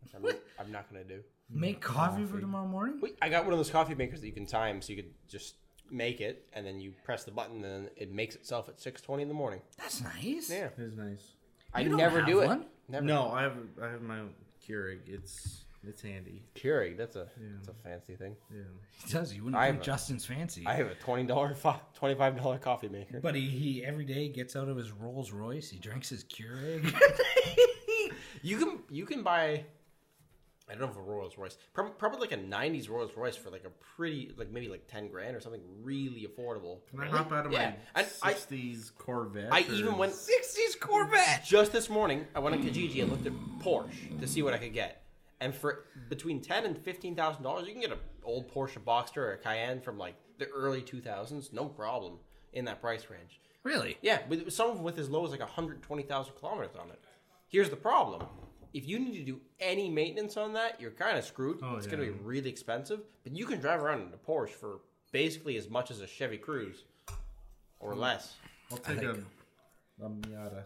Speaker 1: which I'm, I'm not gonna do.
Speaker 4: Make coffee for tomorrow morning?
Speaker 1: Wait, I got one of those coffee makers that you can time, so you could just make it, and then you press the button, and it makes itself at six twenty in the morning.
Speaker 4: That's nice.
Speaker 1: Yeah,
Speaker 5: It is nice.
Speaker 1: I
Speaker 4: You don't
Speaker 1: never
Speaker 4: have
Speaker 1: do it.
Speaker 4: one?
Speaker 1: Never.
Speaker 5: No, I have I have my own Keurig. It's it's handy.
Speaker 1: Keurig. That's a that's a fancy thing.
Speaker 5: Yeah.
Speaker 4: He does. You wouldn't
Speaker 1: I
Speaker 4: think
Speaker 1: have a-
Speaker 4: Justin's fancy.
Speaker 1: I have a twenty dollar, twenty five dollar coffee maker.
Speaker 4: But he, he every day gets out of his Rolls Royce, he drinks his Keurig.
Speaker 1: You can you can buy. I don't know if a Rolls Royce, prob- probably like a '90s Rolls Royce for like a pretty, like maybe like ten grand or something, really affordable.
Speaker 5: Can I hop out of
Speaker 1: Yeah.
Speaker 5: my
Speaker 1: And I-
Speaker 5: sixties Corvette?
Speaker 1: I
Speaker 5: or-
Speaker 1: even went '60s Corvette. Just this morning, I went on Kijiji and looked at Porsche to see what I could get, and for between ten and fifteen thousand dollars, you can get an old Porsche Boxster or a Cayenne from like the early 2000s, no problem in that price range.
Speaker 4: really?
Speaker 1: Yeah, with some of them with as low as like 120,000 kilometers on it. Here's the problem. If you need to do any maintenance on that, you're kind of screwed. it's going to be really expensive, but you can drive around in a Porsche for basically as much as a Chevy Cruze or less.
Speaker 5: I'll take a,
Speaker 4: like-
Speaker 5: a Miata.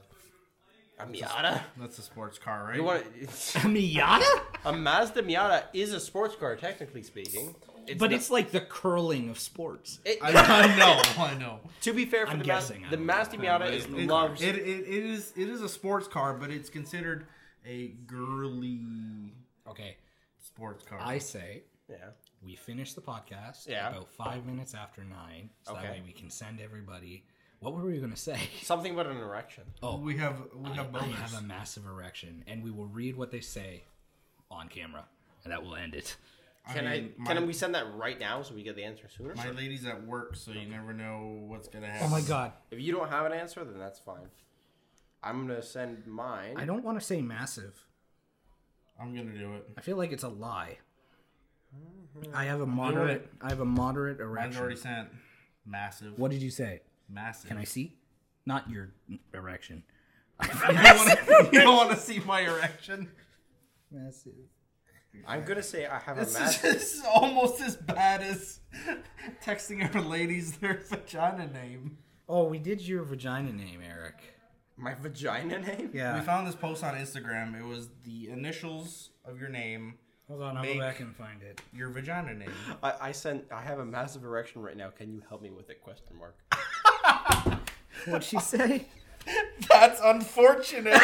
Speaker 1: A Miata?
Speaker 5: That's a sports car, right?
Speaker 1: You want
Speaker 4: A Miata?
Speaker 1: a Mazda Miata is a sports car technically speaking. It's
Speaker 4: But
Speaker 1: not-
Speaker 4: it's like the curling of sports.
Speaker 1: it-
Speaker 5: I, I know, I know.
Speaker 1: to be fair for
Speaker 4: I'm
Speaker 1: the
Speaker 4: guessing, I
Speaker 1: Mazda, the
Speaker 4: don't know.
Speaker 1: Mazda Miata is
Speaker 5: It,
Speaker 1: loves
Speaker 5: it, it, it is it is a sports car, but it's considered a girly
Speaker 4: Okay.
Speaker 5: sports car.
Speaker 4: I say
Speaker 1: yeah.
Speaker 4: we finish the podcast
Speaker 1: Yeah.
Speaker 4: about five minutes after nine. So that
Speaker 1: Okay.
Speaker 4: way we can send everybody what were we gonna say?
Speaker 1: Something about an erection.
Speaker 5: we have we
Speaker 4: I,
Speaker 5: have
Speaker 4: I
Speaker 5: bonus.
Speaker 4: have a massive erection and we will read what they say on camera. And that will end it.
Speaker 1: Can I,
Speaker 5: mean, my-
Speaker 1: can we send that right now so we get the answer sooner?
Speaker 5: My lady's at work, so you never know what's gonna happen.
Speaker 4: Oh my god.
Speaker 1: If you don't have an answer, then that's fine. I'm gonna send mine.
Speaker 4: I don't wanna say massive.
Speaker 5: I'm gonna do it.
Speaker 4: I feel like it's a lie. I have a moderate I have a moderate
Speaker 5: Mine's
Speaker 4: erection.
Speaker 5: already sent. Massive.
Speaker 4: What did you say?
Speaker 5: Massive.
Speaker 4: Can I see? Not your erection.
Speaker 5: You don't wanna- you don't want to see my erection?
Speaker 4: Massive.
Speaker 6: I'm gonna say I have a
Speaker 5: This is,
Speaker 6: master.
Speaker 5: this is almost as bad as texting our ladies their vagina name.
Speaker 4: Oh, we did your vagina name, Eric.
Speaker 6: My vagina name.
Speaker 4: Yeah.
Speaker 5: We found this post on Instagram. It was the initials of your name,
Speaker 4: Hold on, I'll
Speaker 5: Make-
Speaker 4: go back and find it.
Speaker 5: your vagina name.
Speaker 1: I, I sent. I have a massive erection right now. Can you help me with it? Question mark.
Speaker 4: What'd she say?
Speaker 5: That's unfortunate.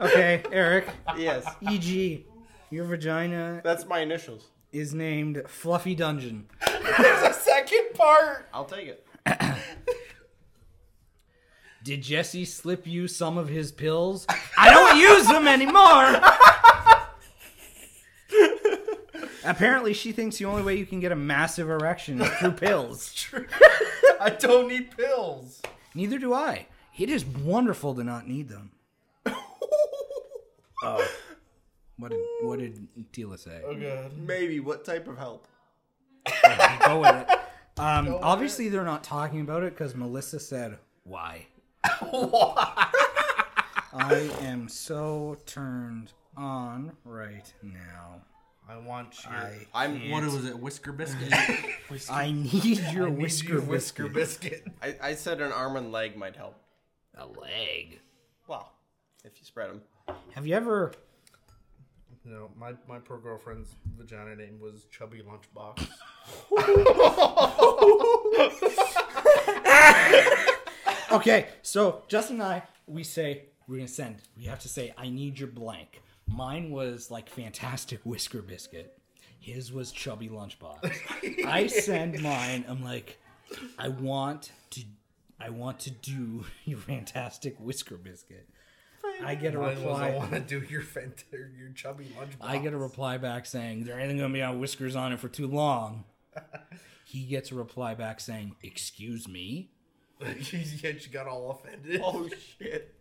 Speaker 4: okay, Eric.
Speaker 1: yes,
Speaker 4: E.g., your vagina
Speaker 1: that's my initials.
Speaker 4: is named Fluffy Dungeon.
Speaker 5: There's a second part.
Speaker 1: I'll take it.
Speaker 4: Did Jesse slip you some of his pills? I don't use them anymore! Apparently, she thinks the only way you can get a massive erection is through pills.
Speaker 5: I don't need pills.
Speaker 4: Neither do I. It is wonderful to not need them. What did, what did Tila say?
Speaker 1: Maybe. What type of help?
Speaker 4: Go with it. Um, obviously, they're not talking about it because Melissa said, Why? I am so turned on right now.
Speaker 5: I want your.
Speaker 4: I
Speaker 1: I'm.
Speaker 5: what was it? Whisker biscuit.
Speaker 4: I need your
Speaker 5: I need
Speaker 4: whisker
Speaker 5: your
Speaker 4: whisker
Speaker 5: whisker biscuit.
Speaker 1: I, I said an arm and leg might help.
Speaker 4: A leg.
Speaker 1: Wow. If you spread them.
Speaker 4: Have you ever?
Speaker 5: No, my my poor girlfriend's vagina name was Chubby Lunchbox.
Speaker 4: Okay, so Justin and I, we say we're gonna send. We have to say I need your blank. Mine was like fantastic whisker biscuit. His was chubby lunchbox. I send mine. I'm like, I want to, I want to do your fantastic whisker biscuit. I get a
Speaker 5: Mine was I
Speaker 4: reply.
Speaker 5: want to do your fent- your Chubby Lunchbox.
Speaker 4: I get a reply back saying, "There ain't gonna be on whiskers on it for too long." he gets a reply back saying, "Excuse me."
Speaker 5: she, yeah, she got all offended.
Speaker 1: Oh shit.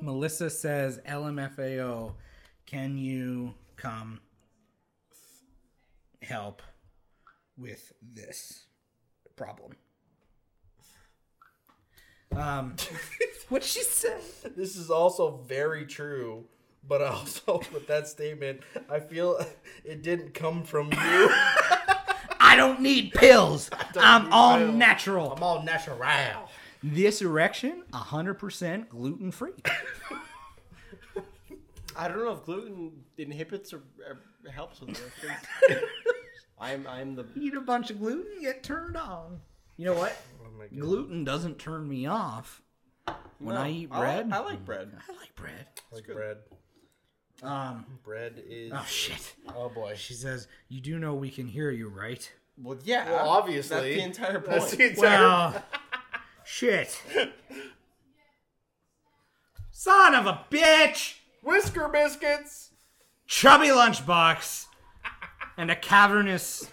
Speaker 4: Melissa says, "LMFAO, can you come help with this problem?" Um, what she said.
Speaker 5: This is also very true, but I also with that statement, I feel it didn't come from you.
Speaker 4: I don't need pills. I'm
Speaker 5: need
Speaker 4: all
Speaker 5: pills.
Speaker 4: natural.
Speaker 5: I'm all natural.
Speaker 4: This erection, 100% gluten free.
Speaker 1: I don't know if gluten inhibits or, or er, helps with erections. I'm. I'm the.
Speaker 4: Eat a bunch of gluten, get turned on. You know what?
Speaker 1: Oh
Speaker 4: gluten doesn't turn me off. When I eat bread,
Speaker 1: I, like bread.
Speaker 4: I like bread.
Speaker 5: Like bread.
Speaker 4: Um,
Speaker 5: Bread is.
Speaker 4: oh shit.
Speaker 5: Oh boy.
Speaker 4: She says, "You do know we can hear you, right?"
Speaker 1: Well, yeah.
Speaker 5: Well,
Speaker 1: That's
Speaker 5: obviously.
Speaker 1: the entire point.
Speaker 5: That's the entire-
Speaker 4: Well, shit. Son of a bitch!
Speaker 5: Whisker biscuits.
Speaker 4: Chubby lunchbox and a cavernous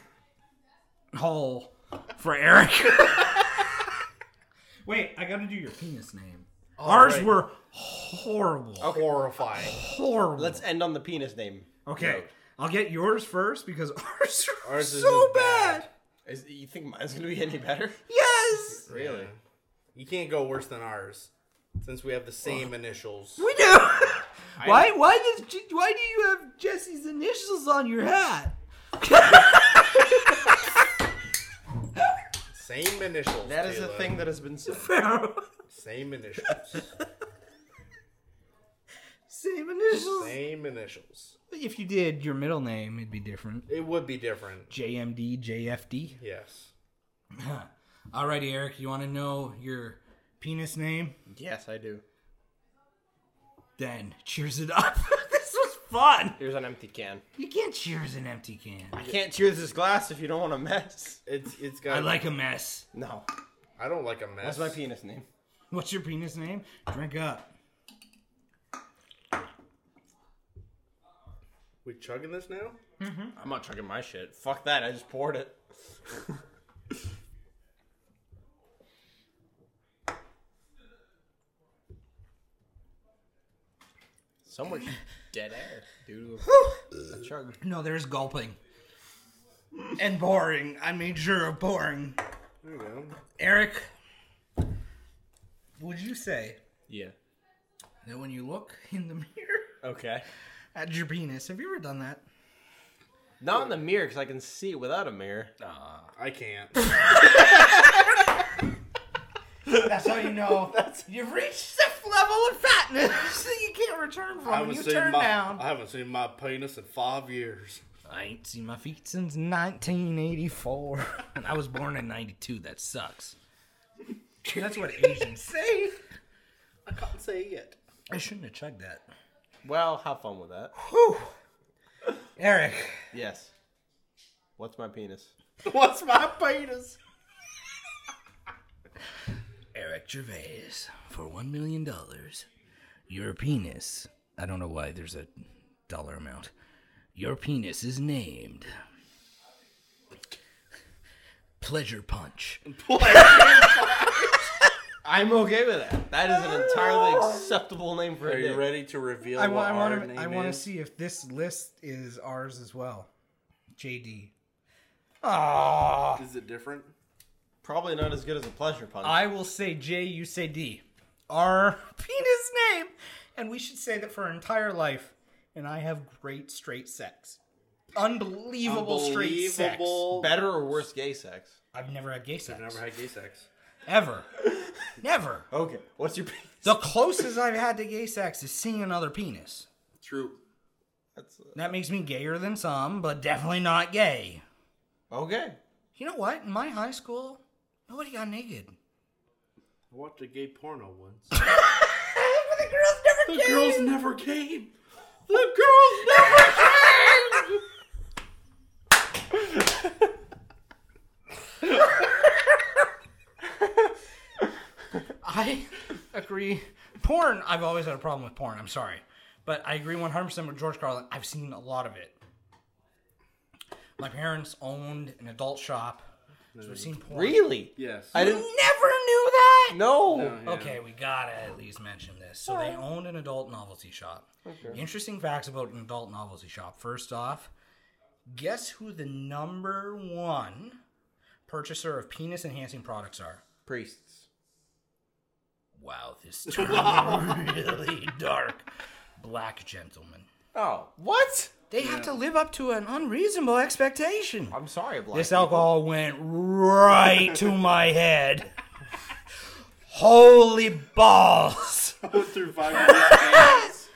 Speaker 4: hole for Eric. Wait, I gotta do your penis name. Ours
Speaker 5: right. Oh,
Speaker 4: were horrible.
Speaker 5: Horrifying.
Speaker 4: Horrible.
Speaker 1: Let's end on the penis name.
Speaker 4: okay, I'll get yours first because ours are
Speaker 5: Ours is
Speaker 4: so
Speaker 5: just
Speaker 4: bad.
Speaker 5: bad.
Speaker 1: Is, you think mine's gonna be any better?
Speaker 4: Yes,
Speaker 1: Really?
Speaker 5: You can't go worse than ours, since we have the same initials.
Speaker 4: we do. why? Why does? Je- Why do you have Jesse's initials on your hat?
Speaker 5: Same initials.
Speaker 1: That is a
Speaker 5: Taylor.
Speaker 1: thing that has been said.
Speaker 5: Same initials.
Speaker 4: Same initials.
Speaker 5: same initials.
Speaker 4: If you did your middle name, it'd be different.
Speaker 5: It would be different.
Speaker 4: JMD, JFD.
Speaker 5: Yes.
Speaker 4: Alrighty, Eric, you want to know your penis name?
Speaker 1: Yes, I do.
Speaker 4: Then cheers it up. this was fun.
Speaker 1: Here's an empty can.
Speaker 4: You can't cheers an empty can.
Speaker 1: I can't cheers this glass if you don't want to mess.
Speaker 5: It's it's got.
Speaker 4: I like a mess.
Speaker 1: No.
Speaker 5: I don't like a mess.
Speaker 1: That's my penis name.
Speaker 4: What's your penis name? Drink up.
Speaker 5: We chugging this now?
Speaker 1: I'm not chugging my shit. Fuck that. I just poured it. so much dead air due to a, a chug.
Speaker 4: No, there's gulping. And boring. I made sure of boring.
Speaker 5: There you go.
Speaker 4: Eric, would you say
Speaker 1: Yeah.
Speaker 4: that when you look in the mirror,
Speaker 1: Okay.
Speaker 4: At your penis. Have you ever done that?
Speaker 1: Not in the mirror because I can see it without a mirror.
Speaker 5: I can't.
Speaker 4: That's how you know you've reached the level of fatness that you can't return
Speaker 5: I
Speaker 4: from.
Speaker 5: haven't
Speaker 4: You
Speaker 5: seen
Speaker 4: turn
Speaker 5: my
Speaker 4: down.
Speaker 5: I haven't seen my penis in five years.
Speaker 10: I ain't seen my feet.
Speaker 4: Since 1984.
Speaker 10: And I was born in '92. That sucks. That's what Asians.
Speaker 4: See?
Speaker 5: I can't say it.
Speaker 10: I shouldn't have chugged that.
Speaker 1: Well, have fun with that.
Speaker 4: Whew. Eric,
Speaker 1: Yes. What's my penis?
Speaker 5: What's my penis?
Speaker 10: Eric Gervais for one million dollars. Your penis. I don't know why there's a dollar amount. Your penis is named Pleasure Punch.
Speaker 1: I'm okay with that. That is an entirely acceptable name for
Speaker 5: Are
Speaker 1: a
Speaker 5: you
Speaker 1: dick.
Speaker 5: ready to reveal
Speaker 4: I, wa-
Speaker 5: what
Speaker 4: I
Speaker 5: our
Speaker 4: want to.
Speaker 5: name
Speaker 4: I want to
Speaker 5: is?
Speaker 4: see if this list is ours as well. JD. Ah.
Speaker 5: Is it different?
Speaker 1: Probably not as good as a pleasure punch.
Speaker 4: I will say J. You say D. Our penis name, and we should say that for our entire life. And I have great straight sex. Unbelievable, straight sex.
Speaker 5: Unbelievable.
Speaker 1: Better or worse gay sex?
Speaker 4: I've never had gay sex.
Speaker 5: I've never had gay sex.
Speaker 4: Ever. never.
Speaker 1: Okay. What's your penis?
Speaker 4: The closest I've had to gay sex is seeing another penis.
Speaker 5: True.
Speaker 1: That's, uh,
Speaker 4: That makes me gayer than some, but definitely not gay.
Speaker 1: uh, okay.
Speaker 4: You know what? In my high school, nobody got naked.
Speaker 5: I watched a gay porno once.
Speaker 4: the girls never
Speaker 5: the girls never came.
Speaker 4: The girls never I agree. Porn, I've always had a problem with porn. I'm sorry. But I agree 100% with George Carlin. I've seen a lot of it. My parents owned an adult shop. So we've seen porn.
Speaker 1: Really?
Speaker 5: Yes.
Speaker 1: I
Speaker 4: Never
Speaker 1: didn't.
Speaker 4: knew that!
Speaker 1: No.
Speaker 5: No, yeah.
Speaker 10: Okay.
Speaker 4: Okay, we gotta at least mention this. So they owned an adult novelty shop. Interesting facts about an adult novelty shop. First off, guess who the number one purchaser of penis enhancing products are?
Speaker 1: Priests.
Speaker 10: Wow, this turned really dark.
Speaker 4: Black gentlemen.
Speaker 1: Oh, what?
Speaker 4: They have to live up to an unreasonable expectation.
Speaker 1: I'm sorry, black.
Speaker 4: This
Speaker 1: people.
Speaker 4: alcohol went right to my head. Holy balls!
Speaker 5: I went through five of these things.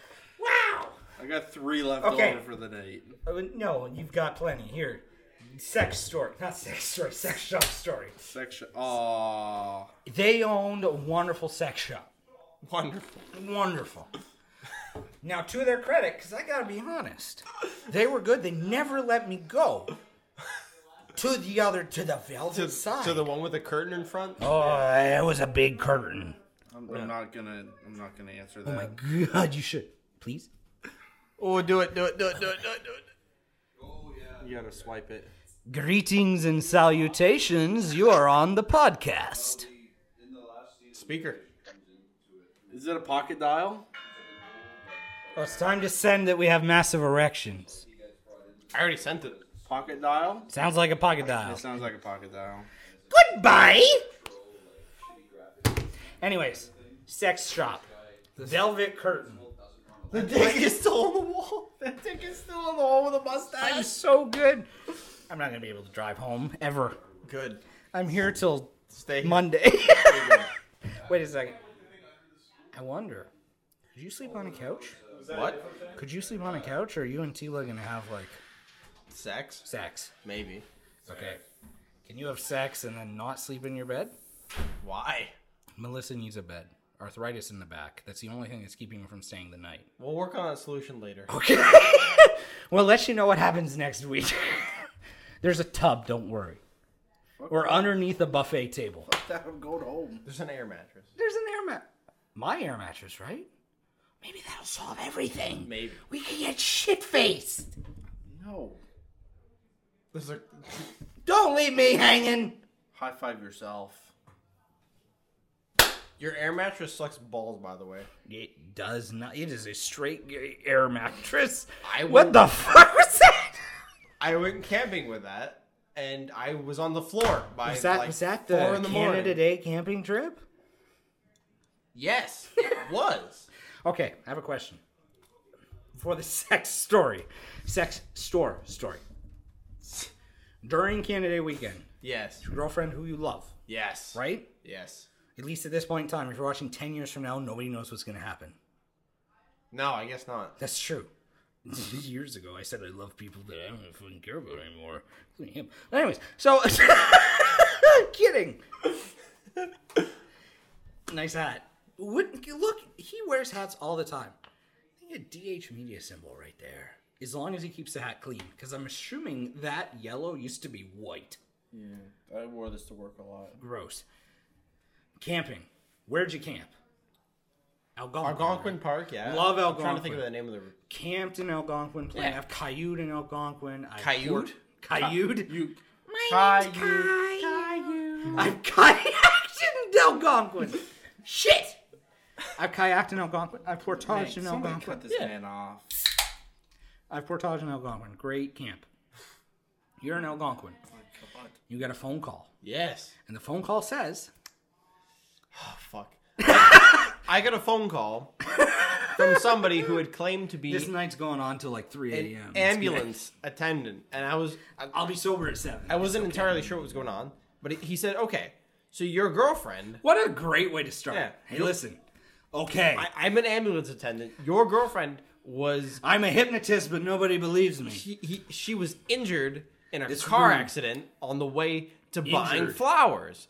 Speaker 5: I got three left
Speaker 4: Okay.
Speaker 5: over for the night.
Speaker 4: Uh, No, you've got plenty. Here. Sex story. Not sex story, sex shop story.
Speaker 5: Section. Aww.
Speaker 4: They owned a wonderful sex shop.
Speaker 1: wonderful.
Speaker 4: Wonderful. Now, to their credit, because I gotta be honest, they were good. They never let me go to the other, to the velvet side.
Speaker 1: To the one with the curtain in front.
Speaker 4: oh, it was a big curtain.
Speaker 5: I'm, I'm not gonna. I'm not gonna answer that.
Speaker 4: Oh my god, you should. Please?
Speaker 1: Oh, do it, do it, do it, do it, do it, do it.
Speaker 5: You gotta swipe it.
Speaker 4: Greetings and salutations. You are on the podcast.
Speaker 1: Speaker.
Speaker 5: Is it a pocket dial?
Speaker 4: Well, Oh, it's time to send that we have massive erections.
Speaker 1: I already sent it.
Speaker 5: Pocket dial?
Speaker 4: Sounds like a pocket dial.
Speaker 5: It sounds like a pocket dial.
Speaker 4: Goodbye. Anyways, sex shop. Velvet curtain. The dick is still on the wall. The dick is still on the wall with a mustache. I'm so good. I'm not gonna be able to drive home ever.
Speaker 1: Good.
Speaker 4: I'm here till
Speaker 1: Stay.
Speaker 4: Monday. Wait a second. I wonder. Could you sleep on a couch?
Speaker 1: What?
Speaker 4: Could you sleep on a couch, or are you and Tila gonna have like
Speaker 1: Sex?
Speaker 4: sex?
Speaker 1: Maybe.
Speaker 4: Okay. Can you have sex and then not sleep in your bed?
Speaker 1: Why?
Speaker 4: Melissa needs a bed. Arthritis in the back. That's the only thing that's keeping her from staying the night.
Speaker 1: We'll work on that solution later.
Speaker 4: Okay. we'll let you know what happens next week. There's a tub, don't worry. We're underneath a buffet table.
Speaker 5: I'm going home.
Speaker 1: There's an air mattress.
Speaker 4: There's an air mat. My air mattress, right? Maybe that'll solve everything.
Speaker 1: Maybe.
Speaker 4: We can get shit faced.
Speaker 5: No.
Speaker 1: There's a.
Speaker 4: Don't leave me hanging.
Speaker 5: High five yourself.
Speaker 1: Your air mattress sucks balls, by the way.
Speaker 4: It does not. It is a straight air mattress.
Speaker 1: I
Speaker 4: What
Speaker 1: went-
Speaker 4: the fuck was that?
Speaker 1: I went camping with that, and I was on the floor by
Speaker 4: Was that,
Speaker 1: like
Speaker 4: was that the
Speaker 1: four in
Speaker 4: Canada
Speaker 1: the morning.
Speaker 4: Day camping trip?
Speaker 1: Yes, it was.
Speaker 4: Okay, I have a question. for the sex story, sex store story. During Canada weekend,
Speaker 5: Yes.
Speaker 4: girlfriend who you love,
Speaker 5: Yes.
Speaker 4: right?
Speaker 5: Yes.
Speaker 4: At least at this point in time, if you're watching 10 years from now, nobody knows what's going to happen.
Speaker 5: No, I guess not.
Speaker 4: That's true. Years ago, I said I love people that I don't fucking care about anymore, including him. Anyways, so kidding. nice hat. Would look? He wears hats all the time. I think a DH media symbol right there. As long as he keeps the hat clean, because I'm assuming that yellow used to be white.
Speaker 11: I wore this to work a lot.
Speaker 4: Gross. Camping. Where'd you camp? Algonquin.
Speaker 1: Algonquin Park, yeah.
Speaker 4: Love
Speaker 1: I'm trying to think
Speaker 4: Algonquin.
Speaker 1: of the name of the.
Speaker 4: Camped in Algonquin, playing.
Speaker 1: Yeah.
Speaker 4: I've coyote in Algonquin. I've
Speaker 1: Coyote?
Speaker 4: fort- Coyote.
Speaker 5: You
Speaker 4: I've kayaked in Algonquin. Shit. I've kayaked in Algonquin. I've portaged in
Speaker 5: somebody
Speaker 4: Algonquin.
Speaker 5: cut this man off.
Speaker 4: I've portaged in Algonquin. Great camp. You're in Algonquin. You get a phone call,
Speaker 1: Yes.
Speaker 4: and the phone call says,
Speaker 1: Oh, fuck. I got a phone call from somebody who had claimed to be
Speaker 4: "This night's going on till like 3 a.m."
Speaker 1: an
Speaker 4: It's
Speaker 1: ambulance attendant, and I was
Speaker 4: good. I'll be sober at seven.
Speaker 1: I wasn't entirely sure what was going on, but he said, "Okay, so your girlfriend."
Speaker 4: What a great way to start.
Speaker 1: Yeah.
Speaker 4: Hey, listen. Okay.
Speaker 1: I, I'm an ambulance attendant. Your girlfriend was
Speaker 4: I'm a hypnotist, but nobody believes me.
Speaker 1: he, he she was injured in a
Speaker 4: It's
Speaker 1: car
Speaker 4: rude.
Speaker 1: accident on the way to buying
Speaker 4: Injured.
Speaker 1: flowers.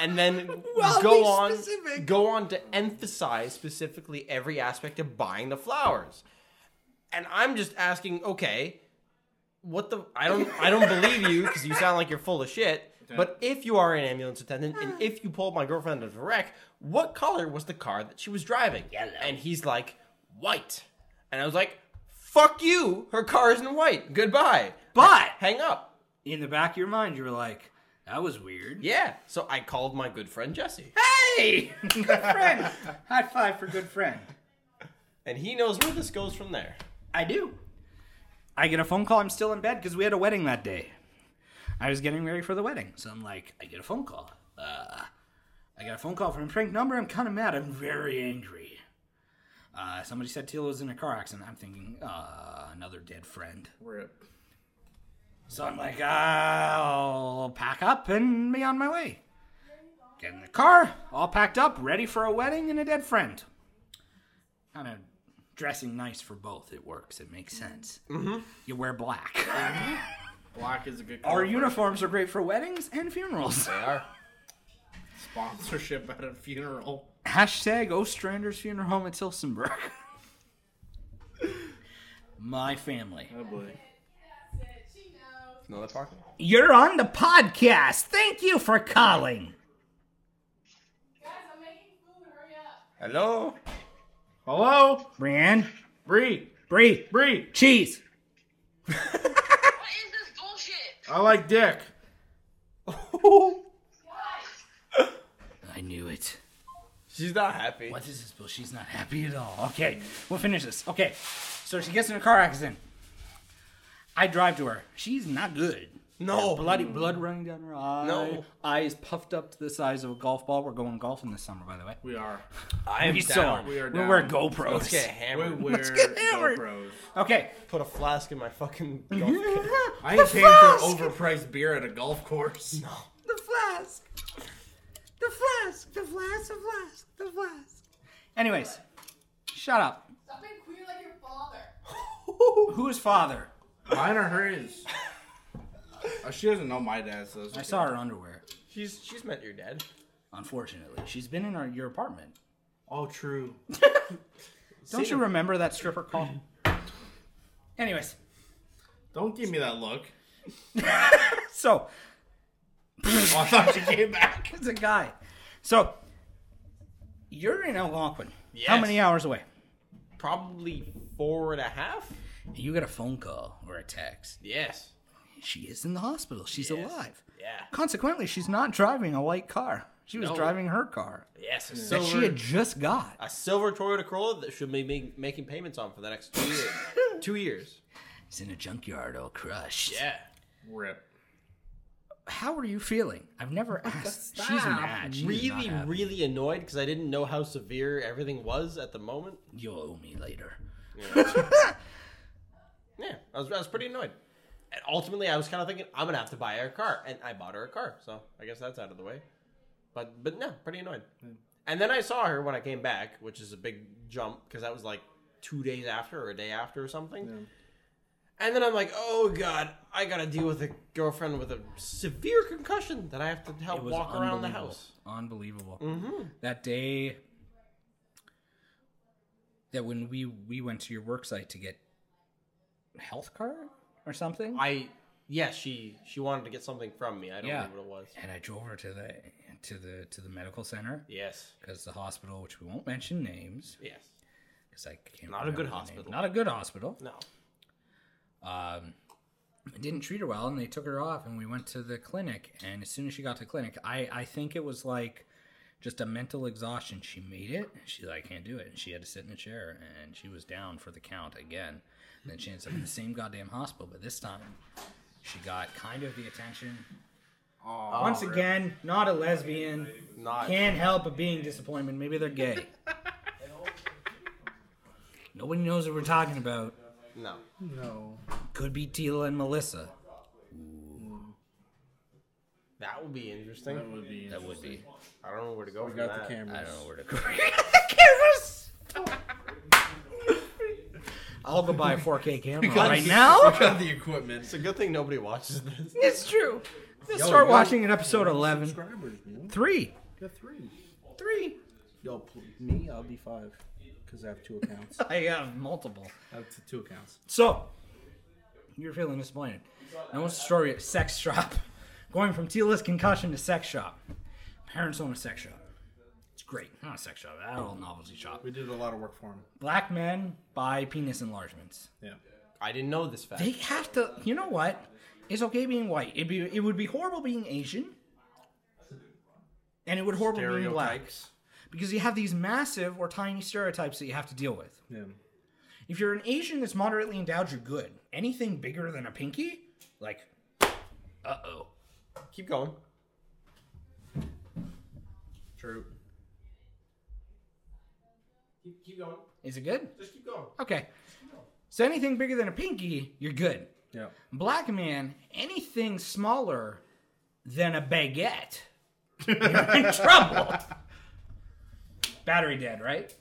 Speaker 1: and then
Speaker 4: Well,
Speaker 1: go
Speaker 4: be
Speaker 1: on
Speaker 4: specific.
Speaker 1: go on to emphasize specifically every aspect of buying the flowers. And I'm just asking, okay, what the I don't I don't believe you cuz you sound like you're full of shit. But if you are an ambulance attendant
Speaker 4: Ah.
Speaker 1: and if you pulled my girlfriend out of a wreck, what color was the car that she was driving? Yellow. And he's like, "White." And I was like, "Fuck you. Her car isn't white. Goodbye."
Speaker 4: But
Speaker 1: Hang up.
Speaker 4: in the back of your mind, you were like, "That was weird."
Speaker 1: Yeah. So I called my good friend Jesse.
Speaker 4: Hey, good friend. High five for good friend.
Speaker 1: And he knows where this goes from there.
Speaker 4: I do. I get a phone call. I'm still in bed because we had a wedding that day. I was getting ready for the wedding, so I'm like, I get a phone call. Uh, I got a phone call from a prank number. I'm kind of mad. I'm very angry. Uh, somebody said Teal was in a car accident. I'm thinking, uh, another dead friend.
Speaker 5: Rip.
Speaker 4: So I'm like, I'll pack up and be on my way. Get in the car, all packed up, ready for a wedding and a dead friend. Kind of dressing nice for both. It works. It makes sense. Mm-hmm. You wear black.
Speaker 5: Black is a good
Speaker 4: Our
Speaker 5: color.
Speaker 4: uniforms are great for weddings and funerals.
Speaker 1: are.
Speaker 5: sponsorship at a funeral.
Speaker 4: Hashtag Ostrander's Funeral Home at Tilsonburg. my family.
Speaker 5: Oh boy.
Speaker 7: That's it. She knows.
Speaker 1: No, that's parking.
Speaker 4: You're on the podcast. Thank you for calling.
Speaker 7: Guys, I'm making food. Hurry up.
Speaker 1: Hello.
Speaker 5: Hello,
Speaker 4: Brianne,
Speaker 5: Bree.
Speaker 4: Bree,
Speaker 5: Bree,
Speaker 4: cheese.
Speaker 12: What is this bullshit?
Speaker 5: I like dick.
Speaker 4: I knew it.
Speaker 1: She's not happy.
Speaker 4: What is this, Bill? She's not happy at all. Okay, we'll finish this. Okay, so she gets in a car accident. I drive to her. She's not good.
Speaker 1: No.
Speaker 4: Bloody blood running down her eye.
Speaker 1: No.
Speaker 4: Eyes puffed up to the size of a golf ball. We're going golfing this summer, by the way.
Speaker 5: We are.
Speaker 1: I am
Speaker 4: We
Speaker 1: down.
Speaker 4: so
Speaker 5: We are
Speaker 4: we wear
Speaker 5: down.
Speaker 4: GoPros.
Speaker 1: Let's get
Speaker 5: We
Speaker 1: hammered.
Speaker 5: wear
Speaker 4: Let's get hammered.
Speaker 5: GoPros.
Speaker 4: Okay.
Speaker 1: Put a flask in my fucking. golf cart.
Speaker 5: I ain't paying for overpriced beer at a golf course.
Speaker 4: The flask. The flask. The flask. The flask. The flask. Anyways, shut up.
Speaker 7: Stop being queer like your father.
Speaker 4: Who's father?
Speaker 5: Mine or hers? Oh, she doesn't know my dad, so
Speaker 4: I saw her underwear.
Speaker 1: she's she's met your dad.
Speaker 4: Unfortunately, she's been in our, your apartment.
Speaker 5: Oh, true.
Speaker 4: Don't you remember that stripper call? Anyways,
Speaker 5: Don't give me that look.
Speaker 4: so
Speaker 5: Oh, I thought she came back.
Speaker 4: it's a guy. So you're in Algonquin. How
Speaker 1: Yes.
Speaker 4: many hours away?
Speaker 1: Probably four and a half.
Speaker 4: You get a phone call or a text.
Speaker 1: Yes.
Speaker 4: She is in the hospital. She's
Speaker 1: Yes.
Speaker 4: alive.
Speaker 1: Yeah.
Speaker 4: Consequently, she's not driving a white car. She was
Speaker 1: No.
Speaker 4: driving her car
Speaker 1: Yes. A
Speaker 4: that
Speaker 1: silver.
Speaker 4: she had just got.
Speaker 1: a silver Toyota Corolla that should be ma- making payments on for the next two years. two years.
Speaker 4: It's in a junkyard, all crushed.
Speaker 1: Yeah.
Speaker 5: Rip.
Speaker 4: How are you feeling? I've never asked. She's mad. She's not
Speaker 1: really,
Speaker 4: happy.
Speaker 1: really annoyed because I didn't know how severe everything was at the moment.
Speaker 4: You'll owe me later.
Speaker 1: Yeah, I was, I was pretty annoyed. And ultimately, I was kind of thinking I'm gonna have to buy her a car, and I bought her a car, so I guess that's out of the way. But but no, pretty annoyed.
Speaker 4: Hmm.
Speaker 1: And then I saw her when I came back, which is a big jump because that was like two days after or a day after or something. And then I'm like, oh god, I gotta deal with a girlfriend with a severe concussion that I have to help
Speaker 4: It was
Speaker 1: walk around the
Speaker 4: unbelievable.
Speaker 1: house. Mm-hmm.
Speaker 4: Unbelievable. That day that when we we went to your work site to get health card or something.
Speaker 1: I yeah, she she wanted to get something from me. I don't
Speaker 4: Yeah.
Speaker 1: know what it was.
Speaker 4: and I drove her to the to the to the medical center
Speaker 1: Yes,
Speaker 4: because the hospital, which we won't mention names,
Speaker 1: yes,
Speaker 4: because I can't.
Speaker 1: Not a good
Speaker 4: remember the name.
Speaker 1: hospital.
Speaker 4: Not a good hospital.
Speaker 1: no,
Speaker 4: um, didn't treat her well, and they took her off, and we went to the clinic. And as soon as she got to the clinic, I, I think it was like just a mental exhaustion. She made it. She's like, I can't do it. And she had to sit in a chair, and she was down for the count again. And then she ends up in the same goddamn hospital, but this time she got kind of the attention. Once again, not a lesbian.
Speaker 1: not
Speaker 4: Can't help but being disappointment. Maybe they're gay. Nobody knows what we're talking about.
Speaker 1: no.
Speaker 5: No.
Speaker 4: Could be Tila and Melissa.
Speaker 1: That would be interesting.
Speaker 5: That would be.
Speaker 4: That would be.
Speaker 1: I don't know where to go.
Speaker 5: We
Speaker 1: from
Speaker 5: got
Speaker 1: that.
Speaker 5: the
Speaker 4: I
Speaker 5: cameras.
Speaker 4: don't know where to go. the cameras. I'll go buy a 4K camera right now.
Speaker 5: We got the equipment.
Speaker 1: It's a good thing nobody watches this.
Speaker 4: It's true. Let's start watching at episode 11.
Speaker 5: Subscribers, man.
Speaker 4: Three.
Speaker 5: We got three.
Speaker 4: Three.
Speaker 5: Yo, pl- me, I'll be five. Because I have two accounts.
Speaker 4: I have multiple.
Speaker 5: I have t- two accounts.
Speaker 4: So, you're feeling disappointed. Now, what's the story at sex shop? Going from Tila's concussion to sex shop. Parents own a sex shop. It's great. Not a sex shop, that old novelty shop.
Speaker 5: We did a lot of work for him.
Speaker 4: Black men buy penis enlargements.
Speaker 5: Yeah.
Speaker 1: I didn't know this fact.
Speaker 4: They have to. You know what? It's okay being white. It'd be. It would be horrible being Asian. And it would horrible being black
Speaker 5: Stereotypes.
Speaker 4: because you have these massive or tiny stereotypes that you have to deal with.
Speaker 5: Yeah.
Speaker 4: If you're an Asian that's moderately endowed, you're good. Anything bigger than a pinky, like, uh oh.
Speaker 1: Keep going.
Speaker 5: True.
Speaker 1: Keep, keep going.
Speaker 4: Is it good?
Speaker 1: Just keep going.
Speaker 4: Okay. So anything bigger than a pinky, you're good.
Speaker 5: Yeah.
Speaker 4: Black man, anything smaller than a baguette, you're in trouble. Battery dead, right?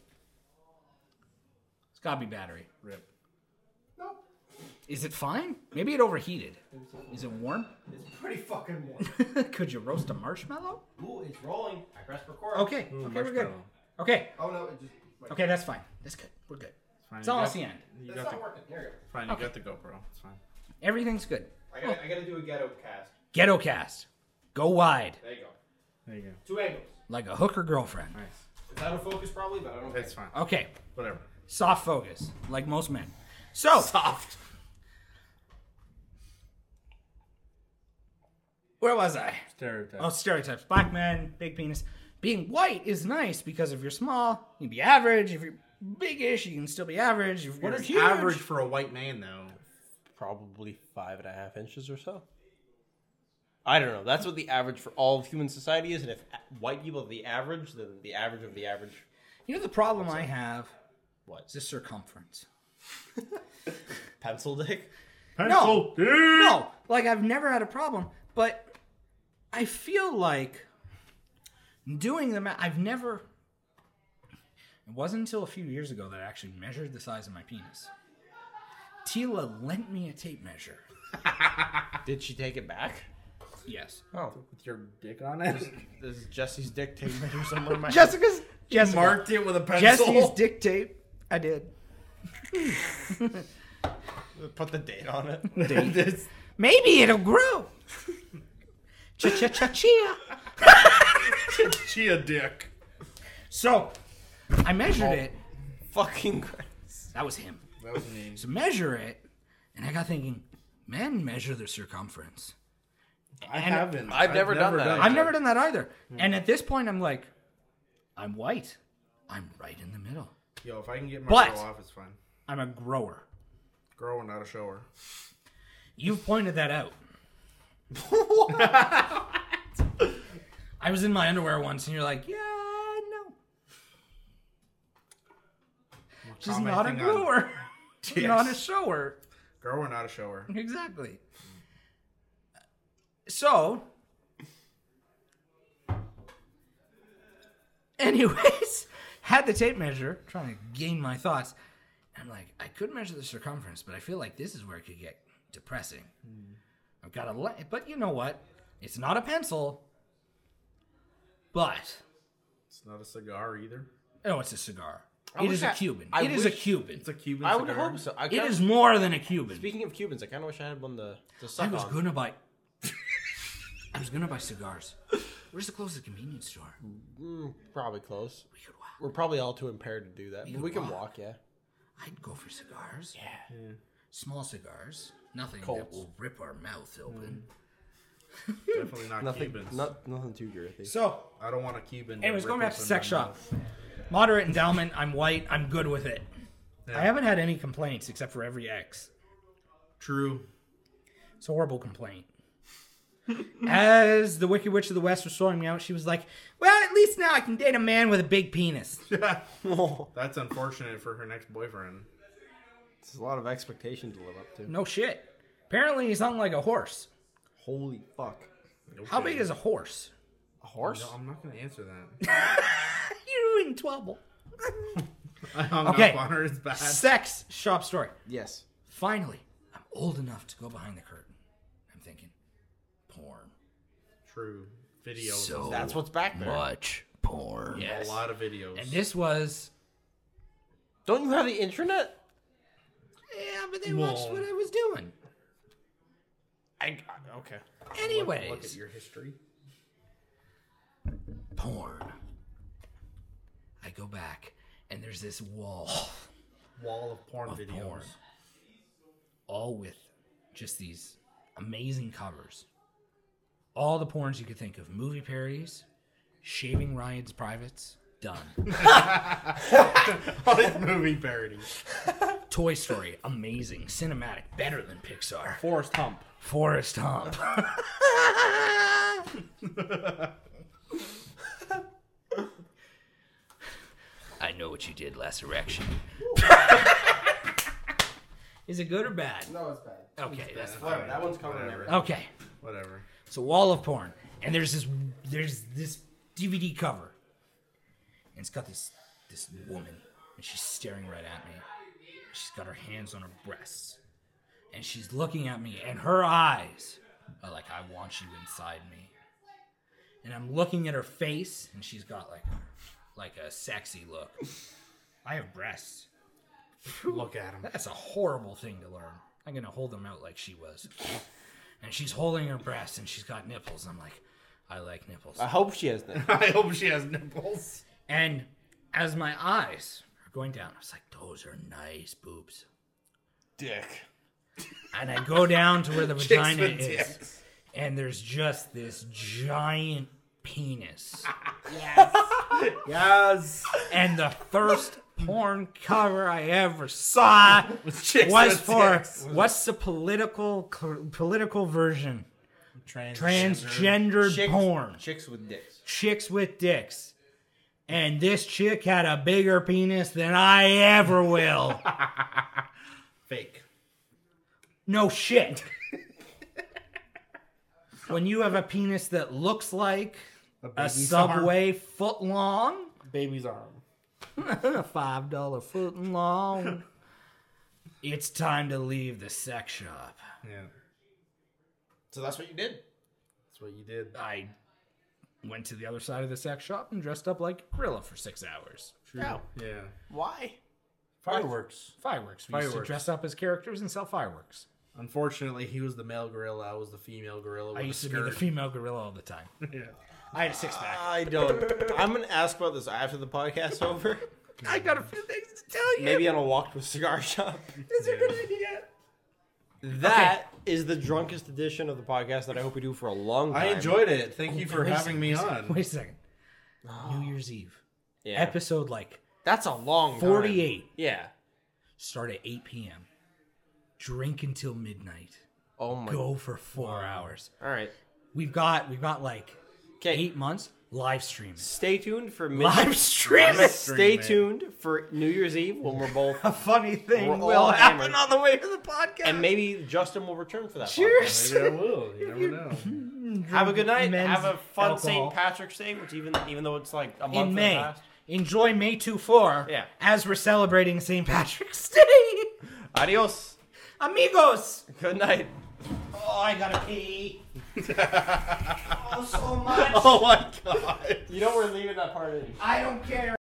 Speaker 4: It's gotta be battery.
Speaker 5: Rip.
Speaker 4: Is it fine? Maybe it overheated. Is it warm?
Speaker 1: It's pretty fucking warm.
Speaker 4: Could you roast a marshmallow?
Speaker 1: Ooh, it's rolling. I pressed record.
Speaker 4: Okay,
Speaker 5: Mm,
Speaker 4: okay, we're good. Okay,
Speaker 1: Oh no, it just. Wait.
Speaker 4: okay, that's fine. That's good. We're good.
Speaker 5: Fine,
Speaker 4: It's
Speaker 5: you
Speaker 4: all I
Speaker 5: got-
Speaker 4: see end.
Speaker 5: You
Speaker 1: It's
Speaker 5: got
Speaker 1: not
Speaker 5: the,
Speaker 1: working. There
Speaker 5: fine, you got the GoPro. It's fine.
Speaker 4: Everything's good.
Speaker 1: we go. I gotta, I gotta do a ghetto cast.
Speaker 4: Ghetto cast. Go wide.
Speaker 1: There you go.
Speaker 5: There you go.
Speaker 1: Two angles.
Speaker 4: Like a hooker girlfriend.
Speaker 5: Nice.
Speaker 1: It's out of focus probably, but I don't.
Speaker 5: It's fine.
Speaker 4: Okay,
Speaker 5: Whatever.
Speaker 4: soft focus, like most men. So soft. Where was I?
Speaker 5: Stereotypes.
Speaker 4: Oh, stereotypes. Black men, big penis. Being white is nice because if you're small, you can be average. If you're bigish, you can still be average. If you're
Speaker 5: What is
Speaker 4: huge,
Speaker 5: average for a white man, though?
Speaker 1: Probably five and a half inches or so. I don't know. That's what the average for all of human society is, and if a- white people are the average, then the average of the average.
Speaker 4: You know the problem I have
Speaker 1: What?
Speaker 4: is the circumference.
Speaker 1: Pencil dick.
Speaker 5: Pencil.
Speaker 4: No. No, like I've never had a problem, but I feel like doing the math. I've never. It wasn't until a few years ago that I actually measured the size of my penis. Tila lent me a tape measure.
Speaker 1: Did she take it back?
Speaker 4: Yes.
Speaker 1: Oh,
Speaker 5: With your dick on it?
Speaker 1: this is Jesse's dick tape measure somewhere in my
Speaker 4: Jessica's. Jessica.
Speaker 5: Marked it with a pencil.
Speaker 4: Jesse's dick tape. I did.
Speaker 1: Put the date on it.
Speaker 5: This-
Speaker 4: Maybe it'll grow. Cha cha cha chia.
Speaker 5: Chia dick.
Speaker 4: So, I measured it.
Speaker 1: Fucking Christ.
Speaker 4: That was him.
Speaker 5: That was me.
Speaker 4: to measure it, and I got thinking, men measure their circumference.
Speaker 5: I haven't.
Speaker 1: I've never done that.
Speaker 4: I've never done that either.
Speaker 5: Hmm.
Speaker 4: And at this point, I'm like, I'm white. I'm right in the middle.
Speaker 5: Yo, if I can get my
Speaker 4: But-
Speaker 5: girl off, it's fine.
Speaker 4: I'm a grower.
Speaker 5: Girl, not a shower.
Speaker 4: You've pointed that out. I was in my underwear once, and you're like, yeah, no. She's not a
Speaker 5: Commenting on-
Speaker 4: grower.
Speaker 5: Yes.
Speaker 4: not a shower.
Speaker 5: Girl, we're not a shower.
Speaker 4: Exactly. So, anyways, had the tape measure, trying to gain my thoughts. I'm like, I could measure the circumference, but I feel like this is where it could get depressing.
Speaker 1: Hmm.
Speaker 4: I've got a, le- but you know what? It's not a pencil, but
Speaker 5: It's not a cigar either.
Speaker 4: oh, it's a cigar.
Speaker 1: I
Speaker 4: it
Speaker 1: wish
Speaker 4: is a
Speaker 1: I-
Speaker 4: Cuban.
Speaker 1: I
Speaker 4: It is a
Speaker 1: wish-
Speaker 4: Cuban.
Speaker 5: It's a Cuban
Speaker 1: I would
Speaker 5: cigar.
Speaker 1: hope so. I
Speaker 4: It
Speaker 1: kinda-
Speaker 4: is more than a Cuban.
Speaker 1: Speaking of Cubans, I kind of wish I had one to, to
Speaker 4: I
Speaker 1: suck
Speaker 4: was
Speaker 1: on.
Speaker 4: gonna buy. I was gonna buy cigars. Where's the closest convenience store?
Speaker 1: Probably close.
Speaker 4: We could walk.
Speaker 1: We're probably all too impaired to do that.
Speaker 4: You
Speaker 1: But we
Speaker 4: can
Speaker 1: can
Speaker 4: walk.
Speaker 1: walk, yeah.
Speaker 4: I'd go for cigars. Yeah. Small cigars. Nothing that
Speaker 1: Colts.
Speaker 4: will rip our mouth open.
Speaker 5: Definitely not
Speaker 1: Nothing,
Speaker 5: Cubans.
Speaker 1: not, nothing too girthy.
Speaker 4: So,
Speaker 5: I don't want a Cuban.
Speaker 4: anyways,
Speaker 5: rip
Speaker 4: going back to
Speaker 5: open
Speaker 4: sex
Speaker 5: my
Speaker 4: shop.
Speaker 5: mouth.
Speaker 4: Moderate endowment. I'm white. I'm good with it.
Speaker 5: Yeah.
Speaker 4: I haven't had any complaints except for every ex.
Speaker 5: True.
Speaker 4: It's a horrible complaint. As the Wicked Witch of the West was sorting me out, she was like, "Well, at least now I can date a man with a big penis."
Speaker 5: That's unfortunate for her next boyfriend.
Speaker 1: It's a lot of expectations to live up to.
Speaker 4: No shit. Apparently, he's not like a horse.
Speaker 1: Holy fuck.
Speaker 4: How big is a horse?
Speaker 1: A horse?
Speaker 5: No, I'm not going to answer that.
Speaker 4: You're in trouble.
Speaker 5: I hung
Speaker 4: Okay.
Speaker 5: up on her. It's bad.
Speaker 4: Uh, Sex shop story.
Speaker 1: Yes.
Speaker 4: Finally, I'm old enough to go behind the curtain. I'm thinking, porn.
Speaker 5: True. Videos.
Speaker 4: So
Speaker 1: That's what's back there.
Speaker 4: much porn.
Speaker 5: a
Speaker 4: Yes.
Speaker 5: lot of videos.
Speaker 4: And this was.
Speaker 1: Don't you have the internet?
Speaker 4: Yeah, but they
Speaker 5: Well-
Speaker 4: watched what I was doing.
Speaker 1: I, okay.
Speaker 4: Anyways,
Speaker 5: Look at your history.
Speaker 4: porn. I go back, and there's this wall
Speaker 5: Wall of porn
Speaker 4: of
Speaker 5: videos.
Speaker 4: porn, all with just these amazing covers. All the porns you could think of: movie parodies, shaving Ryan's privates, done.
Speaker 5: All these movie parodies.
Speaker 4: Toy Story, amazing, cinematic, better than Pixar.
Speaker 13: Forrest Hump.
Speaker 4: Forrest Hump. I know what you did last erection. Is it good or bad?
Speaker 8: No, it's bad.
Speaker 4: Okay, that's the
Speaker 8: Whatever, that one's coming in.
Speaker 5: Whatever.
Speaker 4: okay.
Speaker 5: Whatever.
Speaker 4: So wall of porn, and there's this there's this DVD cover, and it's got this this woman, and she's staring right at me. She's got her hands on her breasts, and she's looking at me, and her eyes are like, "I want you inside me." And I'm looking at her face, and she's got like like a sexy look. I have breasts.
Speaker 5: Look at him.
Speaker 4: That's a horrible thing to learn. I'm gonna hold them out like she was. And she's holding her breast and she's got nipples. I'm like, I like nipples.
Speaker 1: I hope she has that.
Speaker 5: I hope she has nipples.
Speaker 4: And as my eyes are going down, I was like, those are nice boobs.
Speaker 1: Dick.
Speaker 4: And I go down to where the vagina
Speaker 5: with
Speaker 4: is, and there's just this giant penis.
Speaker 5: Yes.
Speaker 4: And the first porn cover I ever saw was for what's the political political version? Transgender porn.
Speaker 1: Chicks with dicks.
Speaker 4: chicks with dicks. And this chick had a bigger penis than I ever will.
Speaker 5: fake.
Speaker 4: No shit. when you have a penis that looks like a, subway foot long,
Speaker 13: Baby's arm.
Speaker 4: a five dollar foot long, it's time to leave the sex shop.
Speaker 5: Yeah.
Speaker 8: So that's what you did.
Speaker 5: That's what you did.
Speaker 4: I went to the other side of the sex shop and dressed up like Gorilla for six hours.
Speaker 5: Yeah.
Speaker 1: Why?
Speaker 5: Fireworks.
Speaker 4: Fireworks. We used to
Speaker 5: Fireworks.
Speaker 4: dress up as characters and sell fireworks.
Speaker 5: Unfortunately, he was the male gorilla. I was the female gorilla. With
Speaker 4: I
Speaker 5: a
Speaker 4: used to be
Speaker 5: skirt.
Speaker 4: the female gorilla all the time.
Speaker 5: Yeah.
Speaker 4: I had a six pack.
Speaker 1: I don't. I'm gonna ask about this after the podcast's over.
Speaker 4: I got a few things to tell you.
Speaker 1: Maybe on a walk to a cigar shop.
Speaker 4: it's a good idea.
Speaker 1: That is the drunkest edition of the podcast that I hope we do for a long time.
Speaker 5: I enjoyed it. Thank you for
Speaker 4: Wait a
Speaker 5: having
Speaker 4: second,
Speaker 5: me
Speaker 4: wait a second,
Speaker 5: on.
Speaker 4: Wait a second.
Speaker 8: Oh.
Speaker 4: New Year's Eve.
Speaker 1: Yeah.
Speaker 4: Episode like
Speaker 1: That's a long time.
Speaker 4: 48.
Speaker 1: Yeah.
Speaker 4: start at 8 p.m. Drink until midnight.
Speaker 1: Oh my.
Speaker 4: Go for four hours.
Speaker 1: All right.
Speaker 4: We've got we've got like
Speaker 8: Okay,
Speaker 4: eight months live streaming.
Speaker 8: stay tuned for mid-
Speaker 4: Live streaming.
Speaker 8: Stay
Speaker 5: Stream it.
Speaker 8: tuned for New Year's Eve when we're both
Speaker 4: A funny thing
Speaker 8: We're all
Speaker 4: will happen
Speaker 8: hammered.
Speaker 4: on the way to the podcast.
Speaker 8: and maybe Justin will return for that.
Speaker 4: Cheers.
Speaker 5: Maybe I will. You never know.
Speaker 8: podcast. Have a good night.
Speaker 4: Men's
Speaker 8: Have a fun
Speaker 4: alcohol.
Speaker 8: St. Patrick's Day, which even even though it's like a month
Speaker 4: in May.
Speaker 8: past,
Speaker 4: Enjoy May 2 4
Speaker 8: Yeah.
Speaker 4: as we're celebrating St. Patrick's Day.
Speaker 8: Adios.
Speaker 4: Amigos!
Speaker 8: Good night.
Speaker 4: Oh, I gotta pee. oh, so much.
Speaker 5: Oh
Speaker 8: You know we're leaving that part in.
Speaker 4: I don't care.